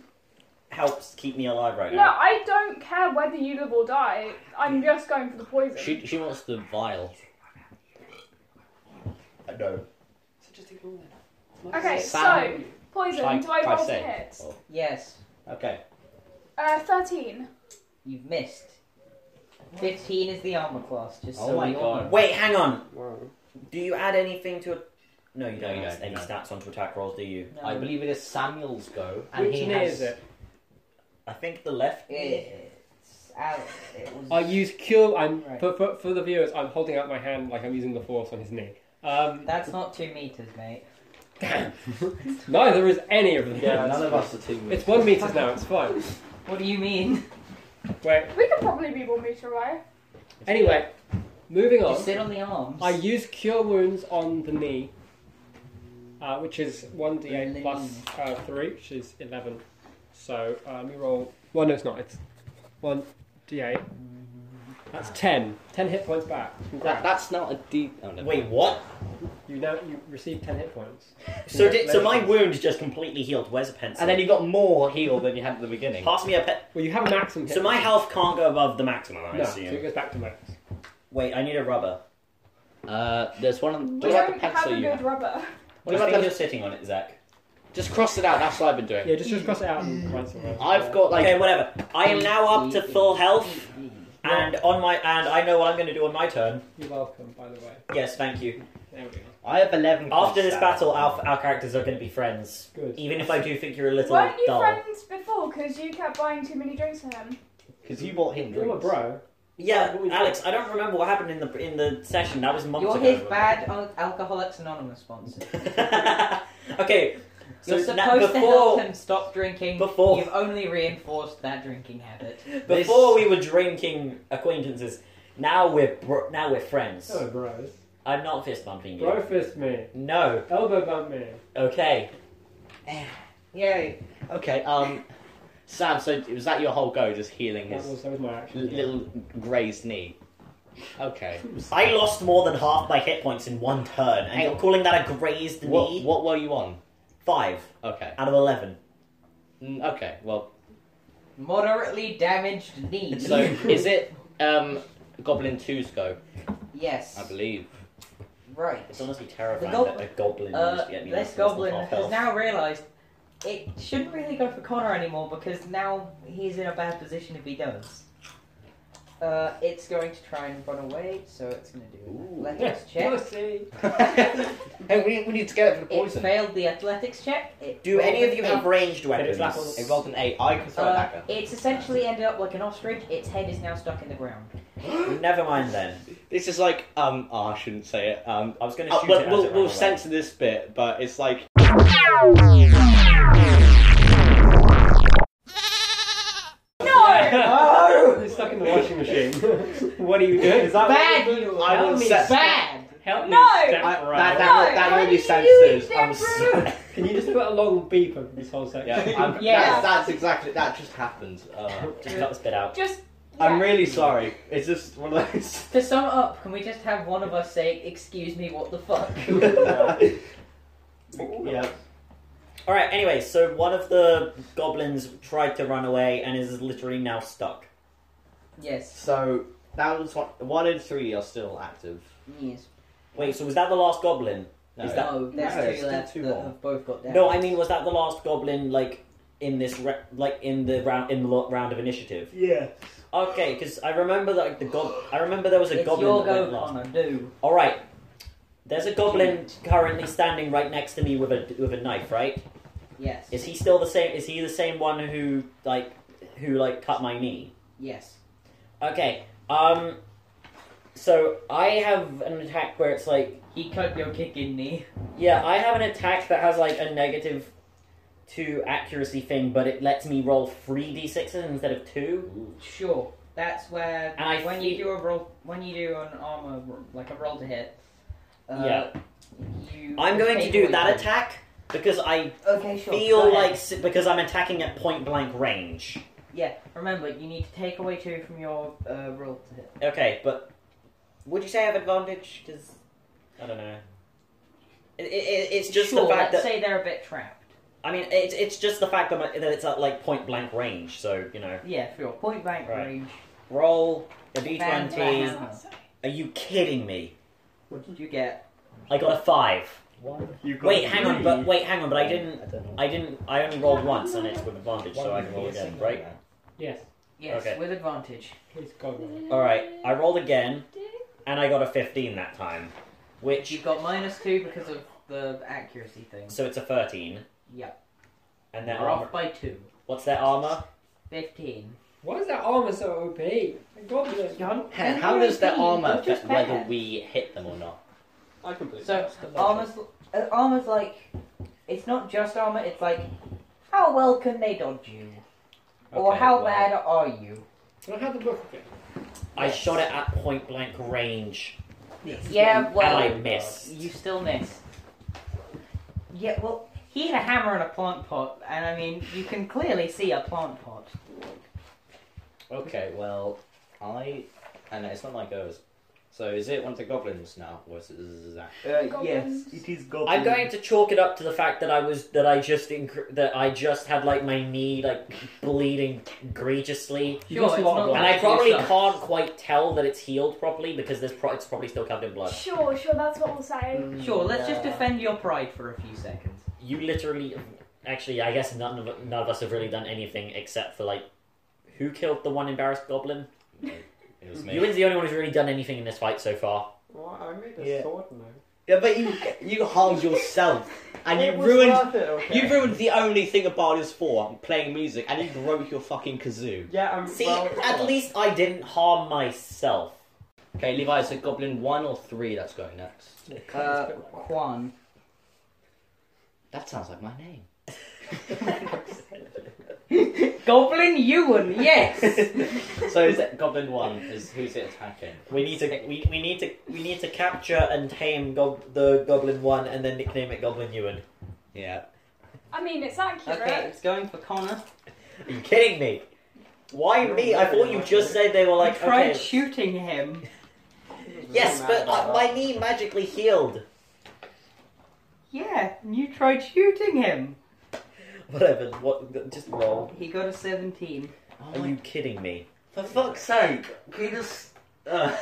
[SPEAKER 5] help keep me alive right
[SPEAKER 3] No,
[SPEAKER 5] now?
[SPEAKER 3] I don't care whether you live or die. I'm just going for the poison.
[SPEAKER 2] She, she wants the vial.
[SPEAKER 5] No. no.
[SPEAKER 7] So just ignore them.
[SPEAKER 3] Okay, so
[SPEAKER 2] Sam,
[SPEAKER 3] poison.
[SPEAKER 2] try-
[SPEAKER 3] do I
[SPEAKER 2] try
[SPEAKER 3] roll to
[SPEAKER 2] save.
[SPEAKER 3] hit?
[SPEAKER 2] Oh.
[SPEAKER 4] Yes,
[SPEAKER 5] Okay.
[SPEAKER 3] Uh, thirteen.
[SPEAKER 4] you've missed. Fifteen is the armor class. Just
[SPEAKER 2] Oh
[SPEAKER 4] so
[SPEAKER 2] my
[SPEAKER 4] we all
[SPEAKER 2] God.
[SPEAKER 4] know.
[SPEAKER 5] Wait, hang on.
[SPEAKER 6] Wow.
[SPEAKER 5] Do you add anything to? A... No, you
[SPEAKER 2] No,
[SPEAKER 5] don't
[SPEAKER 2] you
[SPEAKER 5] add
[SPEAKER 2] don't,
[SPEAKER 5] any
[SPEAKER 2] no.
[SPEAKER 5] stats onto attack rolls, do you?
[SPEAKER 4] No.
[SPEAKER 3] Um,
[SPEAKER 2] I believe it is Samuel's go, and
[SPEAKER 1] Which
[SPEAKER 2] he
[SPEAKER 1] knee
[SPEAKER 2] has.
[SPEAKER 1] is it?
[SPEAKER 5] I think the left.
[SPEAKER 4] It's out. It was.
[SPEAKER 1] I use cure. I'm
[SPEAKER 4] Right.
[SPEAKER 1] for, for, for the viewers. I'm holding out my hand like I'm using the force on his knee. Um,
[SPEAKER 4] That's not two meters, mate.
[SPEAKER 1] neither is any of them.
[SPEAKER 6] Yeah, none of
[SPEAKER 2] us are two.
[SPEAKER 1] It's one meters now. It's fine.
[SPEAKER 4] What do you mean?
[SPEAKER 1] Wait.
[SPEAKER 3] We could probably be one meter away.
[SPEAKER 1] Anyway, moving
[SPEAKER 4] (laughs) You
[SPEAKER 1] on.
[SPEAKER 4] sit on the arms.
[SPEAKER 1] I use cure wounds on the knee, uh, which is one d8 plus uh, three, which is eleven. So uh, let me roll. Well, no, it's not. It's one d8. That's ten. Ten hit points back.
[SPEAKER 2] That,
[SPEAKER 1] Congrats.
[SPEAKER 2] that's not a D. Oh, no.
[SPEAKER 5] Wait, what?
[SPEAKER 1] You now you receive ten hit points.
[SPEAKER 5] So did, so my
[SPEAKER 1] Congratulations.
[SPEAKER 5] wound just completely healed. Where's a pencil?
[SPEAKER 2] And then you got more heal than you had at the beginning.
[SPEAKER 5] pass me a pen.
[SPEAKER 1] Well, you have a maximum. Hit
[SPEAKER 5] So my health can't go above the maximum. I
[SPEAKER 1] No, so
[SPEAKER 5] assume.
[SPEAKER 1] it goes back to max.
[SPEAKER 5] Wait, I need a rubber.
[SPEAKER 2] Uh, there's one. On,
[SPEAKER 3] We
[SPEAKER 2] do you like the
[SPEAKER 3] don't have
[SPEAKER 2] pencil
[SPEAKER 3] a
[SPEAKER 2] you
[SPEAKER 3] good
[SPEAKER 2] have?
[SPEAKER 3] rubber.
[SPEAKER 5] What
[SPEAKER 2] Just
[SPEAKER 5] about
[SPEAKER 2] think
[SPEAKER 5] you're sitting on it, Zach?
[SPEAKER 2] Just cross it out. That's what I've been doing.
[SPEAKER 1] Yeah, just, just cross it out and run somewhere.
[SPEAKER 2] I've got like
[SPEAKER 5] Okay, whatever. I am now up to full health, and on my and I know what I'm going to do on my turn.
[SPEAKER 1] You're welcome, by the way.
[SPEAKER 5] Yes, thank you.
[SPEAKER 1] There we go.
[SPEAKER 2] I have eleven.
[SPEAKER 5] After
[SPEAKER 2] crossed
[SPEAKER 5] this
[SPEAKER 2] out.
[SPEAKER 5] battle, our, our characters are going to be friends.
[SPEAKER 1] Good.
[SPEAKER 5] Even if I do think you're a little
[SPEAKER 3] Weren't you
[SPEAKER 5] dull.
[SPEAKER 3] friends before? Because you kept buying too many drinks for him.
[SPEAKER 2] because you bought him
[SPEAKER 1] You're a
[SPEAKER 2] drinks.
[SPEAKER 1] bro.
[SPEAKER 5] Yeah, Alex, I don't remember what happened in the in the session. That was months
[SPEAKER 4] You're
[SPEAKER 5] ago.
[SPEAKER 4] his bad Al- Alcoholics Anonymous sponsor.
[SPEAKER 5] okay, so
[SPEAKER 4] You're
[SPEAKER 5] na-
[SPEAKER 4] supposed to help
[SPEAKER 5] before
[SPEAKER 4] him stop drinking.
[SPEAKER 5] before-
[SPEAKER 4] You've only reinforced that drinking habit.
[SPEAKER 5] before we were drinking acquaintances. Now we're bro- now we're friends.
[SPEAKER 1] Hello, bros.
[SPEAKER 5] I'm not fist bumping you.
[SPEAKER 1] Bro fist me.
[SPEAKER 5] No.
[SPEAKER 1] Elbow bump me.
[SPEAKER 5] Okay.
[SPEAKER 4] Yay.
[SPEAKER 2] Okay. Um, Sam. So was that your whole go? Just healing
[SPEAKER 1] That
[SPEAKER 2] his
[SPEAKER 1] was, that was my
[SPEAKER 2] l-
[SPEAKER 1] action.
[SPEAKER 2] little grazed knee. Okay.
[SPEAKER 5] I lost more than half my hit points in one turn, and
[SPEAKER 2] Hey.
[SPEAKER 5] you're calling that a grazed
[SPEAKER 2] What
[SPEAKER 5] knee?
[SPEAKER 2] What were you on?
[SPEAKER 5] Five
[SPEAKER 2] Okay.
[SPEAKER 5] out of eleven.
[SPEAKER 2] Mm, Okay. Well,
[SPEAKER 4] Moderately damaged knee.
[SPEAKER 2] so is it um Goblin 2's go?
[SPEAKER 4] Yes.
[SPEAKER 2] I believe.
[SPEAKER 4] Right.
[SPEAKER 5] It's honestly terrifying
[SPEAKER 4] The gob-
[SPEAKER 5] that a goblin
[SPEAKER 4] Uh,
[SPEAKER 5] managed to get me
[SPEAKER 4] this
[SPEAKER 5] less than
[SPEAKER 4] goblin
[SPEAKER 5] half
[SPEAKER 4] has
[SPEAKER 5] health.
[SPEAKER 4] now realised it shouldn't really go for Connor anymore because now he's in a bad position if he does. Uh, it's going to try and run away, so it's going to do.
[SPEAKER 2] Ooh.
[SPEAKER 4] Athletics check.
[SPEAKER 1] Pussy.
[SPEAKER 2] hey, we, we need to get it for the
[SPEAKER 4] It
[SPEAKER 2] poison.
[SPEAKER 4] failed the athletics check. It
[SPEAKER 5] Do any
[SPEAKER 4] rolled
[SPEAKER 5] of you
[SPEAKER 4] an
[SPEAKER 5] have ranged
[SPEAKER 1] it's
[SPEAKER 5] weapons?
[SPEAKER 1] like all
[SPEAKER 2] It rolled an eight. I can
[SPEAKER 4] eight.
[SPEAKER 2] throw it
[SPEAKER 4] Uh,
[SPEAKER 2] back at
[SPEAKER 4] it's essentially ended up like an ostrich. Its head is now stuck in the ground.
[SPEAKER 5] Never mind then.
[SPEAKER 2] This is like um. Oh, I shouldn't say it. Um.
[SPEAKER 5] I was going to
[SPEAKER 2] uh,
[SPEAKER 5] shoot
[SPEAKER 2] we'll
[SPEAKER 5] it. as
[SPEAKER 2] we'll,
[SPEAKER 5] it
[SPEAKER 2] we'll
[SPEAKER 5] ran away.
[SPEAKER 2] censor this bit, but it's like (laughs)
[SPEAKER 3] No.
[SPEAKER 1] It's stuck in the washing (laughs) machine. what are you doing? Is that
[SPEAKER 4] Bad,
[SPEAKER 1] what
[SPEAKER 4] you
[SPEAKER 2] I
[SPEAKER 4] tell
[SPEAKER 2] will
[SPEAKER 4] me,
[SPEAKER 2] set-
[SPEAKER 4] bad.
[SPEAKER 1] Help me
[SPEAKER 3] No!
[SPEAKER 1] step
[SPEAKER 2] I-
[SPEAKER 1] right.
[SPEAKER 2] that that,
[SPEAKER 3] No,
[SPEAKER 2] that
[SPEAKER 3] why
[SPEAKER 2] really
[SPEAKER 3] do you
[SPEAKER 2] censors. I'm
[SPEAKER 3] use
[SPEAKER 2] sorry.
[SPEAKER 1] Can you just put a long beep over this whole section?
[SPEAKER 2] Yeah, I'm,
[SPEAKER 4] Yeah.
[SPEAKER 2] That's, that's exactly that just happened. Uh,
[SPEAKER 5] Just cut this bit out.
[SPEAKER 3] Just.
[SPEAKER 2] I'm
[SPEAKER 3] yeah.
[SPEAKER 2] really sorry. It's just one of
[SPEAKER 4] (laughs)
[SPEAKER 2] those. (laughs)
[SPEAKER 4] To sum up, can we just have
[SPEAKER 5] (laughs)
[SPEAKER 4] one of us say, "Excuse me, what the fuck"?
[SPEAKER 2] yeah.
[SPEAKER 5] All right. Anyway, so one of the goblins tried to run away and is literally now stuck.
[SPEAKER 4] Yes.
[SPEAKER 2] So that was one. One and three are still active.
[SPEAKER 4] Yes.
[SPEAKER 5] Wait. So was that the last goblin?
[SPEAKER 2] No.
[SPEAKER 5] Is that-
[SPEAKER 4] no, there's
[SPEAKER 2] No, it's
[SPEAKER 4] two
[SPEAKER 2] still
[SPEAKER 4] left
[SPEAKER 2] two
[SPEAKER 4] that
[SPEAKER 2] more.
[SPEAKER 4] have both got down.
[SPEAKER 5] No, I mean, was that the last goblin like in this re- like in the round in the lo- round of initiative?
[SPEAKER 4] Yeah.
[SPEAKER 5] Okay, because I remember like the gob. I remember there was a
[SPEAKER 4] It's
[SPEAKER 5] goblin
[SPEAKER 4] your
[SPEAKER 5] that
[SPEAKER 4] go,
[SPEAKER 5] went last.
[SPEAKER 4] Connor. Do.
[SPEAKER 5] All right. There's a goblin currently standing right next to me with a with a knife. Right?
[SPEAKER 4] Yes.
[SPEAKER 5] Is he still the same? Is he the same one who like who like cut my knee?
[SPEAKER 4] Yes.
[SPEAKER 5] Okay. Um. So I have an attack where it's like,
[SPEAKER 4] He cut your kick in me.
[SPEAKER 5] yeah, I have an attack that has like a negative two accuracy thing, but it lets me roll three d sixes instead of two.
[SPEAKER 4] Sure. That's where
[SPEAKER 5] And I
[SPEAKER 4] when
[SPEAKER 5] fe-
[SPEAKER 4] you do a roll, when you do an armor r- like a roll to hit. Uh,
[SPEAKER 5] Yeah.
[SPEAKER 4] You
[SPEAKER 5] I'm going to do that
[SPEAKER 4] attack.
[SPEAKER 5] attack because I
[SPEAKER 4] Okay, sure. Go
[SPEAKER 5] feel
[SPEAKER 4] ahead.
[SPEAKER 5] like s- because I'm attacking at point blank range.
[SPEAKER 4] Yeah, remember, you need to take away two from your uh, roll to hit.
[SPEAKER 5] Okay, but would you say I have advantage? Because I don't know. It, it, it's just
[SPEAKER 4] sure,
[SPEAKER 5] the fact
[SPEAKER 4] let's
[SPEAKER 5] that
[SPEAKER 4] say they're a bit trapped.
[SPEAKER 5] I mean, it's it's just the fact that, my, that it's at like point blank range. So you know.
[SPEAKER 4] Yeah, sure. Point blank
[SPEAKER 5] Right.
[SPEAKER 4] range.
[SPEAKER 5] Roll a
[SPEAKER 4] Bang,
[SPEAKER 5] d20.
[SPEAKER 4] bang.
[SPEAKER 5] Are you kidding me?
[SPEAKER 4] What did you get?
[SPEAKER 5] I got a five.
[SPEAKER 6] You got
[SPEAKER 5] Wait, hang on,
[SPEAKER 6] three.
[SPEAKER 5] but wait, hang on, but I didn't.
[SPEAKER 8] I don't know.
[SPEAKER 5] I didn't. I only rolled once, and it's with advantage, so I can roll again, right?
[SPEAKER 1] Yes,
[SPEAKER 4] Yes,
[SPEAKER 5] Okay.
[SPEAKER 4] with advantage.
[SPEAKER 1] please God. no.
[SPEAKER 5] All right, I rolled again, and I got a fifteen that time,
[SPEAKER 4] You
[SPEAKER 5] which
[SPEAKER 4] got minus two because of the accuracy thing.
[SPEAKER 5] so it's a thirteen.
[SPEAKER 4] Yeah.
[SPEAKER 5] And
[SPEAKER 4] You're
[SPEAKER 5] their armor.
[SPEAKER 4] off by two.
[SPEAKER 5] What's their armor?
[SPEAKER 4] Fifteen.
[SPEAKER 1] Why is that armor so OP? My God, no.
[SPEAKER 2] How, how does their armor affect whether
[SPEAKER 4] bad.
[SPEAKER 2] we hit them or not?
[SPEAKER 6] I can believe
[SPEAKER 4] So,
[SPEAKER 6] that.
[SPEAKER 4] armor's, uh, armor's like. It's not just armor, it's like. How well can they dodge you? or
[SPEAKER 2] Okay,
[SPEAKER 4] how
[SPEAKER 2] well,
[SPEAKER 4] bad are you?
[SPEAKER 1] Can I have the book again?
[SPEAKER 5] I shot it at point blank range,
[SPEAKER 4] Yeah, well.
[SPEAKER 5] and I missed.
[SPEAKER 4] You still miss. Yeah, well, he had a hammer and a plant pot, and I mean, you can clearly see a plant pot.
[SPEAKER 2] Okay, well, I. And it's not my goes. So is it one of the goblins now, or is it Zach?
[SPEAKER 4] Uh,
[SPEAKER 3] Goblins.
[SPEAKER 4] it is goblin.
[SPEAKER 5] I'm going to chalk it up to the fact that I was that I just incre that I just had like my knee like bleeding egregiously,
[SPEAKER 1] You lost
[SPEAKER 4] Sure,
[SPEAKER 1] a
[SPEAKER 4] it's
[SPEAKER 1] lot of
[SPEAKER 4] not
[SPEAKER 1] blood.
[SPEAKER 5] and I probably
[SPEAKER 4] Yourself.
[SPEAKER 5] can't quite tell that it's healed properly because there's pro- it's probably still covered in blood.
[SPEAKER 3] Sure, sure, that's what we'll say.
[SPEAKER 2] Mm.
[SPEAKER 4] Sure, let's just defend your pride for a few seconds.
[SPEAKER 5] You literally, actually, I guess none of none of us have really done anything except for like, who killed the one embarrassed goblin?
[SPEAKER 2] It was me.
[SPEAKER 5] Ewan's the only one who's really done anything in this fight so far.
[SPEAKER 6] Well, I made a
[SPEAKER 2] Yeah.
[SPEAKER 6] sword now.
[SPEAKER 2] Yeah, but you you harmed yourself, and
[SPEAKER 6] It
[SPEAKER 2] you
[SPEAKER 6] was
[SPEAKER 2] ruined
[SPEAKER 6] worth it, okay.
[SPEAKER 2] you ruined the only thing a bard is for, playing music, and you broke your fucking kazoo.
[SPEAKER 6] Yeah, I'm.
[SPEAKER 5] See, uh,
[SPEAKER 6] well,
[SPEAKER 5] at least I didn't harm (laughs) myself.
[SPEAKER 2] Okay, Levi, is it Goblin one or three that's going next?
[SPEAKER 4] Uh, Juan.
[SPEAKER 2] That sounds like my name.
[SPEAKER 4] Goblin Ewan, yes!
[SPEAKER 2] So is it Goblin one? Is who's it attacking?
[SPEAKER 5] We need to we, we need to we need to capture and tame gob- the goblin one and then nickname it Goblin Ewan.
[SPEAKER 2] Yeah.
[SPEAKER 3] I mean, it's accurate.
[SPEAKER 4] okay, it's going for Connor.
[SPEAKER 5] Are you kidding me? Why me? I thought you just said they were
[SPEAKER 4] I
[SPEAKER 5] like
[SPEAKER 4] tried
[SPEAKER 5] okay.
[SPEAKER 4] shooting him.
[SPEAKER 5] Yes, but uh, my knee magically healed.
[SPEAKER 4] Yeah, and you tried shooting him.
[SPEAKER 5] Whatever. What? Just roll.
[SPEAKER 4] He got a 17.
[SPEAKER 5] Are you kidding me?
[SPEAKER 2] Oh, For fuck's sake, can you just? Uh,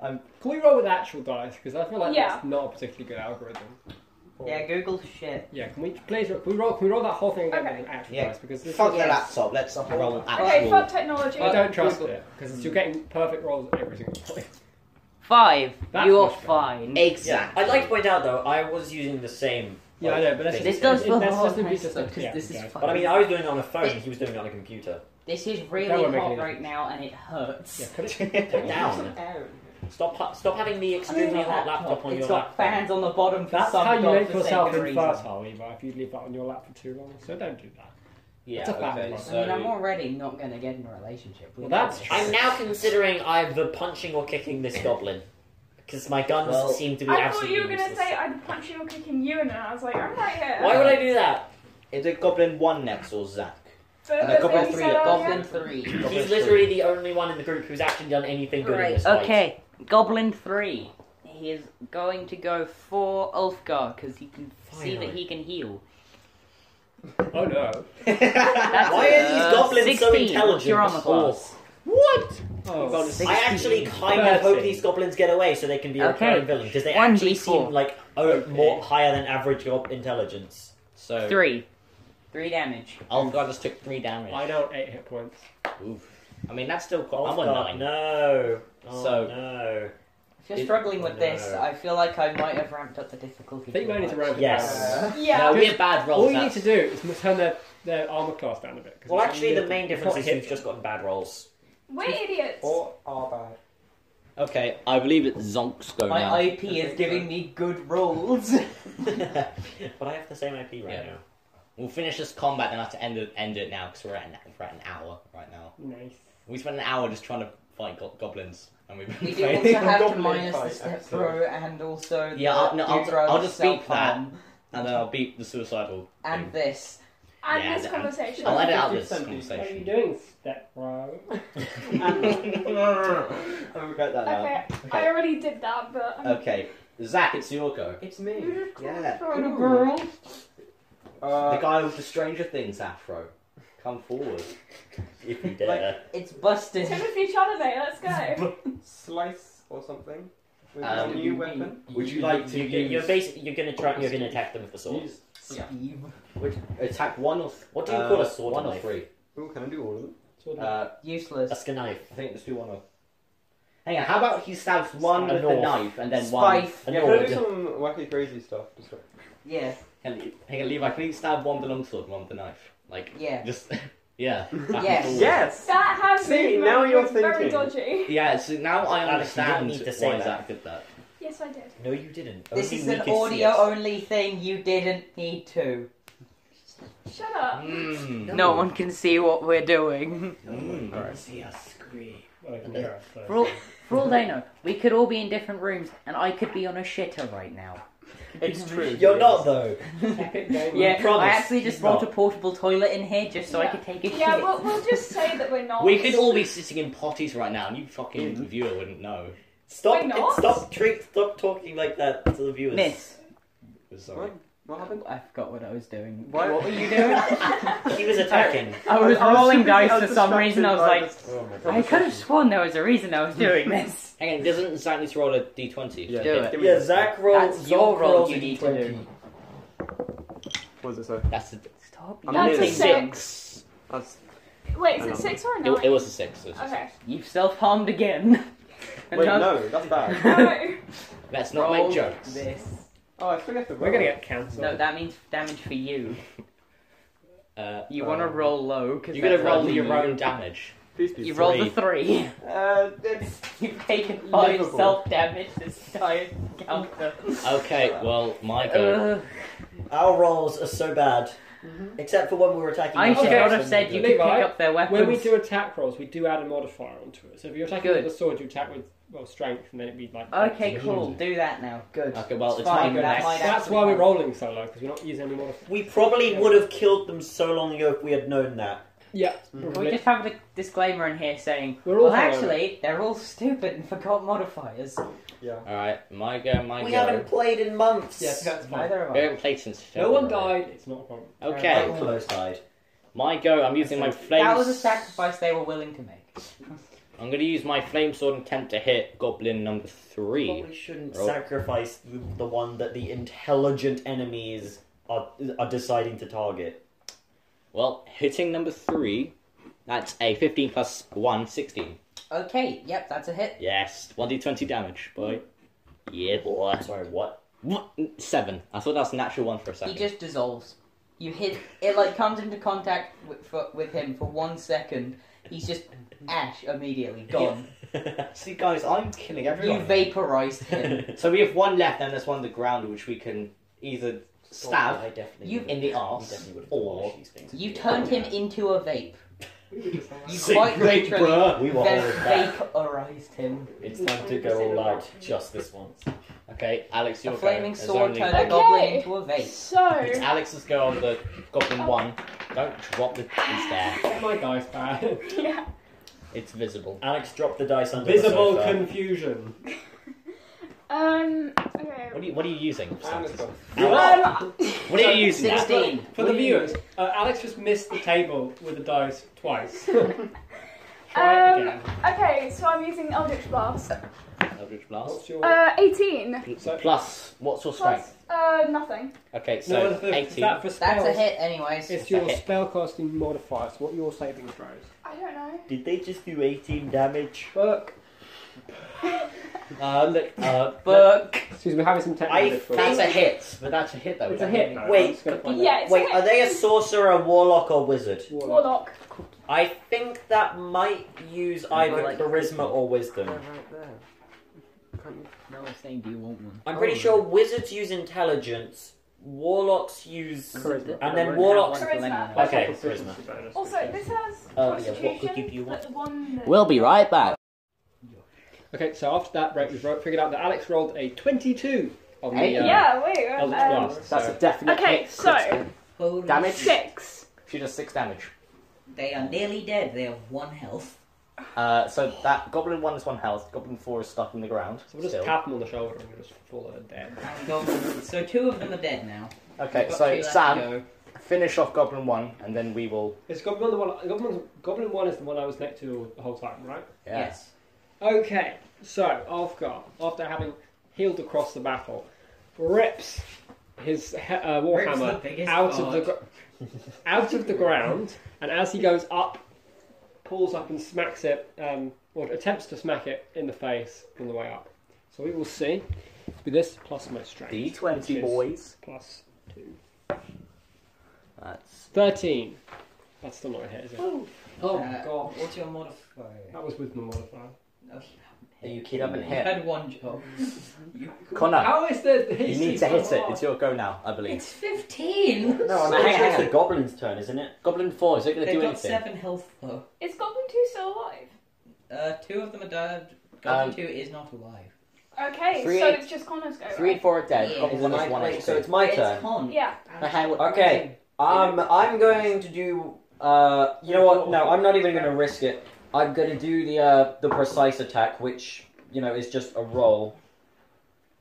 [SPEAKER 1] Can we roll with actual dice? Because I feel like
[SPEAKER 3] Yeah.
[SPEAKER 1] that's not a particularly good algorithm.
[SPEAKER 4] Yeah, Google shit.
[SPEAKER 1] Yeah, can we please can we roll can we roll that whole thing again
[SPEAKER 3] Okay.
[SPEAKER 1] with actual
[SPEAKER 2] Yeah.
[SPEAKER 1] dice? Because this
[SPEAKER 2] fuck
[SPEAKER 1] is,
[SPEAKER 2] the laptop. Let's roll an
[SPEAKER 3] Okay,
[SPEAKER 2] actual.
[SPEAKER 3] fuck technology.
[SPEAKER 1] I don't trust
[SPEAKER 4] Google.
[SPEAKER 1] it because you're getting perfect rolls at every single point.
[SPEAKER 4] Five.
[SPEAKER 1] That's
[SPEAKER 4] You're
[SPEAKER 1] much better.
[SPEAKER 4] fine.
[SPEAKER 5] Yeah.
[SPEAKER 2] Exactly.
[SPEAKER 5] I'd like to point out though, I was using the same.
[SPEAKER 1] Yeah, I know, but that's
[SPEAKER 5] thing.
[SPEAKER 4] This
[SPEAKER 1] It-
[SPEAKER 4] does
[SPEAKER 1] it-
[SPEAKER 4] feel
[SPEAKER 1] that's
[SPEAKER 4] hard
[SPEAKER 1] just a
[SPEAKER 4] pressed,
[SPEAKER 1] piece of
[SPEAKER 4] though,
[SPEAKER 1] stuff,
[SPEAKER 4] 'cause
[SPEAKER 1] yeah,
[SPEAKER 4] this is
[SPEAKER 1] okay.
[SPEAKER 4] fun.
[SPEAKER 5] But I mean, I was doing it on a phone. He was doing it on a computer.
[SPEAKER 4] This is
[SPEAKER 1] That
[SPEAKER 4] really
[SPEAKER 1] won't make
[SPEAKER 4] hot
[SPEAKER 1] any
[SPEAKER 4] right now, and it hurts.
[SPEAKER 1] Yeah, put it
[SPEAKER 5] Down. Stop. ha- Stop having the extremely hot laptop on
[SPEAKER 4] It's
[SPEAKER 5] your
[SPEAKER 4] got
[SPEAKER 5] laptop.
[SPEAKER 4] fans on the bottom for
[SPEAKER 1] That's
[SPEAKER 4] some
[SPEAKER 1] how you make
[SPEAKER 4] godforsaken
[SPEAKER 1] yourself
[SPEAKER 4] reason.
[SPEAKER 1] infertile, Levi, if you leave that on your lap for too long. So don't do that.
[SPEAKER 2] Yeah.
[SPEAKER 1] It's a fact.
[SPEAKER 2] Okay.
[SPEAKER 4] I mean, I'm
[SPEAKER 2] So
[SPEAKER 4] already not going to get in a relationship.
[SPEAKER 1] Well,
[SPEAKER 4] with
[SPEAKER 1] that's
[SPEAKER 4] this.
[SPEAKER 1] true.
[SPEAKER 5] I'm now considering either punching or kicking this goblin because my guns
[SPEAKER 2] Well-
[SPEAKER 5] seem to be
[SPEAKER 3] I thought
[SPEAKER 5] absolutely
[SPEAKER 3] you were gonna
[SPEAKER 5] useless.
[SPEAKER 3] say either punching or kicking you, and I was like, I'm right here.
[SPEAKER 5] Why would I do that?
[SPEAKER 2] is it Goblin one next or Zach?
[SPEAKER 3] But
[SPEAKER 2] Uh,
[SPEAKER 3] the
[SPEAKER 2] Goblin
[SPEAKER 3] thing you
[SPEAKER 2] three,
[SPEAKER 3] said
[SPEAKER 4] Goblin
[SPEAKER 3] earlier-
[SPEAKER 1] (clears throat)
[SPEAKER 4] three.
[SPEAKER 2] Goblin
[SPEAKER 5] He's literally the only one in the group who's actually done anything good in this fight.
[SPEAKER 4] Okay, Goblin three. he is going to go for Ulfgar because he can see that
[SPEAKER 8] Finally.
[SPEAKER 4] he can heal.
[SPEAKER 1] Oh no.
[SPEAKER 2] (laughs)
[SPEAKER 4] That's
[SPEAKER 5] Why are these
[SPEAKER 4] uh,
[SPEAKER 5] goblins so
[SPEAKER 4] 16. What's your armor
[SPEAKER 5] intelligent?
[SPEAKER 4] class?
[SPEAKER 5] What?
[SPEAKER 1] Oh.
[SPEAKER 5] I actually kind of hope
[SPEAKER 4] 13.
[SPEAKER 5] these goblins get away so they can be a
[SPEAKER 4] Okay.
[SPEAKER 5] recurring villain because they
[SPEAKER 4] 1d4.
[SPEAKER 5] actually seem like oh, more higher than average gob intelligence.
[SPEAKER 2] So
[SPEAKER 4] Three. Three damage.
[SPEAKER 2] Ulfgar just took three damage.
[SPEAKER 1] I don't eight hit points.
[SPEAKER 2] Oof. I mean that's still quite.
[SPEAKER 5] Oh,
[SPEAKER 2] I'm on
[SPEAKER 5] God,
[SPEAKER 2] nine.
[SPEAKER 5] no. Oh,
[SPEAKER 2] So-
[SPEAKER 5] no.
[SPEAKER 4] If you're
[SPEAKER 2] It-
[SPEAKER 4] struggling with this,
[SPEAKER 5] No.
[SPEAKER 4] I feel like I might have ramped up the difficulty.
[SPEAKER 1] I think
[SPEAKER 4] too
[SPEAKER 1] mine is
[SPEAKER 4] much.
[SPEAKER 1] around
[SPEAKER 5] Yes.
[SPEAKER 6] uh,
[SPEAKER 2] No,
[SPEAKER 3] Yeah.
[SPEAKER 2] we're bad rolls.
[SPEAKER 1] All you need
[SPEAKER 2] that's-
[SPEAKER 1] to do is turn their, their armor class down a bit. 'cause
[SPEAKER 5] Well,
[SPEAKER 1] it's
[SPEAKER 5] actually,
[SPEAKER 1] only
[SPEAKER 5] the
[SPEAKER 1] a-
[SPEAKER 5] main difference is
[SPEAKER 1] Forty
[SPEAKER 5] we've
[SPEAKER 1] six.
[SPEAKER 5] just gotten bad rolls.
[SPEAKER 3] We're idiots.
[SPEAKER 6] Or are bad.
[SPEAKER 2] Okay, I believe it's Zonk's go now.
[SPEAKER 4] My IP is giving me good rolls.
[SPEAKER 5] (laughs)
[SPEAKER 4] (laughs)
[SPEAKER 5] but I have the same IP right
[SPEAKER 2] Yeah.
[SPEAKER 5] now.
[SPEAKER 2] We'll finish this combat and I have to end it, end it now because we're, at an- we're at an hour right now.
[SPEAKER 1] Nice.
[SPEAKER 2] We spent an hour just trying to fight go- goblins and we've been
[SPEAKER 4] We do
[SPEAKER 2] playing.
[SPEAKER 6] think
[SPEAKER 4] also have to
[SPEAKER 6] goblin
[SPEAKER 4] minus the
[SPEAKER 6] fight,
[SPEAKER 4] step
[SPEAKER 6] actually.
[SPEAKER 4] pro and also
[SPEAKER 2] Yeah,
[SPEAKER 4] the
[SPEAKER 2] I'll- no, I'll-
[SPEAKER 4] Udra
[SPEAKER 2] I'll just beep
[SPEAKER 4] self-harm
[SPEAKER 2] And then I'll beat the suicidal. thing.
[SPEAKER 4] and this.
[SPEAKER 3] and
[SPEAKER 2] Yeah,
[SPEAKER 3] this
[SPEAKER 2] that-
[SPEAKER 3] conversation.
[SPEAKER 2] I'll edit out this
[SPEAKER 6] 50%
[SPEAKER 1] What are you
[SPEAKER 2] conversation. (laughs)
[SPEAKER 1] doing, step bro?
[SPEAKER 2] I regret that now.
[SPEAKER 3] Okay, I already did that, but I'm
[SPEAKER 2] Okay, Zach, it's your go.
[SPEAKER 6] It's
[SPEAKER 3] you
[SPEAKER 6] me.
[SPEAKER 3] just called
[SPEAKER 2] Yeah.
[SPEAKER 3] for a
[SPEAKER 6] Ooh.
[SPEAKER 3] girl.
[SPEAKER 6] Uh,
[SPEAKER 2] the guy with the Stranger Things afro. Come forward.
[SPEAKER 5] (laughs) If you dare.
[SPEAKER 4] It's busted.
[SPEAKER 3] Timothy Chalamet, let's
[SPEAKER 2] (laughs)
[SPEAKER 3] go.
[SPEAKER 6] slice or something with
[SPEAKER 2] Um,
[SPEAKER 6] a new weapon.
[SPEAKER 2] Would you like to
[SPEAKER 5] you, you-
[SPEAKER 2] use,
[SPEAKER 5] you're basically you're gonna try. You're gonna attack them with the sword.
[SPEAKER 6] Use-
[SPEAKER 2] Yeah.
[SPEAKER 4] Steve.
[SPEAKER 2] attack one or th-
[SPEAKER 5] What do you call
[SPEAKER 2] uh,
[SPEAKER 5] a sword
[SPEAKER 2] One or
[SPEAKER 5] knife?
[SPEAKER 2] three.
[SPEAKER 6] Ooh, can I do all of them?
[SPEAKER 2] Uh,
[SPEAKER 5] A
[SPEAKER 4] Useless.
[SPEAKER 5] skin knife.
[SPEAKER 2] I think let's do one or. Hang on. How about he stabs one
[SPEAKER 5] A
[SPEAKER 2] with the
[SPEAKER 5] north.
[SPEAKER 2] knife and then one.
[SPEAKER 4] Spife.
[SPEAKER 5] A
[SPEAKER 6] yeah, can I do
[SPEAKER 5] sword.
[SPEAKER 6] some wacky crazy stuff? Just like-
[SPEAKER 4] Yeah,
[SPEAKER 2] Can, hang on, Levi. Can you stab one with the longsword, and one with the knife? Like (laughs)
[SPEAKER 4] yeah.
[SPEAKER 2] just. Yeah. back and
[SPEAKER 4] Yes.
[SPEAKER 2] forward.
[SPEAKER 6] Yes!
[SPEAKER 3] That has
[SPEAKER 6] See,
[SPEAKER 3] movement
[SPEAKER 6] now you're
[SPEAKER 3] was very
[SPEAKER 6] thinking.
[SPEAKER 3] dodgy.
[SPEAKER 2] Yeah. So now I
[SPEAKER 5] Alex, you
[SPEAKER 2] understand
[SPEAKER 5] didn't need to say
[SPEAKER 2] why
[SPEAKER 5] that.
[SPEAKER 2] Zach did that.
[SPEAKER 3] Yes, I did.
[SPEAKER 5] No, you didn't.
[SPEAKER 4] This
[SPEAKER 5] Only
[SPEAKER 4] is
[SPEAKER 5] we
[SPEAKER 4] an
[SPEAKER 5] could see it.
[SPEAKER 4] audio only thing you didn't need to.
[SPEAKER 3] Shut up.
[SPEAKER 2] Mm.
[SPEAKER 4] No one can see what we're
[SPEAKER 2] (laughs)
[SPEAKER 4] doing.
[SPEAKER 2] Mm.
[SPEAKER 6] Alright.
[SPEAKER 2] See us scream.
[SPEAKER 1] Well, I can hear us, so-
[SPEAKER 4] For all, for all they know, we could all be in different rooms and I could be on a shitter right now.
[SPEAKER 6] It's true.
[SPEAKER 5] You're not though.
[SPEAKER 4] (laughs) Yeah,
[SPEAKER 5] promise.
[SPEAKER 4] I actually just
[SPEAKER 5] He's
[SPEAKER 4] brought a
[SPEAKER 5] not.
[SPEAKER 4] portable toilet in here just so I
[SPEAKER 3] Yeah.
[SPEAKER 4] could take a
[SPEAKER 3] Yeah,
[SPEAKER 4] shit.
[SPEAKER 3] we'll, we'll just say that we're
[SPEAKER 2] (laughs)
[SPEAKER 3] not.
[SPEAKER 2] We could all be sitting in potties right now, and you fucking
[SPEAKER 4] Mm-hmm.
[SPEAKER 2] viewer wouldn't know.
[SPEAKER 5] Stop!
[SPEAKER 3] Why not?
[SPEAKER 5] Stop! Treat, stop talking like that to the viewers.
[SPEAKER 4] Miss,
[SPEAKER 2] Sorry.
[SPEAKER 6] What happened?
[SPEAKER 4] I forgot what I was doing.
[SPEAKER 6] What?
[SPEAKER 4] were (laughs) you doing?
[SPEAKER 5] He was (laughs) attacking.
[SPEAKER 4] I was
[SPEAKER 6] I was
[SPEAKER 4] rolling
[SPEAKER 6] thinking- I
[SPEAKER 4] dice
[SPEAKER 6] was
[SPEAKER 4] for some
[SPEAKER 6] distracted
[SPEAKER 4] reason. I was
[SPEAKER 6] by
[SPEAKER 4] like,
[SPEAKER 6] this- Oh my God.
[SPEAKER 4] I could have sworn there was a reason I was doing this.
[SPEAKER 2] Hang on, doesn't Zach need to roll a d20?
[SPEAKER 6] Yeah,
[SPEAKER 4] Do it.
[SPEAKER 6] give me
[SPEAKER 5] yeah,
[SPEAKER 6] this.
[SPEAKER 5] Zach rolled.
[SPEAKER 4] That's your
[SPEAKER 5] Zach
[SPEAKER 4] roll
[SPEAKER 5] rolled
[SPEAKER 4] you
[SPEAKER 5] a
[SPEAKER 4] need to
[SPEAKER 5] D20.
[SPEAKER 4] do.
[SPEAKER 6] What was it, sorry?
[SPEAKER 2] That's a,
[SPEAKER 4] Stop
[SPEAKER 6] I'm
[SPEAKER 3] That's a
[SPEAKER 6] nearly.
[SPEAKER 2] six.
[SPEAKER 3] six.
[SPEAKER 6] That's
[SPEAKER 3] Wait, is it six or a
[SPEAKER 2] It,
[SPEAKER 3] nine?
[SPEAKER 2] it was a six. it was a six.
[SPEAKER 3] Okay.
[SPEAKER 2] (laughs)
[SPEAKER 4] You've self harmed again.
[SPEAKER 6] Wait, no, that's bad.
[SPEAKER 4] (laughs)
[SPEAKER 3] No.
[SPEAKER 2] Let's not
[SPEAKER 4] Roll
[SPEAKER 2] make jokes.
[SPEAKER 4] This.
[SPEAKER 6] Oh, I forget the
[SPEAKER 1] We're gonna get cancelled.
[SPEAKER 4] No, that means damage for you.
[SPEAKER 2] Uh,
[SPEAKER 4] You want to
[SPEAKER 6] Um,
[SPEAKER 4] roll low because
[SPEAKER 2] you're gonna
[SPEAKER 4] that's
[SPEAKER 2] roll
[SPEAKER 4] what
[SPEAKER 2] your
[SPEAKER 4] you-
[SPEAKER 2] own damage.
[SPEAKER 6] Please be
[SPEAKER 4] You rolled a three.
[SPEAKER 6] Uh, it's...
[SPEAKER 4] (laughs) You've taken five
[SPEAKER 6] Livable.
[SPEAKER 4] self damage this time. Counter.
[SPEAKER 2] Okay, well, my go.
[SPEAKER 4] Ugh.
[SPEAKER 5] Our rolls are so bad, except for when we were attacking.
[SPEAKER 4] I
[SPEAKER 5] yourself
[SPEAKER 4] should not have
[SPEAKER 5] and
[SPEAKER 4] said
[SPEAKER 5] the-
[SPEAKER 4] you
[SPEAKER 1] Levi,
[SPEAKER 4] could pick up their weapons.
[SPEAKER 1] When we do attack rolls, we do add a modifier onto it. So if you're attacking
[SPEAKER 4] Good.
[SPEAKER 1] with a sword, you attack with well strength, and then it'd be like.
[SPEAKER 4] Okay, cool. Do that now. Good.
[SPEAKER 2] Okay, well, it's
[SPEAKER 4] Fine,
[SPEAKER 2] my go
[SPEAKER 4] that might
[SPEAKER 2] next.
[SPEAKER 4] add-
[SPEAKER 1] That's why we're rolling so low because we're not using any modifier.
[SPEAKER 5] We probably would have killed them so long ago if we had known that.
[SPEAKER 1] Yeah,
[SPEAKER 4] Can we just have a disclaimer in here saying,
[SPEAKER 1] We're all
[SPEAKER 4] well,
[SPEAKER 1] hungover.
[SPEAKER 4] actually, they're all stupid and forgot modifiers.
[SPEAKER 2] Alright, my go, my
[SPEAKER 5] we
[SPEAKER 2] go.
[SPEAKER 5] haven't played in months.
[SPEAKER 1] Yeah, that's fine.
[SPEAKER 4] Neither of
[SPEAKER 2] We
[SPEAKER 4] us.
[SPEAKER 2] haven't played since
[SPEAKER 1] No one
[SPEAKER 2] February.
[SPEAKER 1] died. It's not a problem.
[SPEAKER 2] Okay,
[SPEAKER 5] I almost died.
[SPEAKER 2] my go. I'm using my flame.
[SPEAKER 4] That was a sacrifice they were willing to make.
[SPEAKER 2] I'm gonna use my flame sword and attempt to hit goblin number three.
[SPEAKER 5] Probably shouldn't
[SPEAKER 2] Roll.
[SPEAKER 5] sacrifice the, the one that the intelligent enemies are are deciding to target.
[SPEAKER 2] Well, hitting number three. That's a 15 plus 1, 16.
[SPEAKER 4] Okay, yep, that's a hit.
[SPEAKER 2] Yes, 1d20 damage, boy. Yeah, boy.
[SPEAKER 5] Sorry, what?
[SPEAKER 2] What? Seven. I thought that was a natural one for a
[SPEAKER 4] He
[SPEAKER 2] second.
[SPEAKER 4] just dissolves. You hit it like comes into contact with, for, with him for one second. He's just ash immediately gone.
[SPEAKER 2] See, guys, I'm killing
[SPEAKER 4] You vaporized
[SPEAKER 5] (laughs)
[SPEAKER 4] him.
[SPEAKER 2] so we have one left, and there's one on the ground which we can either
[SPEAKER 5] I
[SPEAKER 2] stab
[SPEAKER 5] definitely
[SPEAKER 4] You-
[SPEAKER 5] would've-
[SPEAKER 2] in the
[SPEAKER 5] you
[SPEAKER 2] arse
[SPEAKER 5] definitely would've
[SPEAKER 2] or
[SPEAKER 5] demolished these things.
[SPEAKER 4] You turned him into a vape. You
[SPEAKER 2] Sick
[SPEAKER 4] quite
[SPEAKER 2] vape,
[SPEAKER 4] literally
[SPEAKER 2] bruh.
[SPEAKER 5] We were all
[SPEAKER 4] va- vaporized him.
[SPEAKER 5] It's time to go all out just this once.
[SPEAKER 2] Okay, Alex, your
[SPEAKER 4] A flaming
[SPEAKER 2] go. There's
[SPEAKER 4] sword
[SPEAKER 2] only-
[SPEAKER 4] turned
[SPEAKER 3] Okay.
[SPEAKER 4] a goblin into a vape.
[SPEAKER 2] It's
[SPEAKER 3] So,
[SPEAKER 2] Alex's go on the goblin one. Don't drop the dice there.
[SPEAKER 1] My dice bad.
[SPEAKER 3] yeah.
[SPEAKER 2] It's visible.
[SPEAKER 5] Alex dropped the dice under
[SPEAKER 1] (laughs) Visible
[SPEAKER 5] the sofa.
[SPEAKER 1] confusion.
[SPEAKER 3] Um, okay.
[SPEAKER 2] What are you, what are you using?
[SPEAKER 1] Amazon.
[SPEAKER 3] Um,
[SPEAKER 2] What are you using?
[SPEAKER 4] Sixteen.
[SPEAKER 1] For the viewers, uh, Alex just missed the table with the dice twice. Try it
[SPEAKER 3] Um,
[SPEAKER 1] again.
[SPEAKER 3] okay, so I'm using Eldritch Blast.
[SPEAKER 2] Eldritch Blast.
[SPEAKER 1] What's your
[SPEAKER 3] Uh, 18.
[SPEAKER 1] So-
[SPEAKER 2] Plus, what's your
[SPEAKER 3] Plus,
[SPEAKER 2] strength?
[SPEAKER 3] uh, nothing.
[SPEAKER 2] Okay,
[SPEAKER 1] no,
[SPEAKER 2] so
[SPEAKER 1] that's the- is
[SPEAKER 2] 18.
[SPEAKER 1] that for
[SPEAKER 4] That's
[SPEAKER 1] spells?
[SPEAKER 4] a hit, anyways.
[SPEAKER 1] It's your
[SPEAKER 2] a hit.
[SPEAKER 1] spellcasting modifier, so what are your saving throws?
[SPEAKER 3] I don't know.
[SPEAKER 5] Did they just do 18 damage?
[SPEAKER 1] Look,
[SPEAKER 2] Uh, look,
[SPEAKER 5] (laughs)
[SPEAKER 2] uh,
[SPEAKER 5] But
[SPEAKER 1] excuse me, we're having some technical
[SPEAKER 5] I
[SPEAKER 1] difficulties.
[SPEAKER 2] that's a hit, but that's a hit though.
[SPEAKER 1] It's a hit. though.
[SPEAKER 5] Wait,
[SPEAKER 1] I'm just gonna find out.
[SPEAKER 3] Yeah, it's
[SPEAKER 5] wait,
[SPEAKER 3] a
[SPEAKER 5] are
[SPEAKER 3] hit.
[SPEAKER 5] they a sorcerer, warlock, or wizard?
[SPEAKER 1] Warlock.
[SPEAKER 3] Warlock.
[SPEAKER 5] I think that might use either Uh-huh.
[SPEAKER 4] Right.
[SPEAKER 5] charisma or wisdom.
[SPEAKER 4] right there. No one's saying, do you want one?
[SPEAKER 5] I'm pretty sure wizards use intelligence, warlocks use.
[SPEAKER 1] Charisma.
[SPEAKER 5] And then
[SPEAKER 4] Don't
[SPEAKER 5] warlocks-
[SPEAKER 4] have one for
[SPEAKER 3] Charisma.
[SPEAKER 4] anyone.
[SPEAKER 5] Okay, charisma.
[SPEAKER 1] Proficiency bonus.
[SPEAKER 3] Also, this has
[SPEAKER 5] Uh, yeah,
[SPEAKER 3] Constitution,
[SPEAKER 5] what could you
[SPEAKER 3] like the one that-
[SPEAKER 8] We'll be right back.
[SPEAKER 1] Okay, so after that break, we've ro- figured out that Alex rolled a 22 on the
[SPEAKER 8] Hey.
[SPEAKER 1] uh,
[SPEAKER 3] Yeah, wait. uh,
[SPEAKER 1] Eldritch
[SPEAKER 3] Um,
[SPEAKER 1] Blast.
[SPEAKER 8] That's
[SPEAKER 1] so-
[SPEAKER 8] a definite
[SPEAKER 3] okay,
[SPEAKER 8] hit.
[SPEAKER 3] so,
[SPEAKER 4] Holy
[SPEAKER 8] Damage.
[SPEAKER 4] shit.
[SPEAKER 3] six.
[SPEAKER 2] she does six damage.
[SPEAKER 4] They are nearly dead. They have one health.
[SPEAKER 2] Uh, so that goblin one is one health. Goblin four is stuck in the ground.
[SPEAKER 1] So we'll just
[SPEAKER 2] still.
[SPEAKER 1] tap him on the shoulder and we'll just fall over dead.
[SPEAKER 4] And goblin- so two of them are dead now.
[SPEAKER 2] okay,
[SPEAKER 4] We've got two
[SPEAKER 2] so
[SPEAKER 4] left to
[SPEAKER 2] Sam,
[SPEAKER 4] go.
[SPEAKER 2] finish off goblin one, and then we will.
[SPEAKER 1] Is Goblin the one? Goblin, Goblin one is the one I was next to the whole time, right?
[SPEAKER 2] Yeah.
[SPEAKER 4] Yes.
[SPEAKER 1] Okay, so Alfgar, after having healed across the battle, rips his he- uh,
[SPEAKER 4] Rips the
[SPEAKER 1] warhammer
[SPEAKER 4] biggest
[SPEAKER 1] out of the
[SPEAKER 4] part.
[SPEAKER 1] gr- out of the ground, and as he goes up, pulls up and smacks it, um, or attempts to smack it in the face on the way up. So we will see. With this plus my strength. which
[SPEAKER 2] D20
[SPEAKER 1] is
[SPEAKER 2] boys.
[SPEAKER 1] Plus two.
[SPEAKER 2] That's
[SPEAKER 1] Thirteen. That's still not a hit, is it? Oh,
[SPEAKER 4] Uh,
[SPEAKER 1] god.
[SPEAKER 4] What's your modifier?
[SPEAKER 1] That was with my modifier.
[SPEAKER 4] No,
[SPEAKER 2] Are you kidding
[SPEAKER 4] you
[SPEAKER 2] me?
[SPEAKER 4] had one job.
[SPEAKER 2] Connor,
[SPEAKER 1] How is the
[SPEAKER 2] Ah. you need to hit it. It's your go now, I believe.
[SPEAKER 4] It's fifteen.
[SPEAKER 5] No, I'm
[SPEAKER 2] Hang on,
[SPEAKER 5] pretty sure
[SPEAKER 2] hang
[SPEAKER 5] it's
[SPEAKER 2] on.
[SPEAKER 5] the goblin's turn, isn't it?
[SPEAKER 2] Goblin four is it going to
[SPEAKER 4] They've
[SPEAKER 2] do
[SPEAKER 4] got
[SPEAKER 2] anything?
[SPEAKER 4] seven health though.
[SPEAKER 3] Is Goblin 2 still alive?
[SPEAKER 4] Uh, two of them are dead. Goblin
[SPEAKER 2] Um,
[SPEAKER 4] two is not alive.
[SPEAKER 3] Okay,
[SPEAKER 2] Three
[SPEAKER 3] so
[SPEAKER 2] eight-
[SPEAKER 3] it's just Connor's go.
[SPEAKER 2] Three and
[SPEAKER 3] right?
[SPEAKER 2] four are dead.
[SPEAKER 4] Yeah.
[SPEAKER 2] Goblin one
[SPEAKER 5] Is it
[SPEAKER 2] is
[SPEAKER 5] my-
[SPEAKER 2] one
[SPEAKER 5] wait,
[SPEAKER 2] HP.
[SPEAKER 5] so it's my
[SPEAKER 4] it's
[SPEAKER 5] turn.
[SPEAKER 4] con.
[SPEAKER 3] Yeah.
[SPEAKER 2] Now, hang on.
[SPEAKER 5] Okay, um, I'm going to do. Uh, you know what? No, I'm not even going to risk it. I'm going to do the uh, the precise attack, which you know is just a roll.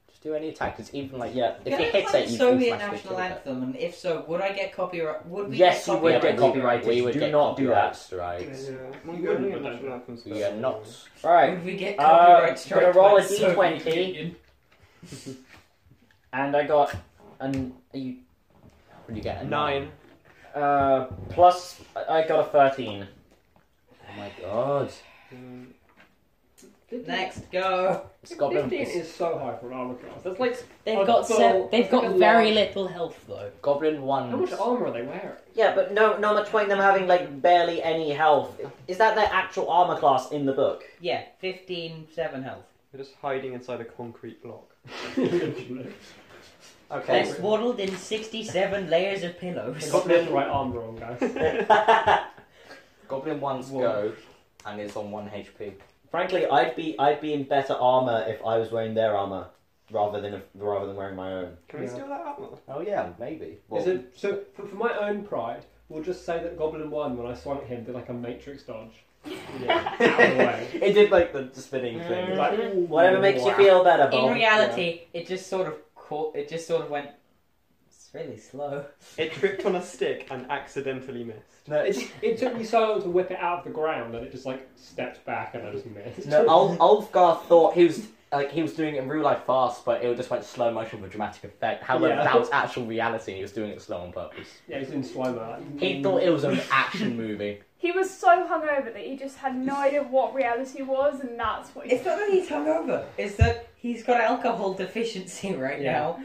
[SPEAKER 2] Just do any attack. It's even like
[SPEAKER 5] Yeah.
[SPEAKER 2] If
[SPEAKER 4] Can
[SPEAKER 2] you
[SPEAKER 4] I
[SPEAKER 2] hit
[SPEAKER 4] play
[SPEAKER 2] it,
[SPEAKER 4] the
[SPEAKER 2] you
[SPEAKER 4] Soviet
[SPEAKER 2] can smash
[SPEAKER 4] national
[SPEAKER 2] the it.
[SPEAKER 4] anthem, and if so, would I get copyright? Would we
[SPEAKER 5] Yes,
[SPEAKER 4] get
[SPEAKER 5] you would
[SPEAKER 2] Yeah,
[SPEAKER 4] copyright?
[SPEAKER 5] get
[SPEAKER 2] but we-
[SPEAKER 5] copyrighted.
[SPEAKER 2] We would
[SPEAKER 5] Do
[SPEAKER 2] get
[SPEAKER 5] not do
[SPEAKER 2] copyright
[SPEAKER 5] that.
[SPEAKER 2] strikes.
[SPEAKER 6] uh, You wouldn't get national anthem
[SPEAKER 2] We are
[SPEAKER 6] special.
[SPEAKER 2] not.
[SPEAKER 5] All right,
[SPEAKER 4] Would we get
[SPEAKER 5] Uh,
[SPEAKER 4] copyright? strike
[SPEAKER 5] gonna roll
[SPEAKER 4] by
[SPEAKER 5] a
[SPEAKER 4] the Soviet
[SPEAKER 5] D20.
[SPEAKER 4] Union?
[SPEAKER 5] and I got an you
[SPEAKER 2] Would you get a
[SPEAKER 5] uh plus I I got a thirteen.
[SPEAKER 2] Oh my god.
[SPEAKER 4] Next, go.
[SPEAKER 2] It's goblin.
[SPEAKER 1] Fifteen
[SPEAKER 2] It's
[SPEAKER 1] is so high for an armor class. That's like
[SPEAKER 4] They've
[SPEAKER 1] Oh,
[SPEAKER 4] got
[SPEAKER 1] so-
[SPEAKER 4] se- they've got
[SPEAKER 1] Look at
[SPEAKER 4] very
[SPEAKER 1] that.
[SPEAKER 4] little health though.
[SPEAKER 2] goblin
[SPEAKER 1] how
[SPEAKER 2] one.
[SPEAKER 1] much armor are they wearing?
[SPEAKER 2] (laughs)
[SPEAKER 5] Yeah, but no, not much point in them having like barely any health. Is that their actual armor class in the book?
[SPEAKER 4] Yeah, 15, 7 health.
[SPEAKER 6] They're just hiding inside a concrete block.
[SPEAKER 4] They're
[SPEAKER 5] Okay.
[SPEAKER 4] swaddled in 67 (laughs) layers of pillows.
[SPEAKER 1] Got the right armor on, guys.
[SPEAKER 2] Goblin one's go, and it's on one HP.
[SPEAKER 5] Frankly, I'd be I'd be in better armor if I was wearing their armor rather than rather than wearing my own.
[SPEAKER 6] Can we
[SPEAKER 1] Yeah.
[SPEAKER 6] steal that armor?
[SPEAKER 2] Oh yeah, maybe.
[SPEAKER 1] Is it, so, for, for my own pride, we'll just say that Goblin One, when I swung at him, did like a matrix dodge. Yeah, out of the way.
[SPEAKER 2] (laughs) it did like the spinning
[SPEAKER 4] Mm.
[SPEAKER 1] It was
[SPEAKER 2] thing.
[SPEAKER 1] like, ooh,
[SPEAKER 5] Whatever makes you
[SPEAKER 1] wow.
[SPEAKER 5] feel better,
[SPEAKER 4] In
[SPEAKER 5] Bob.
[SPEAKER 4] reality, it just sort of caught, it just sort of went. It's really slow.
[SPEAKER 6] It tripped on a stick and accidentally missed.
[SPEAKER 2] No, it's
[SPEAKER 1] Uh, It took me so long to whip it out of the ground that it just like stepped back and I just missed.
[SPEAKER 5] (laughs)
[SPEAKER 2] no. Ulf- Ulfgar thought he was like he was doing it in real life fast, but it just went slow motion for dramatic effect. However,
[SPEAKER 1] Yeah.
[SPEAKER 2] that was actual reality, and he was doing it slow on purpose.
[SPEAKER 1] Yeah, it's in slow mo.
[SPEAKER 2] He thought it was an action movie.
[SPEAKER 3] He was so hungover that he just had no idea what reality was, and that's what he
[SPEAKER 4] It's not that he's hungover, it's that he's got alcohol deficiency (laughs) right
[SPEAKER 1] Yeah.
[SPEAKER 4] now.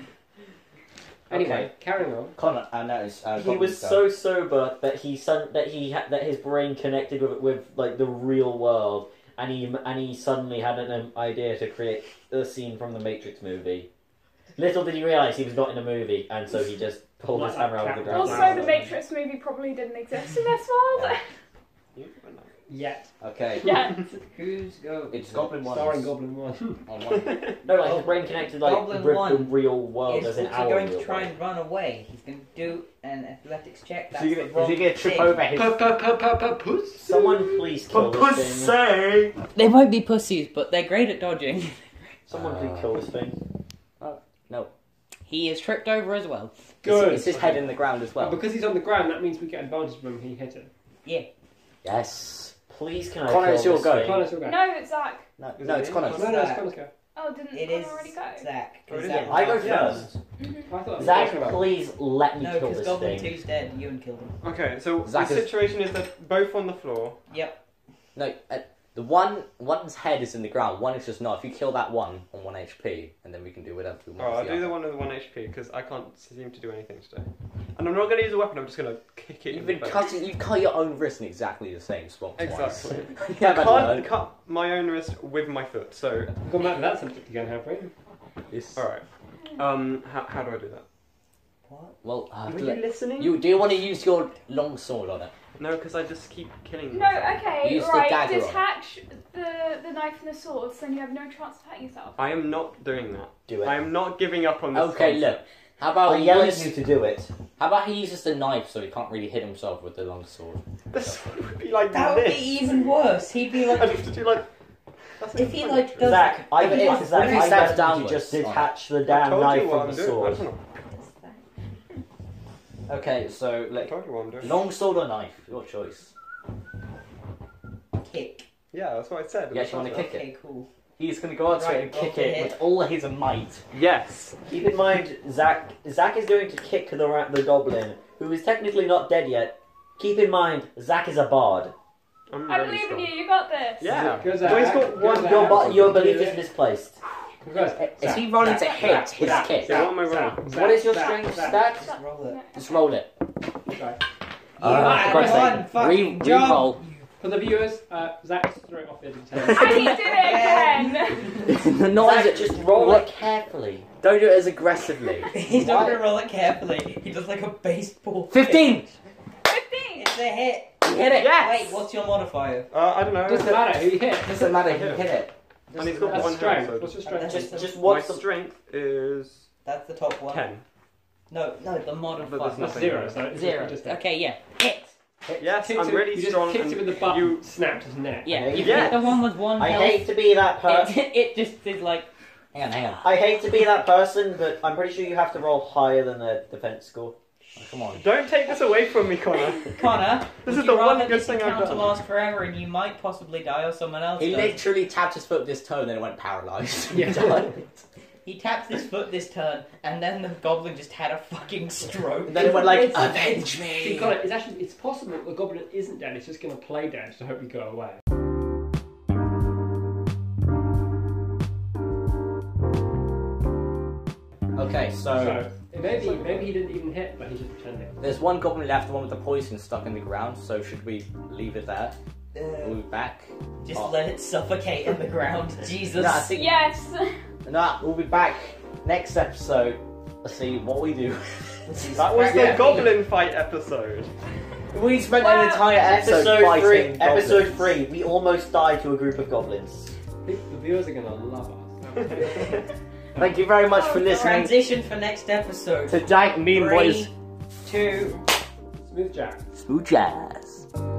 [SPEAKER 1] Anyway, carrying on.
[SPEAKER 2] Connor, I noticed. Uh,
[SPEAKER 5] He was so sober that he sud- that he ha- that his brain connected with with like the real world, and he and he suddenly had an um, idea to create a scene from the Matrix movie. Little did he realize he was not in a movie, and so he just pulled his hammer out of the ground.
[SPEAKER 3] Also, the Matrix movie probably didn't exist in this world.
[SPEAKER 6] You don't know.
[SPEAKER 1] Yet.
[SPEAKER 2] Okay,
[SPEAKER 3] yeah. (laughs)
[SPEAKER 4] Who's go?
[SPEAKER 2] it's Goblin One.
[SPEAKER 1] Starring Goblin
[SPEAKER 5] (laughs)
[SPEAKER 1] One.
[SPEAKER 2] On
[SPEAKER 1] (laughs)
[SPEAKER 2] one.
[SPEAKER 5] No, like his brain connected like
[SPEAKER 4] Goblin
[SPEAKER 5] with the
[SPEAKER 4] one
[SPEAKER 5] real world
[SPEAKER 4] Is
[SPEAKER 5] as in
[SPEAKER 4] also
[SPEAKER 5] our
[SPEAKER 4] going
[SPEAKER 5] real
[SPEAKER 4] to try
[SPEAKER 5] world.
[SPEAKER 4] and run away. He's going to do an athletics check. That's
[SPEAKER 2] So you're
[SPEAKER 4] the
[SPEAKER 2] gonna,
[SPEAKER 4] wrong
[SPEAKER 2] so you're gonna trip
[SPEAKER 4] thing.
[SPEAKER 2] over his.
[SPEAKER 5] Someone please kill this thing.
[SPEAKER 4] They might be pussies, but they're great at dodging. (laughs)
[SPEAKER 5] Someone
[SPEAKER 2] Uh,
[SPEAKER 5] please kill this thing.
[SPEAKER 4] He is tripped over as well.
[SPEAKER 2] Good. Is his head in the ground as
[SPEAKER 1] But
[SPEAKER 2] well?
[SPEAKER 1] because he's on the ground, that means we get advantage from him. He hits it.
[SPEAKER 2] Yes.
[SPEAKER 5] Please can I
[SPEAKER 2] Connor,
[SPEAKER 5] kill
[SPEAKER 2] it's your
[SPEAKER 5] this
[SPEAKER 2] go.
[SPEAKER 5] thing?
[SPEAKER 1] Connor's still going.
[SPEAKER 3] No, Zach.
[SPEAKER 2] No,
[SPEAKER 6] Is
[SPEAKER 2] no
[SPEAKER 6] it
[SPEAKER 2] it's
[SPEAKER 6] me?
[SPEAKER 2] Connor's.
[SPEAKER 1] No, no, it's Connor's go.
[SPEAKER 3] Oh, didn't
[SPEAKER 4] It
[SPEAKER 3] Connor
[SPEAKER 4] is
[SPEAKER 3] already go?
[SPEAKER 4] Zach. 'cause
[SPEAKER 6] Oh, it is
[SPEAKER 4] Zach
[SPEAKER 6] him.
[SPEAKER 5] I go
[SPEAKER 4] was-
[SPEAKER 5] first.
[SPEAKER 1] I thought
[SPEAKER 5] Zach,
[SPEAKER 1] that was
[SPEAKER 5] please let me
[SPEAKER 4] No,
[SPEAKER 5] kill
[SPEAKER 4] because
[SPEAKER 5] this
[SPEAKER 4] Goblin
[SPEAKER 5] thing.
[SPEAKER 4] 2's dead. Ewan killed him.
[SPEAKER 6] Okay, so
[SPEAKER 2] Zach
[SPEAKER 6] the
[SPEAKER 2] is-
[SPEAKER 6] situation is they're both on the floor.
[SPEAKER 2] No, uh, the one one's head is in the ground. One is just not. If you kill that one on one HP, and then we can do whatever we want.
[SPEAKER 6] Oh, I'll
[SPEAKER 2] with
[SPEAKER 6] do the
[SPEAKER 2] other.
[SPEAKER 6] one with the one HP because I can't seem to do anything today. And I'm not going to use a weapon. I'm just going to kick it.
[SPEAKER 2] You've
[SPEAKER 6] in
[SPEAKER 2] been
[SPEAKER 6] the face.
[SPEAKER 2] cutting. You've cut your own wrist in exactly the same spot. Twice. (laughs)
[SPEAKER 6] Exactly.
[SPEAKER 2] Yeah,
[SPEAKER 6] I
[SPEAKER 2] but
[SPEAKER 6] can't cut my own wrist with my foot. So
[SPEAKER 1] We've gone back to that subject again, have we?
[SPEAKER 2] no, this-
[SPEAKER 6] all right. Um, how, how do I do that?
[SPEAKER 4] What?
[SPEAKER 2] Well, uh,
[SPEAKER 6] Were
[SPEAKER 2] do
[SPEAKER 6] you
[SPEAKER 2] you,
[SPEAKER 6] listening?
[SPEAKER 2] do you want to use your long sword on it?
[SPEAKER 6] No, because I just keep killing.
[SPEAKER 3] No,
[SPEAKER 6] myself.
[SPEAKER 3] okay,
[SPEAKER 2] Use the
[SPEAKER 3] right.
[SPEAKER 2] dagger on it.
[SPEAKER 3] Detach the, the knife and the sword, so then you have no chance of hurting yourself.
[SPEAKER 6] I am not doing that.
[SPEAKER 2] Do it.
[SPEAKER 6] I am not giving up on this.
[SPEAKER 2] okay, look.
[SPEAKER 6] concept.
[SPEAKER 2] How
[SPEAKER 5] I'll
[SPEAKER 2] about he
[SPEAKER 5] yell at
[SPEAKER 2] uses,
[SPEAKER 5] Oh, you to do it.
[SPEAKER 2] How about he uses the knife so he can't really hit himself with the long sword?
[SPEAKER 6] This one would be like
[SPEAKER 4] That would
[SPEAKER 6] this.
[SPEAKER 4] be
[SPEAKER 6] (laughs)
[SPEAKER 4] even worse. He'd be
[SPEAKER 6] I'd (laughs)
[SPEAKER 4] like,
[SPEAKER 6] have to do like. That's
[SPEAKER 4] If he,
[SPEAKER 6] not
[SPEAKER 4] like,
[SPEAKER 6] true.
[SPEAKER 4] does-
[SPEAKER 5] Zach, I
[SPEAKER 2] Yeah, but
[SPEAKER 5] think
[SPEAKER 2] if-
[SPEAKER 5] Zach,
[SPEAKER 2] if he
[SPEAKER 5] I
[SPEAKER 2] steps
[SPEAKER 5] reckon you
[SPEAKER 2] downwards,
[SPEAKER 5] just
[SPEAKER 2] it's fine.
[SPEAKER 5] detach the
[SPEAKER 6] I
[SPEAKER 5] damn
[SPEAKER 6] told you
[SPEAKER 5] knife
[SPEAKER 6] what
[SPEAKER 5] from the
[SPEAKER 6] I'm doing. I
[SPEAKER 5] sword.
[SPEAKER 6] don't know.
[SPEAKER 2] Okay, so
[SPEAKER 6] I
[SPEAKER 2] like
[SPEAKER 6] told you what I'm doing.
[SPEAKER 2] long sword or knife, your choice.
[SPEAKER 4] kick.
[SPEAKER 6] Yeah, that's what I said.
[SPEAKER 2] You actually want to kick it?
[SPEAKER 4] Okay, cool.
[SPEAKER 2] He's gonna go up to
[SPEAKER 4] Right,
[SPEAKER 2] it and
[SPEAKER 4] go
[SPEAKER 2] kick
[SPEAKER 4] for
[SPEAKER 2] it
[SPEAKER 4] hit.
[SPEAKER 2] with all his might.
[SPEAKER 6] Yes.
[SPEAKER 5] Keep in mind, Zach. Zach is going to kick the ra- the goblin, who is technically not dead yet. Keep in mind, Zach is a bard.
[SPEAKER 6] I'm
[SPEAKER 3] I
[SPEAKER 6] really
[SPEAKER 3] believe in
[SPEAKER 6] strong.
[SPEAKER 3] you, you got this.
[SPEAKER 6] Yeah.
[SPEAKER 1] Goes
[SPEAKER 6] Well, he's
[SPEAKER 1] out,
[SPEAKER 6] got
[SPEAKER 1] goes
[SPEAKER 6] one
[SPEAKER 1] out.
[SPEAKER 5] Your, ba- your belief
[SPEAKER 1] Yeah.
[SPEAKER 5] is misplaced.
[SPEAKER 1] Goes-
[SPEAKER 2] Is he rolling to hit his kick?
[SPEAKER 6] So what am I rolling?
[SPEAKER 2] What is your strength stat?
[SPEAKER 4] Just roll it.
[SPEAKER 3] No.
[SPEAKER 2] Just roll it.
[SPEAKER 4] You
[SPEAKER 2] Uh,
[SPEAKER 4] had
[SPEAKER 2] for God's
[SPEAKER 4] one
[SPEAKER 2] sake,
[SPEAKER 4] fucking
[SPEAKER 2] re-
[SPEAKER 4] job.
[SPEAKER 2] re-roll.
[SPEAKER 1] For the viewers, uh, Zach threw it off the edge of the
[SPEAKER 2] (laughs)
[SPEAKER 1] table.
[SPEAKER 3] And he did it again! (laughs)
[SPEAKER 2] Not
[SPEAKER 5] Zach,
[SPEAKER 2] as it,
[SPEAKER 5] just roll
[SPEAKER 2] What-
[SPEAKER 5] it carefully.
[SPEAKER 2] don't do it as aggressively.
[SPEAKER 4] (laughs) (laughs) He's not gonna roll it carefully. He does like a baseball. kick.
[SPEAKER 2] 15!
[SPEAKER 3] 15!
[SPEAKER 4] It's a hit.
[SPEAKER 2] He hit it!
[SPEAKER 4] Wait, what's your modifier?
[SPEAKER 6] Uh, I don't know.
[SPEAKER 1] Doesn't matter who you hit.
[SPEAKER 2] Doesn't matter, he hit it.
[SPEAKER 6] And he's got
[SPEAKER 1] That's
[SPEAKER 6] one
[SPEAKER 1] strength.
[SPEAKER 6] hand.
[SPEAKER 1] What's
[SPEAKER 6] so
[SPEAKER 1] your strength?
[SPEAKER 4] That's-
[SPEAKER 5] Just, just
[SPEAKER 6] My
[SPEAKER 5] what's the
[SPEAKER 6] strength is
[SPEAKER 4] That's the top one.
[SPEAKER 6] (laughs) ten.
[SPEAKER 4] No, no, the
[SPEAKER 6] But
[SPEAKER 4] modifier.
[SPEAKER 6] there's
[SPEAKER 1] That's zero. So it's
[SPEAKER 4] Zero.
[SPEAKER 1] you Just
[SPEAKER 4] Okay, yeah. Hit.
[SPEAKER 6] Yes,
[SPEAKER 1] Kicked
[SPEAKER 6] I'm
[SPEAKER 1] him-
[SPEAKER 6] really
[SPEAKER 1] you
[SPEAKER 6] strong.
[SPEAKER 1] Just kicked
[SPEAKER 6] and
[SPEAKER 1] him in the butt.
[SPEAKER 6] You
[SPEAKER 1] You snapped his neck.
[SPEAKER 4] Yeah,
[SPEAKER 5] Okay.
[SPEAKER 4] you
[SPEAKER 6] Yeah.
[SPEAKER 4] hit the one with one
[SPEAKER 5] I
[SPEAKER 4] health.
[SPEAKER 5] hate to be that person.
[SPEAKER 4] It, (laughs) it just is like
[SPEAKER 2] Hang on, hang on.
[SPEAKER 5] I hate to be that person, but I'm pretty sure you have to roll higher than the defense score.
[SPEAKER 2] Oh, come on.
[SPEAKER 6] (laughs) Don't take this away from me, Connor.
[SPEAKER 4] Connor. would
[SPEAKER 6] This is
[SPEAKER 4] you
[SPEAKER 6] the one
[SPEAKER 4] rather
[SPEAKER 6] good
[SPEAKER 4] this
[SPEAKER 6] thing I've
[SPEAKER 4] encounter
[SPEAKER 6] done?
[SPEAKER 4] last forever, and you might possibly die, or someone else
[SPEAKER 2] He
[SPEAKER 4] does.
[SPEAKER 2] literally tapped his foot this toe and then it went (laughs) paralysed.
[SPEAKER 1] Yeah.
[SPEAKER 2] Done.
[SPEAKER 4] He taps his foot this turn, and then the goblin just had a fucking stroke.
[SPEAKER 2] and then it went like,
[SPEAKER 1] It's-
[SPEAKER 2] avenge
[SPEAKER 1] You
[SPEAKER 2] me!
[SPEAKER 1] got it. It's actually it's possible the goblin isn't dead. It's just going to play dead to hope you go away.
[SPEAKER 2] Okay, so
[SPEAKER 1] So maybe maybe he didn't even hit, but he's just pretending.
[SPEAKER 2] there's one goblin left, the one with the poison stuck in the ground, so should we leave it there?
[SPEAKER 4] Uh,
[SPEAKER 2] Move back?
[SPEAKER 4] just let it suffocate in the ground. Jesus.
[SPEAKER 2] No, I think
[SPEAKER 3] Yes!
[SPEAKER 2] Nah, uh, we'll be back next episode. Let's see what we do. (laughs)
[SPEAKER 4] This is
[SPEAKER 6] That was the
[SPEAKER 4] crappy.
[SPEAKER 6] goblin
[SPEAKER 1] (laughs)
[SPEAKER 6] fight episode.
[SPEAKER 2] we spent
[SPEAKER 3] Wow.
[SPEAKER 2] an entire episode,
[SPEAKER 5] Episode
[SPEAKER 2] fighting
[SPEAKER 5] three.
[SPEAKER 2] goblins.
[SPEAKER 5] Episode three. We almost died to a group of (laughs) goblins.
[SPEAKER 1] People- The viewers are going to love us.
[SPEAKER 2] Thank you very much
[SPEAKER 3] Oh,
[SPEAKER 2] for
[SPEAKER 3] God.
[SPEAKER 2] listening
[SPEAKER 4] Transition for next episode.
[SPEAKER 2] to Dank Mean
[SPEAKER 4] Three,
[SPEAKER 2] Boys
[SPEAKER 4] two,
[SPEAKER 2] (laughs)
[SPEAKER 1] Smooth Jack.
[SPEAKER 2] Smooth Jazz.